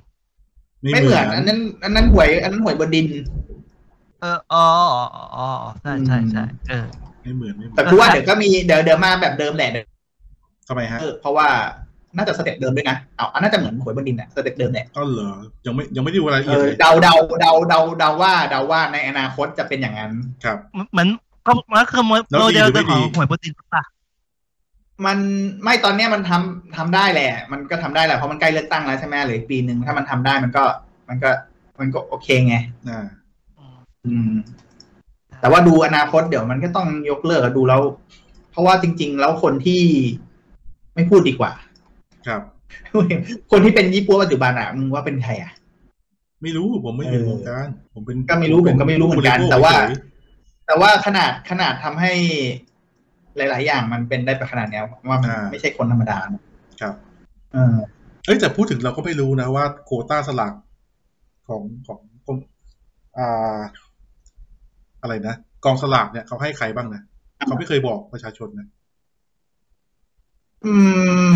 B: ไม่เหมือนอันนั้นอันนั้นหวยอันนั้นหวยบนดิน
D: เอออ๋ออ๋ออ๋อใช่ใช่ใช่เออ
A: ไม่เหมือนไม่เหมื
B: แต่
A: อน
B: กูว่าเดี๋ยวก็มีเดี๋ยวเดี๋ยวมาแบบเดิมแหละเดี๋ยว
A: ทำไมฮะ
B: เออเพราะว่าน่าจะสเต็ปเดิมด้วยนะเอาอันน่าจะเหมือนหวยบนดินอะสเต็ปเดิมแหละ
A: ก็เหรอยังไม่ยังไม่ได้ดูรายละ
B: เอ
A: เอียดเล
B: อ
A: ย
B: เดาเดาเดาเดาเดาว่าเดาว่าในอนาคตจะเป็นอย่างนั้น
A: ครับ
D: เหมือนก็มันก็คือโม
A: แล้ว
D: โม
A: ดี
D: เดล
A: หรือไม่
D: เดิมของ
A: ดี
D: หวยบนดินป่ะ
B: มันไม่ตอนเนี้ยมันทำทำได้แหละ มันก็ทำได้แหละเพราะมันใกล้เลือกตั้งแล้วใช่ไหมเหรืออกปีหนึ่งถ้ามันทำได้มันก็ มันก็มันก็โอเคไง
A: อ่า
D: อืม
B: อืม แต่ว่าดูอนาคตเดี๋ยวมันก็ต้องยกเลิกอะดูแล้ว เพราะว่าจริง ๆ แล้วคนที่ไม่พูดดีกว่า
A: ครับ
B: คนที่เป็นยี่ปัวปัจจุบันอะมึงว่าเป็นใครอะ
A: ไม่รู้ผมไม่
B: เอ
A: อ
B: อ
A: ยู่ในวงการผมเป็น
B: ก็ไม่รู้ผมก็ไม่รู้เหมือนกันแต่ว่า
A: เฉย
B: แต่ว่าขนาดขนาดทำให้หลาย ๆ อย่างมันเป็นได้ไปขนาดเนี้ยว่ามันไม่ใช่คนธรรมดานะ
A: ๆครับ
B: เออ
A: เอ้ยแต่พูดถึงเราก็ไม่รู้นะว่าโควต้าสลากของของกรมอ่า อะไรนะกองสลากเนี่ยเขาให้ใครบ้างนะเขาไม่เคยบอกประชาชนนะ
B: อืม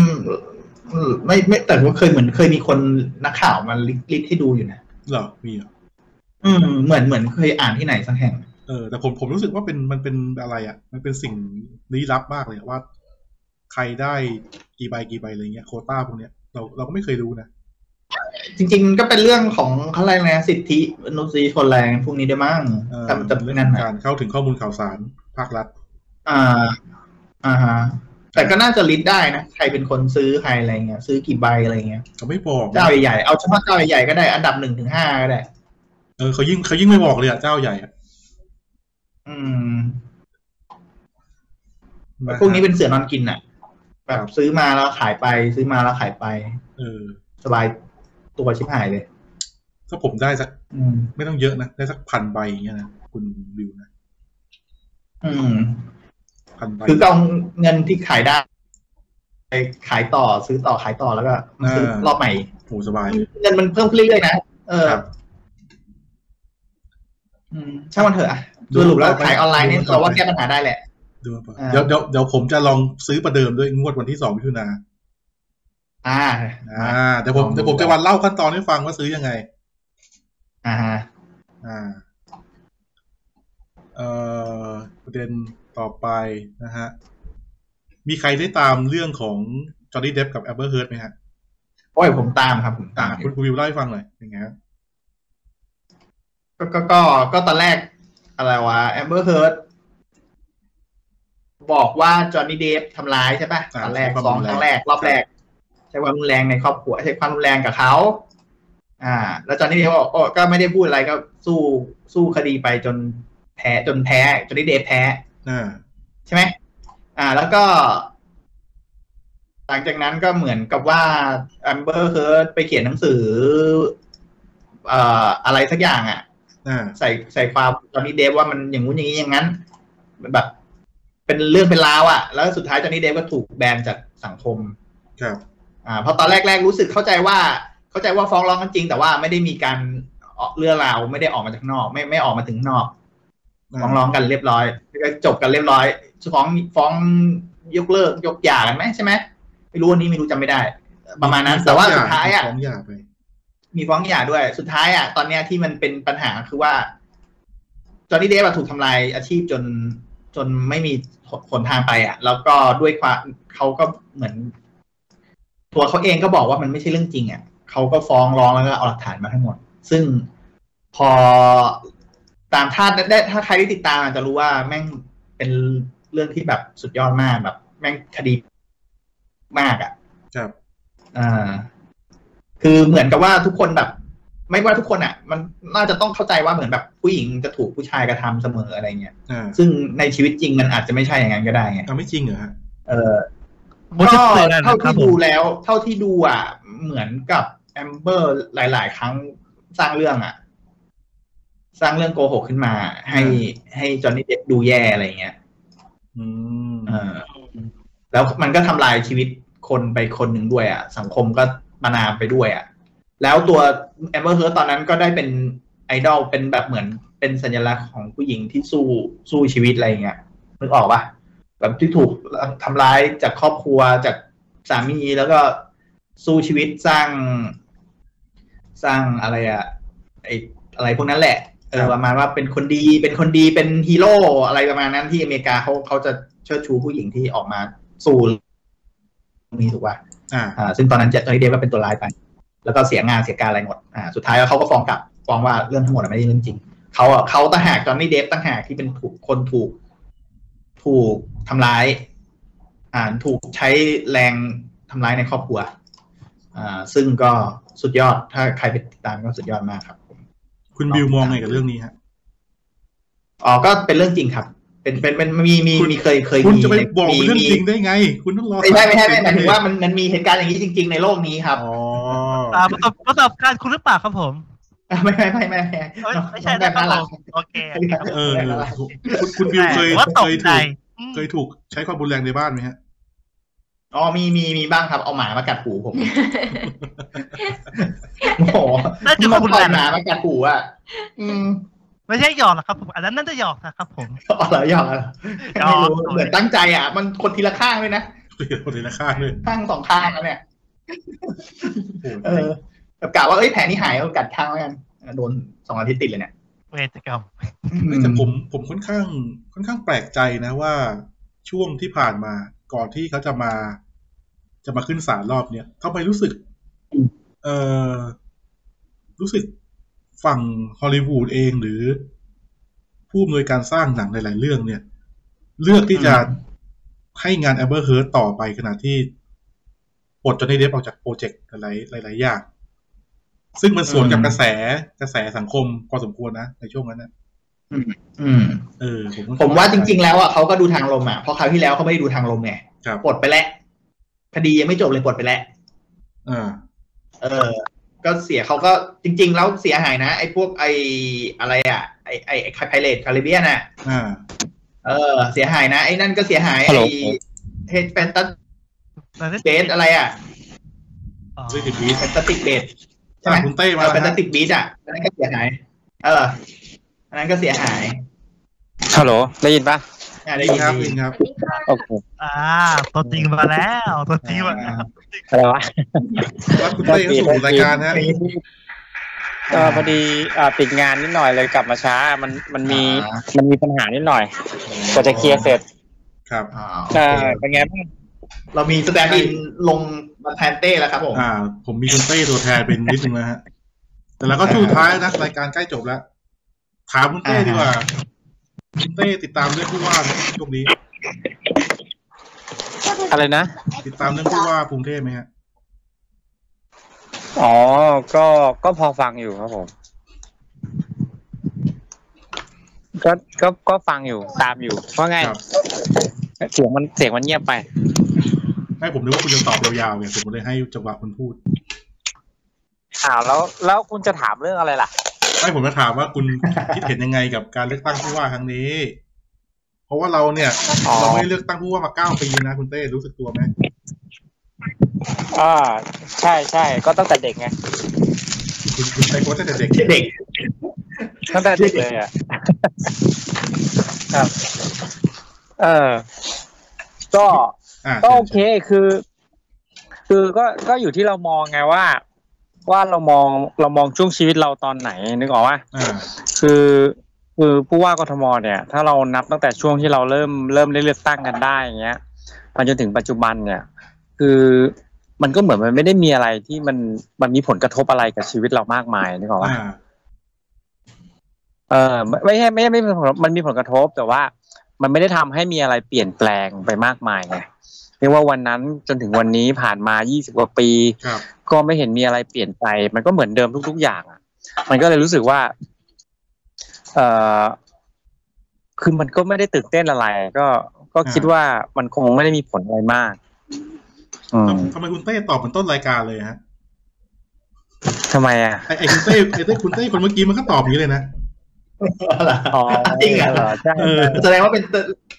B: เออไม่ไม่แต่ว่าเคยเหมือนเคยมีคนนักข่าวมาลิลิสต์ให้ดูอยู่นะ
A: เหรอมีเหรอ
B: อืมเหมือนเหมือนเคยอ่านที่ไหนสักแห่ง
A: เออแต่ผมผมรู้สึกว่าเป็นมันเป็นอะไรอะ่ะ มันเป็นสิ่งลี้ลับมากเลยอะว่า ใครได้กี่ใบกี่ใบอะไรเงี้ยโควต้าพวกเนี้ยเราเราก็ไม่เคยรู้นะ
B: จริง ๆ ก็เป็นเรื่องของเขาเรียกอะไรนะสิทธิมนุษยชนแรงพวกนี้ด้วยมั้ง
A: เออ
B: แต่แต่
A: เรื่
B: เรื่
A: อ
B: อง ง
A: ของ
B: นั้นนะ
A: การเข้าถึงข้อมูลข่าวสารภาครัฐ
B: อ่า อ่าฮะแต่ก็น่าจะลิสต์ได้นะใครเป็นคนซื้อใครอะไรเงี้ยซื้อกี่ใบอะไรเงี้ย
A: เขาไม่บอก
B: เจ้าใหญ่ๆเอาเฉพาะเจ้าใหญ่ๆก็ได้อันดับหนึ่งถึงห้าก็ได้
A: เออเขายิ่งเขายิ่งไม่บอกเลยอะ่ะเจ้าใหญ่อะ
B: อืม พวกนี้เป็นเสือนอนกินอ่ะ แบบซื้อมาแล้วขายไป ซื้อมาแล้วขายไป
A: เออ
B: สบายตัวชิบหายเลย
A: ถ้าผมได้สัก
B: อืม
A: ไม่ต้องเยอะนะ ได้สักพันใบอย่างเงี้ยนะ คุณบิวนะ
B: อืม
A: พันใบ
B: คือก็เอาเงินที่ขายได้ไปขายต่อซื้อต่อขายต่อแล้วก็มาซื้อรอบใหม่
A: โหสบายเลย
B: เงินมันเพิ่มขึ้นเรื่อยๆนะ เออ
A: ครับ
B: อืมช่างมันเถอะอะ
A: ดู
B: สรุปแล้ว
A: ต่อไป
B: ขายออนไลน์เนี่ย
A: ดูต่อไป
B: เราว่าแก้ปัญหาได้แหละ
A: ดูมาก่อน
B: อ่า
A: เดี๋ยวเดี๋ยวเดี๋ยวผมจะลองซื้อประเดิมด้วยงวดวันที่สองมิถุนา
B: อ่า
A: อ่าเดี๋ยวผม
B: ลองดู
A: เดี๋ยวผมจะวันเล่าขั้นตอนให้ฟังว่าซื้อยังไง
B: อ่าฮะ
A: อ่า เอ่อประเด็นต่อไปนะฮะ มีใครได้ตามเรื่องของจอร์ดี้เดฟกับแอ b เบอร์เฮิร์ตไหมฮะ
B: โอ้ยผมตามครับ ผมตา
A: อ่าม คุณคุณวิวเล่าให้ฟังหน่อยยังไงฮะ
B: ก็ก็ก็ก็ตอนแรกอะไรวะแอมเบอร์เฮิร์ตบอกว่าจอห์นนี่เดฟทำร้ายใช่ปะ
A: า
B: ตอนแรก
A: ใช้ความ
B: สอง
A: รุน
B: ค
A: แรง
B: รั้งแรก รอบแรก ใช้ความรุนแรงในครอบครัวใช้ความรุนแรงกับเขาอ่า แล้วจอห์นนี่เดฟบอกโอ้ก็ไม่ได้พูดอะไรก็สู้สู้คดีไปจนแพ้จนแพ้จอห์นนี่เดฟแพ้
A: อ่า
B: ใช่ไหม อ่า แล้วก็ หลังจากนั้นก็เหมือนกับว่าแอมเบอร์เฮิร์ไปเขียนหนังสือเอ่ออะไรสักอย่างอ่ะ
A: อ่า
B: ใส่ใส่ความจอห์นนี่เดฟว่ามันอย่างงู้นอย่างนี้อย่างนั้นแบบ เป็นเรื่องเป็นราวอ่ะ แล้วสุดท้ายจอห์นนี่เดฟก็ถูกแบนจากสังคม
A: ครับ
B: อ่าเพราะตอนแรกๆรู้สึกเข้าใจว่า เข้าใจว่าฟ้องร้องกันจริง แต่ว่าไม่ได้มีการเรื่องราวไม่ได้ออกมาจากนอก ไม่ไม่ออกมาถึงนอก
A: อ่า
B: ฟ้องร้องกันเรียบร้อยแล้วก็จบกันเรียบร้อยฟ้องฟ้องยกเลิกยกหย่ากันไหมใช่ไหมไม่รู้อันนี้ไม่รู้จำไม่ได้ ประมาณนั้น แต่ว่า
A: ฟ้
B: สุ
A: ง
B: ด
A: ห
B: ท้ายอ่ะ
A: ฟ้องหย่าไป
B: มีฟ้องหย่าด้วย สุดท้ายอ่ะ ตอนเนี้ยที่มันเป็นปัญหาคือว่า จอห์นนี่เดฟอะถูกทำลายอาชีพจนจนไม่มีหนทางไปอ่ะ แล้วก็ด้วยความเขาก็เหมือน ตัวเขาเองก็บอกว่ามันไม่ใช่เรื่องจริงอ่ะเขาก็ฟ้องร้องแล้วก็เอาหลักฐานมาทั้งหมด ซึ่งพอตามถ้าได้ถ้าใครได้ติดตามอาจจะรู้ว่าแม่งเป็นเรื่องที่แบบสุดยอดมากแบบ แม่งคดีมากอ่ะ
A: ครับ
B: อ่า คือเหมือนกับว่าทุกคนแบบ ไม่ว่าทุกคนอ่ะ มันน่าจะต้องเข้าใจว่าเหมือนแบบผู้หญิงจะถูกผู้ชายกระทำเสมออะไรเงี้ย
A: อ่า
B: ซึ่งในชีวิตจริงมันอาจจะไม่ใช่อย่างนั้นก็ได้ไง
A: เอาไม่จริงเหรอฮะ
B: เออ
D: ผมจะ
B: ก็
D: เตือนนะ
B: เท่า
D: ครั
B: ที่
D: บผ
B: ดู
D: ม
B: แล้ว เท่าที่ดูอ่ะ เหมือนกับแอมเบอร์หลาย ๆ ครั้งสร้างเรื่องอ่ะ สร้างเรื่องโกหกขึ้นมา ให้
A: อืม
B: ให้จอห์นนี่เด็ดูแย่อะไรเงี้ย
A: อืม
B: เออ แล้วมันก็ทำลายชีวิตคนไปคนหนึ่งด้วยอ่ะ สังคมก็ประนามไปด้วยอ่ะ แล้วตัวแอมเบอร์เฮิร์ตอนนั้นก็ได้เป็นไอดอลเป็นแบบเหมือนเป็นสัญลักษณ์ของผู้หญิงที่สู้สู้ชีวิตอะไรอย่างเงี้ยนึกออกปะแบบที่ถูกทำร้ายจากครอบครัวจากสามีแล้วก็สู้ชีวิตสร้าง สร้างอะไรอะไออะไรพวกนั้นแหละเออประมาณว่าเป็นคนดีเป็นคนดีเป็นฮีโร่อะไรประมาณนั้นที่อเมริกาเขาเขาจะเชิดชูผู้หญิงที่ออกมาสู้มีถูกป่ะ
A: อ่า
B: อ่าซึ่งตอนนั้นเจอร์เดฟก็เป็นตัวร้ายไป แล้วก็เสียงานเสียการอะไรหมดอ่าสุดท้ายแล้วเขาก็ฟ้องกลับฟ้องว่าเรื่องทั้งหมดอะไม่ได้เรื่องจริงเขาอ่ะเขาต่างหากจอห์นนี่เดฟต่างหากที่เป็นถูกคนถูก ถูกทำร้าย อ่าถูกใช้แรงทำร้ายในครอบครัว อ่า ซึ่งก็สุดยอดถ้าใครไปติดตามก็สุดยอดมากครับ
A: คุณบิวมองไงกับเรื่องนี้ฮะ
B: อ๋อก็เป็นเรื่องจริงครับ เป็นเป็นเป็นมีมี
A: คุณ
B: มีเคยเคย
A: คุณ
B: มี
A: จะไป
B: ใน
A: บอก
B: มี
A: เป็นเรื่อง
B: มี
A: จริงได้ไง คุณต้องรอ
B: ไม่ใช่ไม่ใช่ไม่
A: ศล
B: หมายถึงว่ามันมันมีเหตุการณ์อย่างนี้จริง ๆ ในโลกนี้ครับ
A: อ๋อ
D: อ่าประสบประสบการณ์คุณหรือเปล่าครับผม
B: อ่ะไม่ไม่ไม่ไม่ไม่
D: เอ้ยไม่ใช่
B: น้องแบบ
D: นะครับ
B: น่า
D: ผ
B: รัก
D: มโอเคโอเค
A: เออคุณคุณบิวเคย
D: แต่ว่าต
A: เค
D: ก
A: ย
D: ใจ
A: ถูก
D: อืม
A: เคยถูกใช้ความรุนแรงในบ้านไหมฮะ
B: อ๋อมีมีมีบ้างครับเอาหมามากัดหูผมโอ้โห
D: น่าจะ
B: มา
D: คุณ
B: ปล่อ
D: แห
B: ย
D: ละ
B: หมามากัดหูอ่ะอืม
D: ไม่ใช่หยอกหรอกครับผมอันนั้นน่าจะหยอกนะครับผม
B: อ๋อเหรอหยอกเหรอไม่
D: หยอก
B: รู้เหมือนตั้งใจอ่ะ มันคนทีละข้างเลยนะ
A: คุยกับคนในราคาเลย
B: ข้างสองข้างแล้วเนี่ย
A: โอ้โห
B: เออแบบกะว่าเอ้ยแผลนี่หายเอากัดข้างแล้วกันโดนสองอาทิตย์ติดเลยเนี่ย
D: เวทกรรม
A: แต่ผมผมค่อนข้าง ค่อนข้างแปลกใจนะว่าช่วงที่ผ่านมาก่อนที่เขาจะมา จะมาขึ้นศาลรอบเนี้ยทำไมรู้สึก เออรู้สึกฝั่งฮอลลีวูดเองหรือ ผู้อำนวยการสร้างหนังหลาย ๆ เรื่องเนี่ย เลือกที่จะให้งานแอมเบอร์เฮิร์ต่อไปขณะที่ปลดจอห์นนี่เดฟออกจากโปรเจกต์หลาย ๆ หลาย ๆ อย่าง ซึ่งมันสวนกับกระแสกระแสสังคมพอสมควรนะ ในช่วงนั้นนะ
B: อืม
A: เออผม
B: ผมว่าจริง ๆ แล้วอ่ะเขาก็ดูทางลมอ่ะเพราะคราวที่แล้วเขาไม่ได้ดูทางลมไง
A: ๆครับ
B: ปลดไปแล้วคดียังไม่จบเลยปลดไปแล้ว
A: อ่า
B: เออ ก็เสียเขาก็จริง ๆ แล้วเสียหายนะ ไอ้พวกไอ้อะไรอ่ะ ไอ้ไอ้ไอ้ไพเรตคาริเบียนอ่ะ
A: อ่า
B: เออ เสียหายนะ ไอ้นั่นก็เสียหาย
E: ฮัลโหล
B: ไอ้เฮดแฟนตา
D: แต่ถ้า
B: เบสอะไรอ่ะ
D: อ๋อ
A: เรื่องติดพีช
B: แฟนตาติกเบสใช่ไหม
A: อ่ะคุณเต้มา
B: เออแฟน
A: แล้
B: ตาว ติกบีชอ่ะอันนั้นก็เสียหาย เอออันนั้นก็เสียหาย
E: ฮัลโหล ได้ยินปะ
B: อ่า
A: จ
B: ได้
A: ริงครั
B: ยิน
A: บ
B: ดี
A: จริงครับ
C: สวัสดีค่ะ
E: โอเค
D: อ่าตัวจริงมาแล้วตัวจริงมาแล้ว
E: อะไรวะ
A: รับคุณเต้เข้าสู่รายการฮะ
E: ก็พอดีอ่าปิดงานนิดหน่อยเลยกลับมาช้า มันมันมีมันมีปัญหานิดหน่อยกว่าจะเคลียร์เสร็จ
A: ครับ
B: อ่า
E: อ่าเป็นไงบ้าง
B: เรามีสแตนด์อินลงมาแทนเต้แล้วครับผม
A: อ่า ผมมีคุณเต้ตัวแทนเป็นนิดนึงแล้วฮะ แต่แล้วก็ช่วงสุดท้ายนะรายการใกล้จบแล้ว ถามคุณเต้ดีกว่าคุณเต้ติดตามเรื่องผู้ว่าไหมช่วงนี้
E: อะไรนะ
A: ติดตามเรื่องผู้ว่ากรุงเทพไหมฮะ
E: อ๋อ ก็ก็พอฟังอยู่ครับผม ก็ก็ก็ฟังอยู่ตามอยู่เพราะไง
A: ครับ
E: เสียงมันเสียงมันเงียบไป
A: ให้ผมนึกว่าคุณจะตอบยาวๆเนี่ยผมเลยให้จังหวะคุณพูด
E: ข่าวแล้ว แล้วคุณจะถามเรื่องอะไรล่ะ
A: ไม่ผมจะถามว่าคุณ คิดเห็นยังไงกับการเลือกตั้งผู้ว่าครั้งนี้ เพราะว่าเราเนี่ย
E: อ๋อ
A: เราไม่ได้เลือกตั้งผู้ว่ามาเก้าปีนะคุณเต้รู้สึกตัวไหม
E: อ่าใช่ใช่ก็ตั้งแต่เด็กไง
A: คุณคุณใช้โค้ชตั้งแต่เด็ก
B: เด็ก
E: ตั้งแต่เด็กเลยอ่ะ ครับ เออก็
A: อ่า
E: ก็โอเคคือ คือก็ก็อยู่ที่เรามองไงว่า ว่าเรามองเรามองช่วงชีวิตเราตอนไหนนึกออกว่า
A: อ่า
E: คือคือผู้ว่ากทมเนี่ย ถ้าเรานับตั้งแต่ช่วงที่เราเริ่มเริ่มได้เลือกตั้งกันได้อย่างเงี้ยมาจนถึงปัจจุบันเนี่ย คือมันก็เหมือนมันไม่ได้มีอะไรที่มันมันมีผลกระทบอะไรกับชีวิตเรามากมายนึกออกปะ
A: อ่า
E: เออไม่ไม่ใช่ไม่ใช่ไม่มีผลมันมีผลกระทบแต่ว่ามันไม่ได้ทำให้มีอะไรเปลี่ยนแปลงไปมากมายไงเรียกว่าวันนั้นจนถึงวันนี้ผ่านมา 20 กว่าปี
A: ครับ
E: ก็ไม่เห็นมีอะไรเปลี่ยนไป มันก็เหมือนเดิมทุก ๆ อย่างอ่ะ มันก็เลยรู้สึกว่า เออคือมันก็ไม่ได้ตื่นเต้นอะไร ก็ก็คิดว่ามันคงไม่ได้มีผลอะไรมาก อืม
A: ทำไมคุณเต้ตอบเหมือนต้นรายการเลยฮะ
E: ทำไมอ่ะ
A: ไอ้ไอ้คุณเต้ไอ้เต้คุณเต้คนเมื่อกี้มันก็ตอบอย่างนี้เลยนะ
E: อ๋อ
B: จริงเหรอ
E: ใช่
A: เออ
B: แสดงว่าเป็น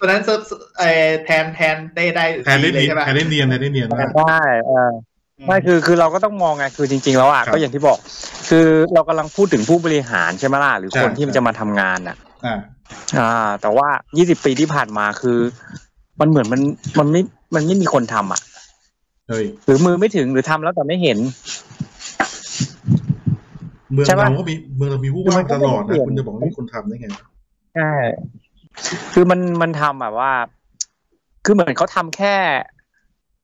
B: ตอนนั้นเซิร์ฟเอ่อแทนแทนได้ได้
A: แทนได้
B: เล
A: เนี
B: ย
A: ยน
B: ใช่ปะ
A: แทนได้เนียนแทนได้เนียนมาก
E: ใช่เออ ไม่คือคือเราก็ต้องมองไงคือจริง ๆ แล้วอ่ะ
A: ครับ
E: ก็อย่างที่บอก คือเรากำลังพูดถึงผู้บริหารใช่ไหมล่ะหรือ
A: ใช่
E: คนที่
A: ใช่
E: จะมาทำงานอ่ะ
A: อ่า
E: อ่า แต่ว่า 20 ปีที่ผ่านมาคือ มันเหมือนมันมันไม่มันไม่มีคนทำอ่ะ
A: เฮ้ย
E: หรือมือไม่ถึงหรือทำแล้วแต่ไม่เห็น
A: เมือง
E: ใช่
A: เรา
E: ปะ
A: ก็มีเมืองเรามีผู้ว่างตลอด
E: มันก็
A: นะ
E: ไม่เปลี่ยน
A: คุณจะบอกว่ามีคนทำได้ไง
E: ใช่คือมันมันทำแบบว่า คือเหมือนเขาทำแค่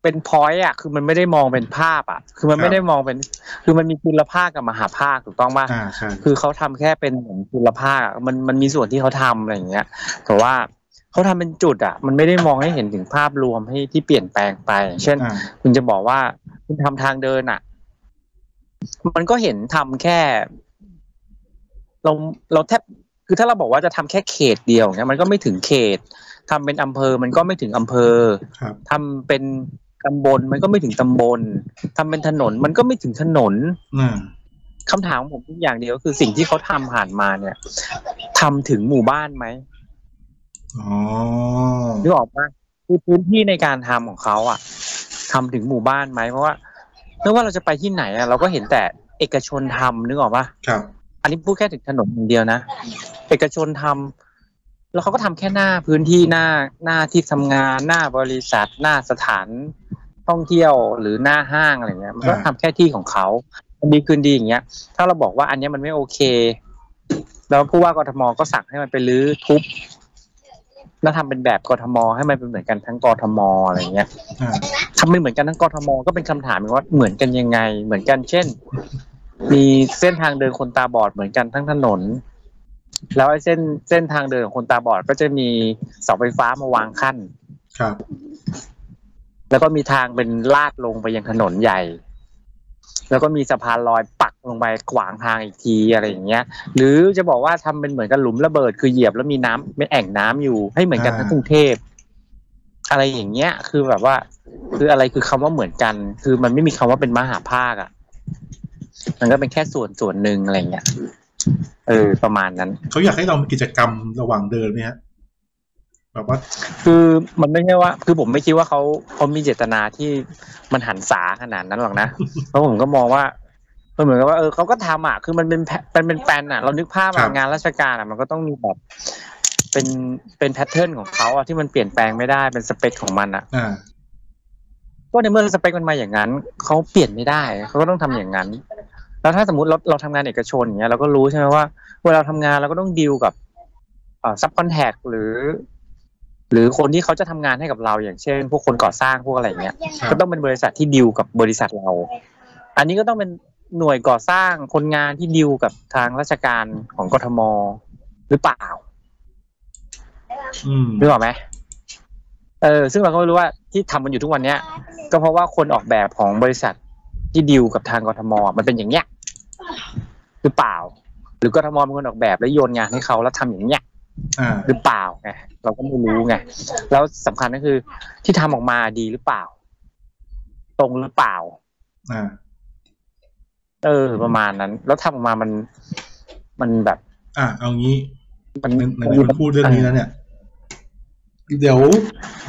E: เป็นพอยต์อ่ะ คือมันไม่ได้มองเป็นภาพอ่ะ คือมั
A: ค
E: น
A: รับ
E: ไม่ได้มองเป็น คือมันมีคุณภาคกับมหาภาคถูกต้องป่ะ
A: อ่าใช่
E: คือเขาทำแค่เป็นเหมือนคุณภาพอะมันมันมีส่วนที่เขาทำอะไรอย่างเงี้ย แต่ว่าเขาทำเป็นจุดอ่ะ มันไม่ได้มองให้เห็นถึงภาพรวมให้ที่เปลี่ยนแปลงไปอย่างเช่น
A: อ่า
E: คุณจะบอกว่าคุณทำทางเดินอ่ะ มันก็เห็นทำแค่ เราเราแทบคือถ้าเราบอกว่าจะทำแค่เขตเดียวเงี้ยมันก็ไม่ถึงเขตทำเป็นอำเภอ มันก็ไม่ถึงอำเภอ
A: ครับ
E: ทำเป็นตำบลมันก็ไม่ถึงตำบลทำเป็นถนน มันก็ไม่ถึงถนน
A: อ่า
E: คำถามของผมทุกอย่างเดียวก็คือสิ่งที่เขาทำผ่านมาเนี่ยทำถึงหมู่บ้านไหม
A: อ๋อ
E: นึกออกปะคือพื้นที่ในการทำของเขาอะทำถึงหมู่บ้านไหมเพราะว่าไม่ว่าเราจะไปที่ไหนอะเราก็เห็นแต่เอกชนทำนึกออกปะ
A: ครับ
E: อันนี้พูดแค่ถึงถนนอย่างเดียวนะเอกชนทำแล้วเขาก็ทำแค่หน้าพื้นที่หน้าหน้าที่ทำงานหน้าบริษัท หน้าสถานท่องเที่ยวหรือหน้าห้างอะไรเงี้ยมันก็
A: อ่า
E: ทำแค่ที่ของเขาวันดีคืนดีอย่างเงี้ย ถ้าเราบอกว่าอันเนี้ยมันไม่โอเค แล้วผู้ว่ากทมก็สั่งให้มันไปรื้อทุบแล้วทำเป็นแบบกทมให้มันเป็นเหมือนกันทั้งกทมอะไรเงี้ย
A: อ่า
E: ทำเป็นเหมือนกันทั้งกทมก็เป็นคำถามอีกว่าเหมือนกันยังไง เหมือนกัน เช่น มีเส้นทางเดินคนตาบอดเหมือนกันทั้งถนน แล้วไอ้เส้นเส้นทางเดินของคนตาบอดก็จะมีเสาไฟฟ้ามาวางขั้น
A: ครับ
E: แล้วก็มีทางเป็นลาดลงไปยังถนนใหญ่ แล้วก็มีสะพานลอยปักลงไปขวางทางอีกทีอะไรอย่างเงี้ย หรือจะบอกว่าทำเป็นเหมือนกับหลุมระเบิดคือเหยียบแล้วมีน้ำเป็นแอ่งน้ำอยู่ให้เหมือนกัน
A: อ่า
E: ทั้งกรุงเทพอะไรอย่างเงี้ย คือแบบว่า คืออะไรคือคำว่าเหมือนกัน คือมันไม่มีคำว่าเป็นมหาภาคอะ่ะ มันก็เป็นแค่ส่วนส่วนหนึ่งอะไรอย่างเงี้ยเออประมาณนั้น
A: เขาอยากให้เรามีกิจกรรมระหว่างเดินไหมฮะ แบบว่า
E: คือมันไม่ใช่ว่า คือผมไม่คิดว่าเขาเขามีเจตนาที่มันหันษาขนาดนั้นหรอกนะ เพราะผมก็มองว่ามันเหมือนกับว่าเออเขาก็ทำอ่ะคือมันเป็นแพมันเป็นแปลนอ่ะ เรานึกภาพ
A: ครับ
E: อ่ะงานราชการอ่ะ มันก็ต้องมีแบบเป็นเป็นแพทเทิร์นของเขาอ่ะที่มันเปลี่ยนแปลงไม่ได้เป็นสเปคของมันอ่ะ
A: อ่า
E: ก็ในเมื่อสเปคมันมาอย่างนั้นเขาเปลี่ยนไม่ได้เขาก็ต้องทำอย่างนั้น แล้วถ้าสมมติเราเราทำงานเอกชนอย่างเงี้ยเราก็รู้ใช่ไหมว่าเวลาเราทำงานเราก็ต้องดีลกับซับคอนแทคหรือ หรือคนที่เขาจะทำงานให้กับเราอย่างเช่น พวกคนก่อสร้างพวกอะไรอย่างเงี้ย
A: ครับ
E: ก็ต้องเป็นบริษัทที่ดีลกับบริษัทเรา อันนี้ก็ต้องเป็นหน่วยก่อสร้างคนงานที่ดีลกับทางราชการของกทมหรือเปล่า
A: อืม
E: นึกออกไหมเออ ซึ่งเราก็ไม่รู้ว่าที่ทำมันอยู่ทุกวันเนี้ย ก็เพราะว่าคนออกแบบของบริษัทที่ดีลกับทางกทมมันเป็นอย่างเนี้ยหรือเปล่า หรือกทมเป็นคนออกแบบแล้วโยนงานให้เขาแล้วทำอย่างเนี้ย
A: อ่า
E: หรือเปล่าไงเราก็ไม่รู้ไงแล้วสำคัญก็คือ ที่ทำออกมาดีหรือเปล่า ตรงหรือเปล่า
A: อ่า
E: เออ ประมาณนั้น แล้วทำออกมามันมันแบบ
A: อ่า เอางี้
E: มัน
A: ไหนไหนคุณพูดเรื่องนี้แล้วเนี่ย เดี๋ยว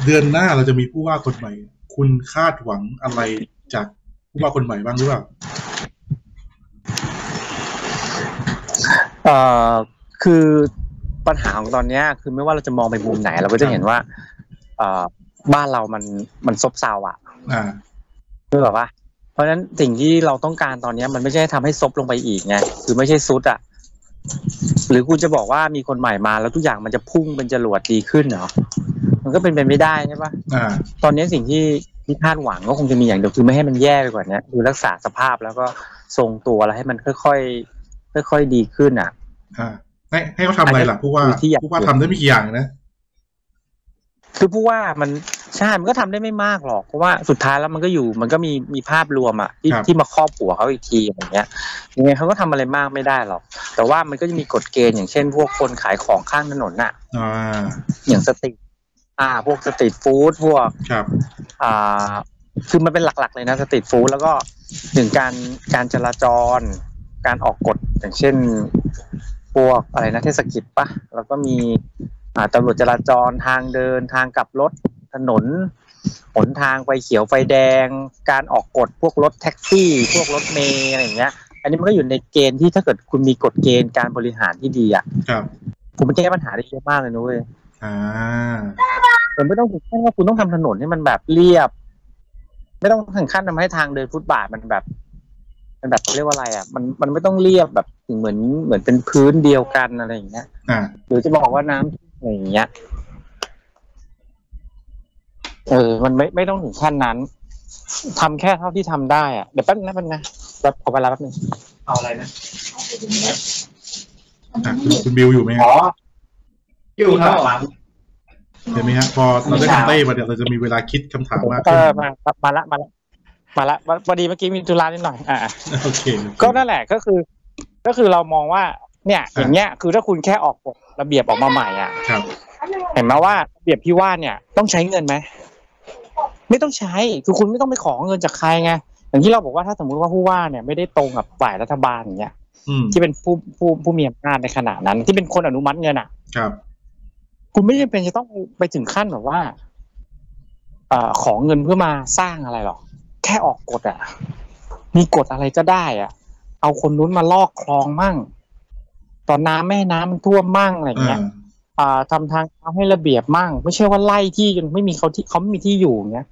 A: เดือนหน้าเราจะมีผู้ว่าคนใหม่ คุณคาดหวังอะไรจากผู้ว่าคนใหม่บ้างหรือเปล่า
E: เอ่อคือปัญหาของตอนเนี้ย คือไม่ว่าเราจะมองไปมุมไหน เราก็จะเห็นว่า เอ่อบ้านเรามันมันซบเซาอ่ะ
A: อ่า
E: คือแบบว่า เพราะฉะนั้นสิ่งที่เราต้องการตอนเนี้ย มันไม่ใช่ทำให้ซบลงไปอีกไงคือไม่ใช่ซุดอ่ะ หรือคุณจะบอกว่ามีคนใหม่มาแล้วทุกอย่างมันจะพุ่งเป็นจรวดดีขึ้นเหรอมันก็เป็นไปไม่ได้ใช่ปะ
A: อ่า
E: ตอนนี้สิ่งที่ที่คาดหวังก็คงจะมีอย่างเดียวคือไม่ให้มันแย่ไปกว่านี้คือรักษาสภาพแล้วก็ทรงตัวแล้วให้มันค่อยๆค่อยๆดีขึ้นอ่ะ
A: อ่า ให้ให้เขาทำอะไรล่ะผู้ว่า
E: ที่อยาก
A: ผู้ว่าทำได้ไม่กี่อย่างนะ
E: คือผู้ว่ามันใช่มันก็ทำได้ไม่มากหรอกเพราะว่าสุดท้ายแล้วมันก็อยู่ มันก็มีมีภาพรวมอ่ะที่
A: ครับ
E: ที่มาครอบหัวเขาอีกทีอย่างเงี้ยยังไงเขาก็ทำอะไรมากไม่ได้หรอก แต่ว่ามันก็จะมีกฎเกณฑ์อย่างเช่น พวกคนขายของข้างถนนน่ะ
A: อ่า
E: อย่างสตรีทอ่า พวกสตรีทฟู้ดพวก
A: ครับ
E: อ่าคือมันเป็นหลักๆเลยนะสตรีทฟู้ดแล้วก็ถึงการการจราจร การออกกฎอย่างเช่น พวกอะไรนะเทศกิจปะแล้วก็มีอ่าตำรวจจราจรทางเดินทางกลับรถถนนหนทางไฟเขียวไฟแดง การออกกฎพวกรถแท็กซี่ พวกรถเมย์อะไรอย่างเงี้ย อันนี้มันก็อยู่ในเกณฑ์ที่ถ้าเกิดคุณมีกฎเกณฑ์การบริหารที่ดีอ่ะ
A: ครับ
E: คุณมันแก้ปัญหาได้เยอะมากเลยนุ้ย
A: อ่า
E: ผมไม่ต้องถึงขั้นว่าคุณต้องทำถนนให้มันแบบเรียบ ไม่ต้องถึงขั้นทำให้ทางเดินฟุตบาทมันแบบ มันแบบเรียกว่าอะไรอ่ะมันมันไม่ต้องเรียบแบบถึงเหมือนเหมือนเป็นพื้นเดียวกันอะไรอย่างเงี้ย
A: อ่า
E: หรือจะบอกว่าน้ำอะไรอย่างเงี้ยเออ มันไม่ไม่ต้องถึงขั้นนั้นทำแค่เท่าที่ทำได้อ่ะเดี๋ยวแป๊บนึงนะแป๊บนึงนะแป๊บขอเวลาแป๊บนึง
B: เอาอะไรนะ
A: อ่ะคุณคุณบิวอยู่ไหมฮะ
E: อ๋อ
B: อยู่ครับ
A: เห็นไหมฮะพอเราได้คำเต้มาเดี๋ยวเราจะมีเวลาคิดคำถามมาก
E: เอ
A: ขึ้น
E: อมามาละมาละมาละพอดีเมื่อกี้มีธุระนิดหน่อยอ่า
A: โอเคโอเค
E: ก็นั่นแหละก็คือ ก็คือเรามองว่า เนี่ย อย่างเงี้ยคือถ้าคุณแค่ออกกฎระเบียบออกมาใหม่อ่ะ
A: ครับ
E: เห็นไหมว่าระเบียบที่ว่าเนี่ยต้องใช้เงินไหมไม่ต้องใช้คือคุณไม่ต้องไปขอเงินจากใครไงอย่างที่เราบอกว่าถ้าสมมุติว่าผู้ว่าเนี่ยไม่ได้ตรงกับฝ่ายรัฐบาลอย่างเงี้ย
A: อืม
E: ที่เป็นผู้ผู้ผู้มีอำนาจในขณะนั้น ที่เป็นคนอนุมัติเงินอ่ะ
A: ครับ
E: คุณไม่จำเป็นจะต้องไปถึงขั้นแบบว่าเอ่อขอเงินเพื่อมาสร้างอะไรหรอก แค่ออกกฎอ่ะ มีกฎอะไรก็ได้อ่ะ เอาคนนู้นมาลอกคลองมั่ง ตอนน้ำแม่น้ำมันท่วมมั่งอะไรอย่างเงี้
A: อ่า
E: ย อ่าทำทางเท้าให้ระเบียบมั่ง ไม่ใช่ว่าไล่ที่จนไม่มีเขาที่เขาไม่มีที่อยู่อย่างเงี้ย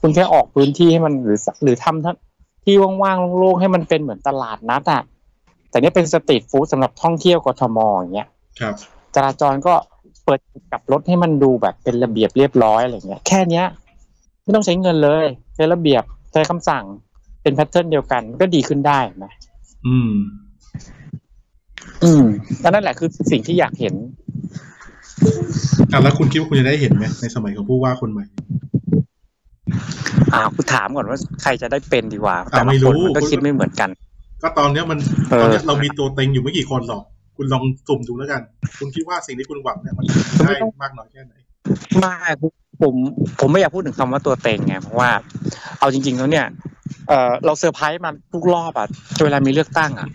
E: คุณแค่ออกพื้นที่ให้มันหรือ หรือทำที่ว่างๆโล่งๆให้มันเป็นเหมือนตลาดนัดอ่ะ แต่เนี้ยเป็นสตรีทฟู้ดสำหรับท่องเที่ยวกทมอย่างเงี้ย
A: ครับ
E: จราจรก็เปิดกลับรถให้มันดูแบบเป็นระเบียบเรียบร้อยอะไรเงี้ยแค่เนี้ย ไม่ต้องใช้เงินเลยใช้ระเบียบใช้คำสั่งเป็นแพทเทิร์นเดียวกันก็ดีขึ้นได้นะ
A: อืม
E: อืมแล้วนั่นแหละคือสิ่งที่อยากเห็น
A: อ่ะแล้วคุณคิดว่าคุณจะได้เห็นไหมในสมัยของผู้ว่าคนใหม่
E: อ่าคุณถามก่อนว่าใครจะได้เป็นดีกว่า แต่ละ
A: ไม่รู้
E: คนมันก็คิดไม่เหมือนกัน
A: ก็ตอนเนี้ยมัน
E: เอ
A: ตอ
E: อ
A: นเนี้ยเรามีตัวเต็งอยู่ไม่กี่คนหรอก คุณลองสุ่มดูแล้วกัน คุณคิดว่าสิ่งที่คุณหวังเนี่ยมันได้มากน้อยแค่ไหน
E: ไมาผมผมไม่อยากพูดถึงคำว่าตัวเต็งไงเพราะว่า เอาจริง ๆ แล้วเนี่ย เออเราเซอร์ไพรส์มาทุกรอบอ่ะเวลามีเลือกตั้งอ่ะ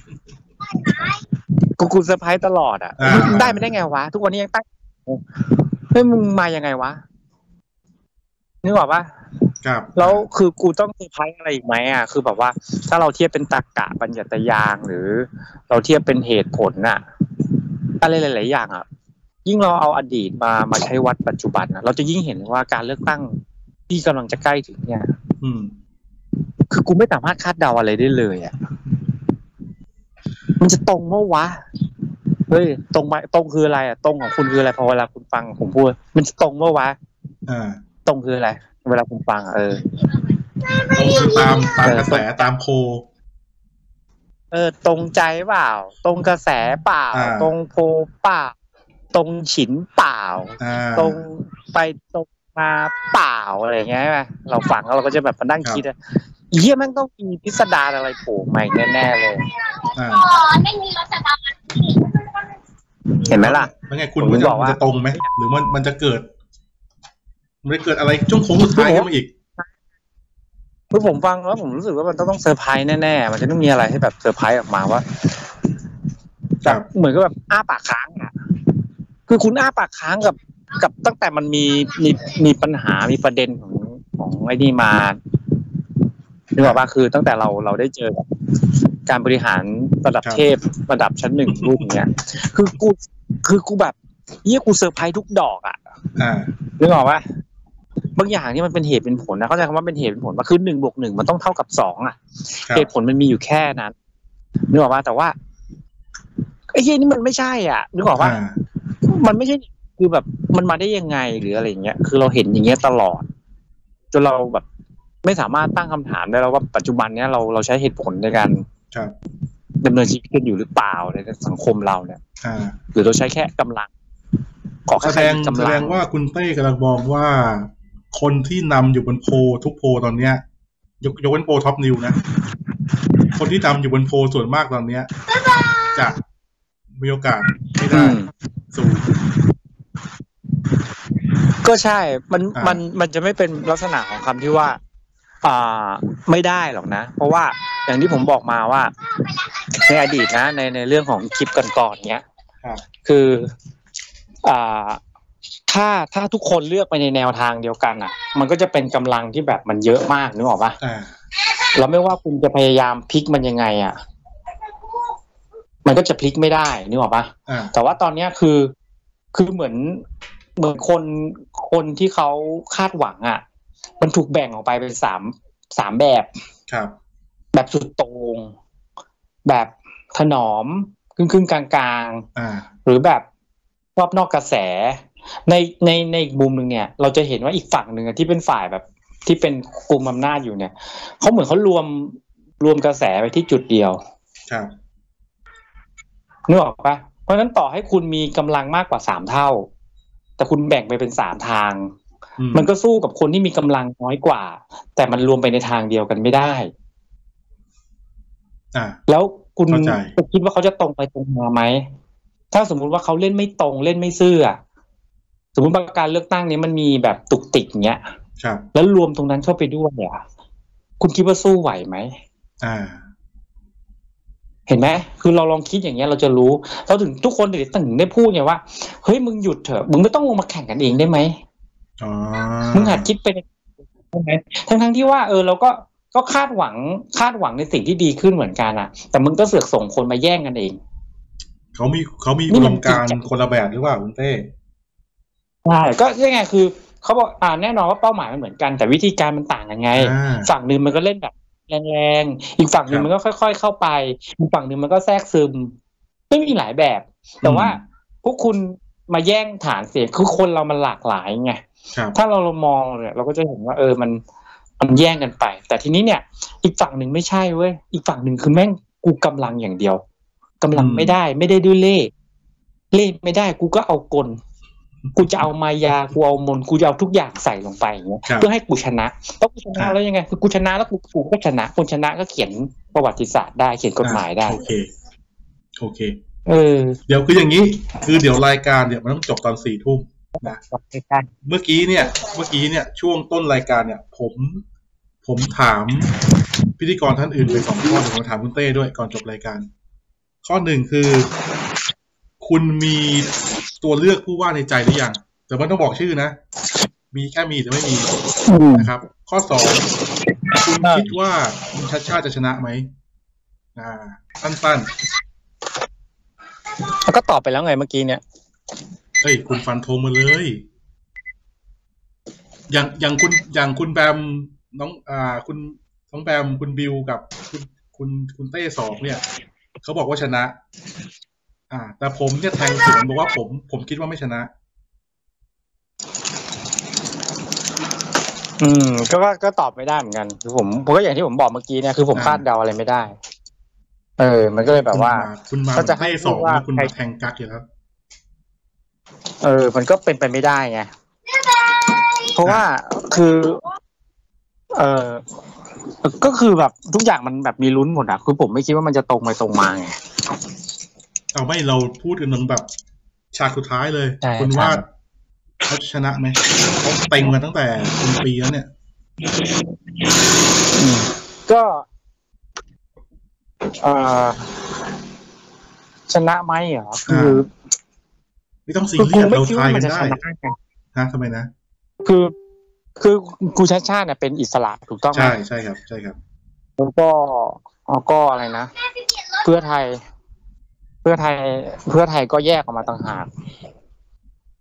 E: กูกูเซอร์ไพรส์ตลอดอ่ะ
A: อ่า
E: ได้ไม่ได้ไงวะ ทุกวันนี้ยังตั้งเฮ้ยมึงมายังไงวะนึกออกปะ
A: ครับ
E: แล้วคือกูต้องเซอร์ไพรส์อะไรอีกไหมอ่ะคือแบบว่า ถ้าเราเทียบเป็นตรรกะปัญญาตยางหรือ เราเทียบเป็นเหตุผลน่ะอะไรหลาย ๆ อย่างอ่ะ ยิ่งเราเอาอดีตมามาใช้วัดปัจจุบันนะเราจะยิ่งเห็นว่าการเลือกตั้งที่กำลังจะใกล้ถึงเนี่ย
A: อืม
E: คือกูไม่สามารถคาดเดาอะไรได้เลยอ่ะ มันจะตรงเมื่อวะ เฮ้ย ตรงไหมตรงคืออะไรอ่ะ ตรงของคุณคืออะไรพอเวลาคุณฟังผมพูด มันจะตรงเมื่อวะ
A: อ่า
E: ตรงคืออะไร เวลาคุณฟังอ่ะเออ
A: ต้องตามตามกระแสตามโพล
E: เออ ตรงใจเปล่า ตรงกระแสเปล่า
A: อ่า
E: ตรงโพลเปล่า ตรงฉินเปล่า
A: อ่า
E: ตรงไปตรงมาเปล่าอะไรอย่างเงี้ยใช่ไหมเราฝังแล้วเราก็จะแบบมานั่ง
A: ครับ
E: คิดอะเยี่ยแมันต้องมีพิสดารอะไรโผล่มาอีกแน่ๆเลย
A: อ่า
C: ไม่มีรถสตาร์ท
E: เห็นไหมล่ะ
A: แล้วไงคุณ
E: ผม
A: มันจะ
E: บอกว่า
A: มันจะตรงไหมหรือมันมันจะเกิด มันจะเกิดอะไรช่วงโค้งสุดท้ายขึ้นมาอีก
E: คือผมฟังแล้วผมรู้สึกว่ามันต้องต้องเซอร์ไพรส์แน่ๆ มันจะต้องมีอะไรให้แบบเซอร์ไพรส์ออกมาว่า
A: ครับ
E: เหมือนกับแบบอ้าปากค้างอ่ะ คือคุณอ้าปากค้างกับ กับตั้งแต่มันมีมีมีปัญหามีประเด็นของของไอ้นี่มานึกออกปะคือตั้งแต่เราเราได้เจอกับการบริหารระดับ
A: ครับ
E: เทพระดับชั้นหนึ่งรุ่นเนี้ย คือกูคือกูแบบเยี่ยกูเซอร์ไพรส์ทุกดอกอ่ะ
A: อ่า
E: นึกออกปะ บางอย่างนี่มันเป็นเหตุเป็นผลนะเข้าใจคำว่าเป็นเหตุเป็นผลว่าคือหนึ่งบวกหนึ่งมันต้องเท่ากับสองอ่ะ
A: ครับ
E: เหตุผลมันมีอยู่แค่นั้นนึกออกป่ะแต่ว่าไอ้เหี้ยนี่มันไม่ใช่อ่ะนึกออกป่ะ มันไม่ใช่คือแบบมันมาได้ยังไงหรืออะไรอย่างเงี้ย คือเราเห็นอย่างเงี้ยตลอด จนเราแบบ ไม่สามารถตั้งคำถามได้แล้วว่าปัจจุบันเนี้ยเราเราใช้เหตุผลในการ
A: ครับ
E: ดำเนินชีวิตกันอยู่หรือเปล่าในสังคมเราเนี่ย
A: อ่า
E: หรือเราใช้แค่กำลัง ขอ
A: แส
E: แค่ใคร
A: ดง
E: มี
A: แส
E: กำ
A: ด
E: ลัง
A: งว่าคุณเต้กำลังมองว่า คนที่นำอยู่บนโพลทุกโพลตอนเนี้ย ยกยกเว้นโพลท็อปนิวนะ คนที่นำอยู่บนโพลส่วนมากตอนเนี้ยจะมีโอกาสไม่
E: อื
A: ได้
E: ม
A: สูง
E: ก็ใช่มัน
A: อ่ามั
E: มันมันจะไม่เป็นลักษณะของคำที่ว่า อ่าไม่ได้หรอกนะ เพราะว่าอย่างที่ผมบอกมาว่า ในอดีตนะ ในในเรื่องของคลิปก่อนๆเนี้ย
A: ครับ
E: คืออ่าถ้าถ้าทุกคนเลือกไปในแนวทางเดียวกันอ่ะ มันก็จะเป็นกำลังที่แบบมันเยอะมากนึกออกปะ
A: อ่า
E: แล้วไม่ว่าคุณจะพยายามพลิกมันยังไงอ่ะ มันก็จะพลิกไม่ได้นึกออกปะ
A: อ่า
E: แต่ว่าตอนเนี้ยคือคือเหมือนเหมือนคนคนที่เขาคาดหวังอ่ะ มันถูกแบ่งออกไปเป็นสามสามแบบ
A: ครับ
E: แบบสุดโตง่งแบบถนอมครึ่งครึ่งๆกลางกลางๆ
A: อ่า
E: หรือแบบชอบนอกกระแส ในในในอีกมุมหนึ่งเนี่ย เราจะเห็นว่าอีกฝั่งหนึ่งอะที่เป็นฝ่ายแบบที่เป็นกลุ่มอำนาจอยู่เนี่ยเขาเหมือนเขารวมรวมกระแสไปที่จุดเดียว
A: ครับ
E: นึกออกปะเพราะฉะนั้นต่อให้คุณมีกำลังมากกว่าสามเท่า แต่คุณแบ่งไปเป็นสามทาง
A: อืม
E: มันก็สู้กับคนที่มีกำลังน้อยกว่า แต่มันรวมไปในทางเดียวกันไม่ได้
A: อ่า
E: แล้วคุณ
A: เข้าใจ
E: จะคิดว่าเขาจะตรงไปตรงมาไหม ถ้าสมมุติว่าเขาเล่นไม่ตรงเล่นไม่ซื่ออะสมมติว่าการเลือกตั้งนี้มันมีแบบตุกติกเงี้ย
A: ครับ
E: แล้วรวมตรงนั้นเข้าไปด้วยเนี่ยคุณคิดว่าสู้ไหวไหม
A: อ่า
E: เห็นไหมคือเราลองคิดอย่างเงี้ยเราจะรู้ เราถึงทุกคนถึงได้พูดไงว่า เฮ้ยมึงหยุดเถอะ มึงไม่ต้องลงมาแข่งกันเองได้ไหม
A: อ๋อ
E: มึงหัดคิดไปใน ใช่ไหมทั้งทั้งๆที่ว่าเออเราก็ก็คาดหวังคาดหวังในสิ่งที่ดีขึ้นเหมือนกันอะแต่มึงก็เสือกส่งคนมาแย่งกันเอง
A: เขามีเขามี
E: นี่
A: อุ
E: มั
A: ดม
E: น
A: การณ์
E: จริงจัง
A: คนละแบบหรือเปล่าคุณเต้
E: ใช่ก็ยังไงคือเขาบอกอ่าแน่นอนว่าเป้าหมายมันเหมือนกัน แต่วิธีการมันต่างกันไง
A: อ่า
E: ฝั่งหนึ่งมันก็เล่นแบบแรงๆอีกฝั่งหนึ่
A: ครั
E: ง
A: บ
E: มันก็ค่อย ๆ เข้าไปอีกฝั่งหนึ่งมันก็แทรกซึมก็มีหลายแบบ แต่
A: อืม
E: ว่าพวกคุณมาแย่งฐานเสียงคือคนเรามันหลากหลายไง
A: ครับ
E: ถ้าเรามองเนี่ยเราก็จะเห็นว่า เออมันมันแย่งกันไป แต่ทีนี้เนี่ย อีกฝั่งหนึ่งไม่ใช่เว้ยอีกฝั่งหนึ่งคือแม่งกูกำลังอย่างเดียวกำลัง
A: อืม
E: ไม่ได้ ไม่ได้ด้วยเล่ห์เล่ห์ไม่ได้กูก็เอากล กูจะเอามายากูเอามนต์กูจะเอาทุกอย่างใส่ลงไปอย่างเงี้ย
A: ครับ
E: เพื่อให้กูชนะแล้วกูชนะ
A: อ่ะ
E: แล้วยังไงคือกูชนะแล้วกูกูก็ชนะคนชนะก็เขียนประวัติศาสตร์ได้เขียนกฎหมายได้
A: อ่ะโอเค โอเค
E: เออ
A: เดี๋ยวคืออย่างนี้ คือเดี๋ยวรายการเนี่ยมันต้องจบตอนสี่ทุ่ม เมื่อกี้เนี่ย เมื่อกี้เนี่ย ช่วงต้นรายการเนี่ย ผม ผมถามพิธีกรท่านอื่นไปสองข้อเดี๋ยวผมถามคุณเต้ด้วยก่อนจบรายการ ข้อหนึ่งคือ คุณมีตัวเลือกผู้ว่าในใจหรือยัง แต่ว่าต้องบอกชื่อนะ มีแค่มีหรือไม่มี
E: อืม
A: นะครับ ข้อสองคุณ
E: อ่า
A: คิดว่าคุณชัดชาติจะชนะไหมอ่าสั้น
E: แล้วก็ตอบไปแล้วไงเมื่อกี้เนี่ย
A: ๆเฮ้ยคุณฟันธงมาเลย อย่างอย่างคุณอย่างคุณแบมน้องอ่าคุณน้องแบมคุณบิวกับคุณคุณคุณเต้สองเนี่ยเขาบอกว่าชนะ อ่า แต่ผมเนี่ยแทงสวนบอกว่าผม ผมคิดว่าไม่ชนะ
E: อืมก็ก็ก็ตอบไม่ได้เหมือนกันคือผมผมก็อย่างที่ผมบอกเมื่อกี้เนี่ยคือผม
A: อ่า
E: คาดเดาอะไรไม่ได้ เออ มันก็เลยแบบว่า
A: คุณมา
E: ก็
A: คุณ
E: จะ
A: มา
E: ให้
A: เต้สอง
E: ว่า
A: นะคุณ
E: ใคร
A: มาแทงกักอยู่แล้ว
E: เออ มันก็เป็นไปไม่ได้ไงเพราะว่าคือ เออก็คือแบบทุกอย่างมันแบบมีลุ้นหมดอะคือผมไม่คิดว่ามันจะตรงไปตรงมาไง
A: เอาไม่เราพูดกันถึงแบบฉากสุดท้ายเลย
E: ใช่
A: คุณ
E: ครับ
A: ว่าเขาจะชนะไหมเขาเต็งกันตั้งแต่เป็นปีแล้วเนี่ย
E: อืมก็เออชนะไหมเหรอคือ
A: ไม่ต้องซี
E: คือ
A: เรี
E: กู
A: ยส
E: ไม่
A: เรา
E: คิด
A: ทา
E: ว่าย มั
A: กัน นได้
E: จะชนะไง
A: นะทำไมนะ
E: คือคือกูชาติชาติเนี่ยเป็นอิสระถูกต้องไหม
A: ใช่ใช่ครับ ใช่ครับ
E: แล้วก็แล้วก็อะไรนะ เพื่อไทย เพื่อไทย เพื่อไทยก็แยกออกมาต่างหาก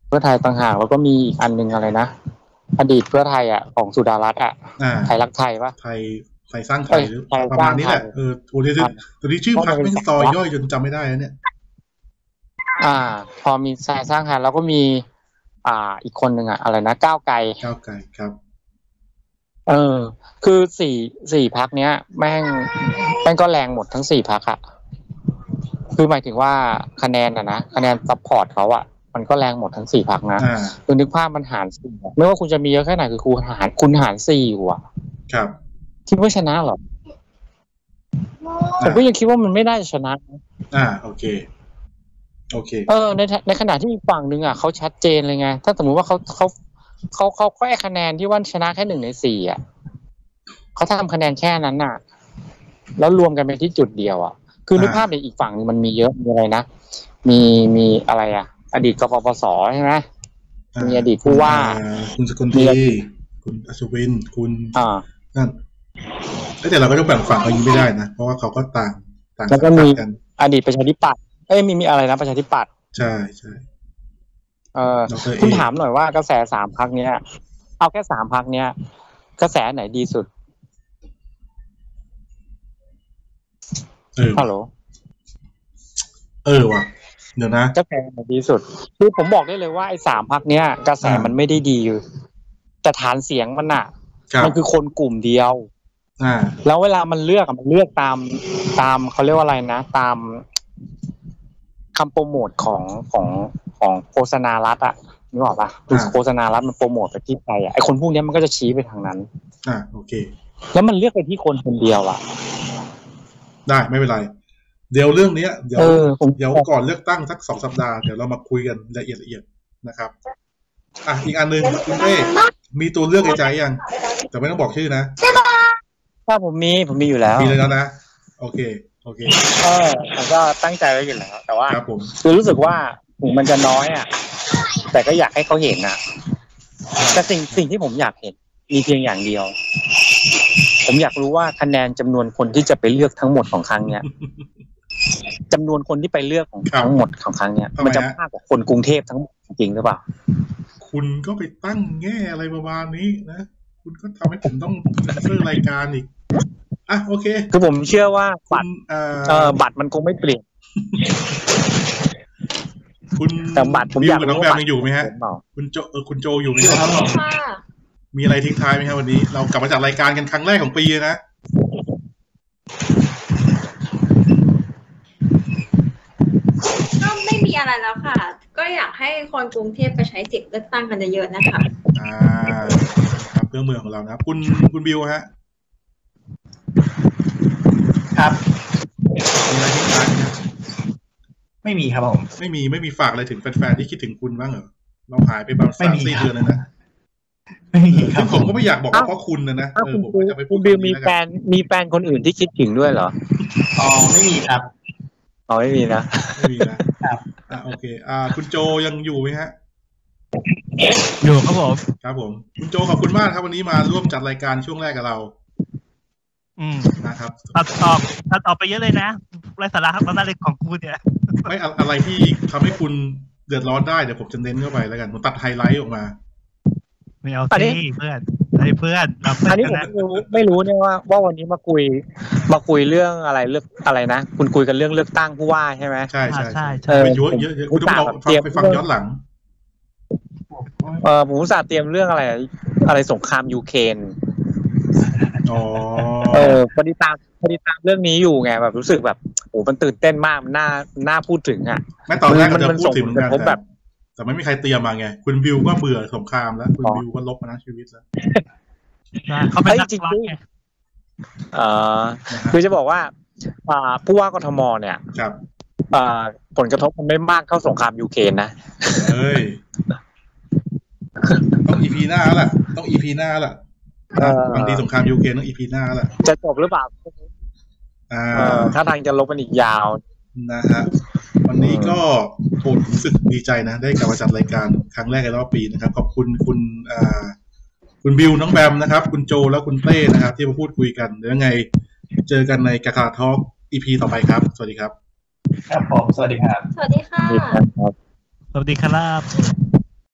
E: เพื่อไทยต่างหากแล้วก็มีอีกอันหนึงอะไรนะ อดีตเพื่อไทยอ่ะของสุดารัตน์อ่ะ
A: อ่า
E: ไทยรักไทยปะ
A: ไทยไทยสร้างไทยหรือ
E: ไทย
A: ประมาณนี้แหละ
E: สร้างไทย
A: เออโอ้ยตอนนี้ชื่อพรรคไม่งซอยย่อยจนจำไม่ได้แล้วเนี่ย
E: อ่า พอมีสายสร้างไทยแล้วก็มี อ่า อีกคนหนึ่งอ่ะ อะไรนะก้าวไกล
A: ก้าวไกลครับ
E: เออ คือสี่สี่พักเนี้ย แม่งแม่งก็แรงหมดทั้งสี่พักอะคือหมายถึงว่าคะแนนอะนะคะแนนซัพพอร์ตเขาอะมันก็แรงหมดทั้งสี่พักนะ
A: อ่า
E: คือนึกภาพมันหารสี่อะไม่ว่าคุณจะมีเยอะแค่ไหนคือคุณหารคุณหารสี่อยู่อะ
A: ครับ
E: คิดว่าชนะเหรอผมก็ยังคิดว่ามันไม่ได้ชนะ
A: อ่า โอเค โอเค
E: เออในทะในขณะที่อีกฝั่งหนึ่งอ่ะเขาชัดเจนเลยไง ถ้าสมมุติว่าเขาเขาเขาเขาแค่คะแนนที่ว่าชนะแค่หนึ่งในสี่อ่ะเขาทำคะแนนแค่นั้นน่ะ แล้วรวมกันเป็นที่จุดเดียวอ่ะคือนึก
A: อ่า
E: ภาพในอีกฝั่งหนึงมันมีเยอะมีอะไรนะมีมีอะไรอ่ะ อดีตกปปสใช่ไหม มีอดีตผู้ว่า
A: อ่คุณสกล
E: มี
A: ที
E: อดีต
A: คุณอัศวิน คุณ
E: อ่า
A: นั่นเอ้ยแต่เราก็ต้องแบ่งฝั่งเขาอยิงไม่ได้นะ เพราะว่าเขาก็ต่าง ต่าง
E: แล้วก็มี
A: สังดน
E: อดีตประชาธิปัตย์เอ้ยมีมีอะไรนะประชาธิปัตย์
A: ใช่ใช่
E: เออ
A: ดรเอ
E: คุณถามหน่อยว่ากระแสสามพักเนี้ย เอาแค่สามพักเนี้ย กระแสไหนดีสุด
A: เออ
E: ฮัลโหล
A: เออว่ะ เดี๋ยวนะ
E: กระแสไหนดีสุดคือผมบอกได้เลยว่าไอ้สามพักเนี้ยกระแสมันไม่ได้ดีแต่ฐานเสียงมันอะ
A: ครับ
E: มันคือคนกลุ่มเดียว
A: อ่า
E: แล้วเวลามันเลือกอะมันเลือกตามตามเขาเรียกว่าอะไรนะ ตามคำโปรโมทของของของโฆษณารัฐอะนึกออกปะคือ
A: อ่า
E: โฆษณารัฐมันโปรโมทไปที่ใครอะไอคนพวกเนี้ยมันก็จะชี้ไปทางนั้น
A: อ่า โอเค
E: แล้วมันเลือกไปที่คนคนเดียวอะ
A: ได้ไม่เป็นไร เดี๋ยวเรื่องเนี้ย เดี๋ยว
E: เออ ผม
A: เดี๋ยวก่อนเลือกตั้งสักสองสัปดาห์เดี๋ยวเรามาคุยกันละเอียดละเอียดนะครับ อ่ะอีกอันหนึ่งคุณเต้มีตัวเลือกในใจยัง แต่ไม่ต้องบอกชื่อนะ
E: ถ้าผมมีผมมีอยู่แล้ว
A: มีเลยแล้วนะ โอเค โอเค
E: เออผมก็ตั้งใจไว้อยู่แล้วแต่ว่า
A: ครับผม
E: คือรู้สึกว่าถึงมันจะน้อยอ่ะ แต่ก็อยากให้เขาเห็นอ่ะ แต่สิ่งสิ่งที่ผมอยากเห็น มีเพียงอย่างเดียว ผมอยากรู้ว่าคะแนนจำนวนคนที่จะไปเลือกทั้งหมดของครั้งเนี้ยจำนวนคนที่ไปเลือกของ
A: ครับ
E: ทั้งหมดของครั้งเนี้ย
A: ทำไมฮะ
E: มันจะมากกว่าคนกรุงเทพทั้งหมดจริงหรือเปล่า
A: คุณก็ไปตั้งแง่อะไรประมาณนี้นะ คุณก็ทำให้ผมต้องเซอร์รายการอีก อ่ะโอเค
E: คือผมเชื่อว่า
A: คุ
E: บัต
A: ณ
E: ร
A: เอ่
E: เออ
A: อ
E: บัตรมันคงไม่เปลี่ยน
A: คุณ
E: แต่บัตรผมอยาก
A: บิวบ
E: รู้
A: น้องแบ
E: ว่าบั
A: ม
E: ตร
A: ยังอยู่ไหมฮะ
E: ผมเปล่า
A: คุณโจเออคุณโจอยู่ไหมครับ
C: ค่ะ
A: มีอะไรทิ้งท้ายไหมครับวันนี้ เรากลับมาจัดรายการกันครั้งแรกของปีนะ
C: ก็ไม่มีอะไรแล้วค่ะ ก็อยากให้คนกรุงเทพไปใช้สิทธิ์เลือกตั้งกันเยอะๆนะคะ
A: อ่าครับเพื่อเมืองของเรานะครับ คุณคุณบิวฮะ
B: ครับ
A: มีอะไรทิ้งท้ายไหมครับ
B: ไม่มีครับผม
A: ไม่มีไม่มีฝากอะไรถึงแฟนๆที่คิดถึงคุณบ้างเหรอเราหายไปประมาณ
B: ไม่
A: สาม
B: มี
A: สี่
B: ครั
A: เดือนแล้วนะ
B: ไม่มีค
A: ซึ่
B: รับ
A: งผมก็ไม่อยากบอกว่าเพราะคุณนะนะ
E: ถ้า
A: เออ
E: คุณ
A: ผม
E: บิ
A: ก็
E: ว
A: จะไม่พู
E: คุ
A: ด
E: ณบิว
A: คำ
E: มี
A: นี้
E: แฟ
A: แล้วกัน
E: นมีแฟนคนอื่นที่คิดถึงด้วยเหรอ
B: อ๋อไม่มีครับ
E: อ๋อไม่มีนะ
A: ไม่มีนะครับ อ่ะโอเค อ่า คุณโจยังอยู่ไหมฮะ
D: อยู่ครับผม
A: ครับผม คุณโจขอบคุณมากครับวันนี้มาร่วมจัดรายการช่วงแรกกับเรา
D: อืม
A: นะครับ
D: ตัดออกตัดออกไปเยอะเลยนะไรสาระครับตอนนั้นเลยของกูเนี่ย
A: ไม่อะอะไรที่ทำให้คุณเดือดร้อนได้เดี๋ยวผมจะเน้นเข้าไปแล้วกันผมตัดไฮไลท์ออกมา
D: ไม่เอาสิเพื่อนไอ้เพื่อนเราเพื่อ
E: อั
D: น
E: นนี้
D: กั
E: ผ
D: น
E: ม
D: นะ
E: ไม่รู้ไม่รู้เนี่ยว่าว่าวันนี้มาคุย มาคุยเรื่องอะไรเลือกอะไรนะคุณคุยกันเรื่องเลือกตั้งผู้ว่าใช่ไหม
A: ใช่ใช่
D: ใช่ใช่
E: เออ
A: ไปเยอะเยอะเยอะคุณต้องลอง
E: ผ
A: ฟั
E: ม
A: ง
E: เตรียม
A: ไปฟังย้อนหลัง
E: เออผมอุตส่าห์เตรียมเรื่องอะไร อะไรสงครามยูเครน
A: อ๋อ
E: เออพอดีตามพอดีตามเรื่องนี้อยู่ไงแบบรู้สึกแบบโอ้มันตื่นเต้นมากมันน่าน่าพูดถึงอ่ะ
A: แม้ตอนแรกก็จะ
E: มัน
A: พูดถึงเหมือนกัน
E: ส่งผลกระทบ
A: แต่
E: แบบ
A: แต่ไม่มีใครเตรียมมาไง คุณบิวก็เบื่อสงครามแล้ว คุณบิวก็ลบมาทั้งชีวิตแล้ว
D: เขาเป็นนัก
E: เอ้ยจริง
D: รัก
E: ด้วย
D: ไง
E: เออ
A: นะ
E: คื
A: ฮะ
E: อจะบอกว่าอ่าผู้ว่ากทมเนี่ย
A: ครับ
E: อ่าผลกระทบมันไม่มากเท่าสงครามยูเครนนะ
A: เอ้ย ต้องอีพีหน้าแล้วล่ะ ต้องอีพีหน้าแล้วล่ะ
E: เออบ
A: างทีสงครามยูเครนต้องอีพีหน้าแล้วล่ะ
E: จะจบหรือเปล่า
A: อ่า
E: เออถ้าทางจะลบมันอีกยาว
A: นะฮะวันนี้ก็ผมรู้สึกดีใจนะ ได้กลับมาจัดรายการครั้งแรกในรอบปีนะครับ ขอบคุณคุณอ่าคุณบิวน้องแบมนะครับ คุณโจและคุณเต้นะครับ ที่มาพูดคุยกันเดี๋ยวยังไง เจอกันในกาคาทอล์กอีพีต่อไปครับ สวัสดีครับ
B: ครับผมสวัสดีครับ
C: สวัสดีค่ะ
E: นี่ครับ
D: สวัสดีครับ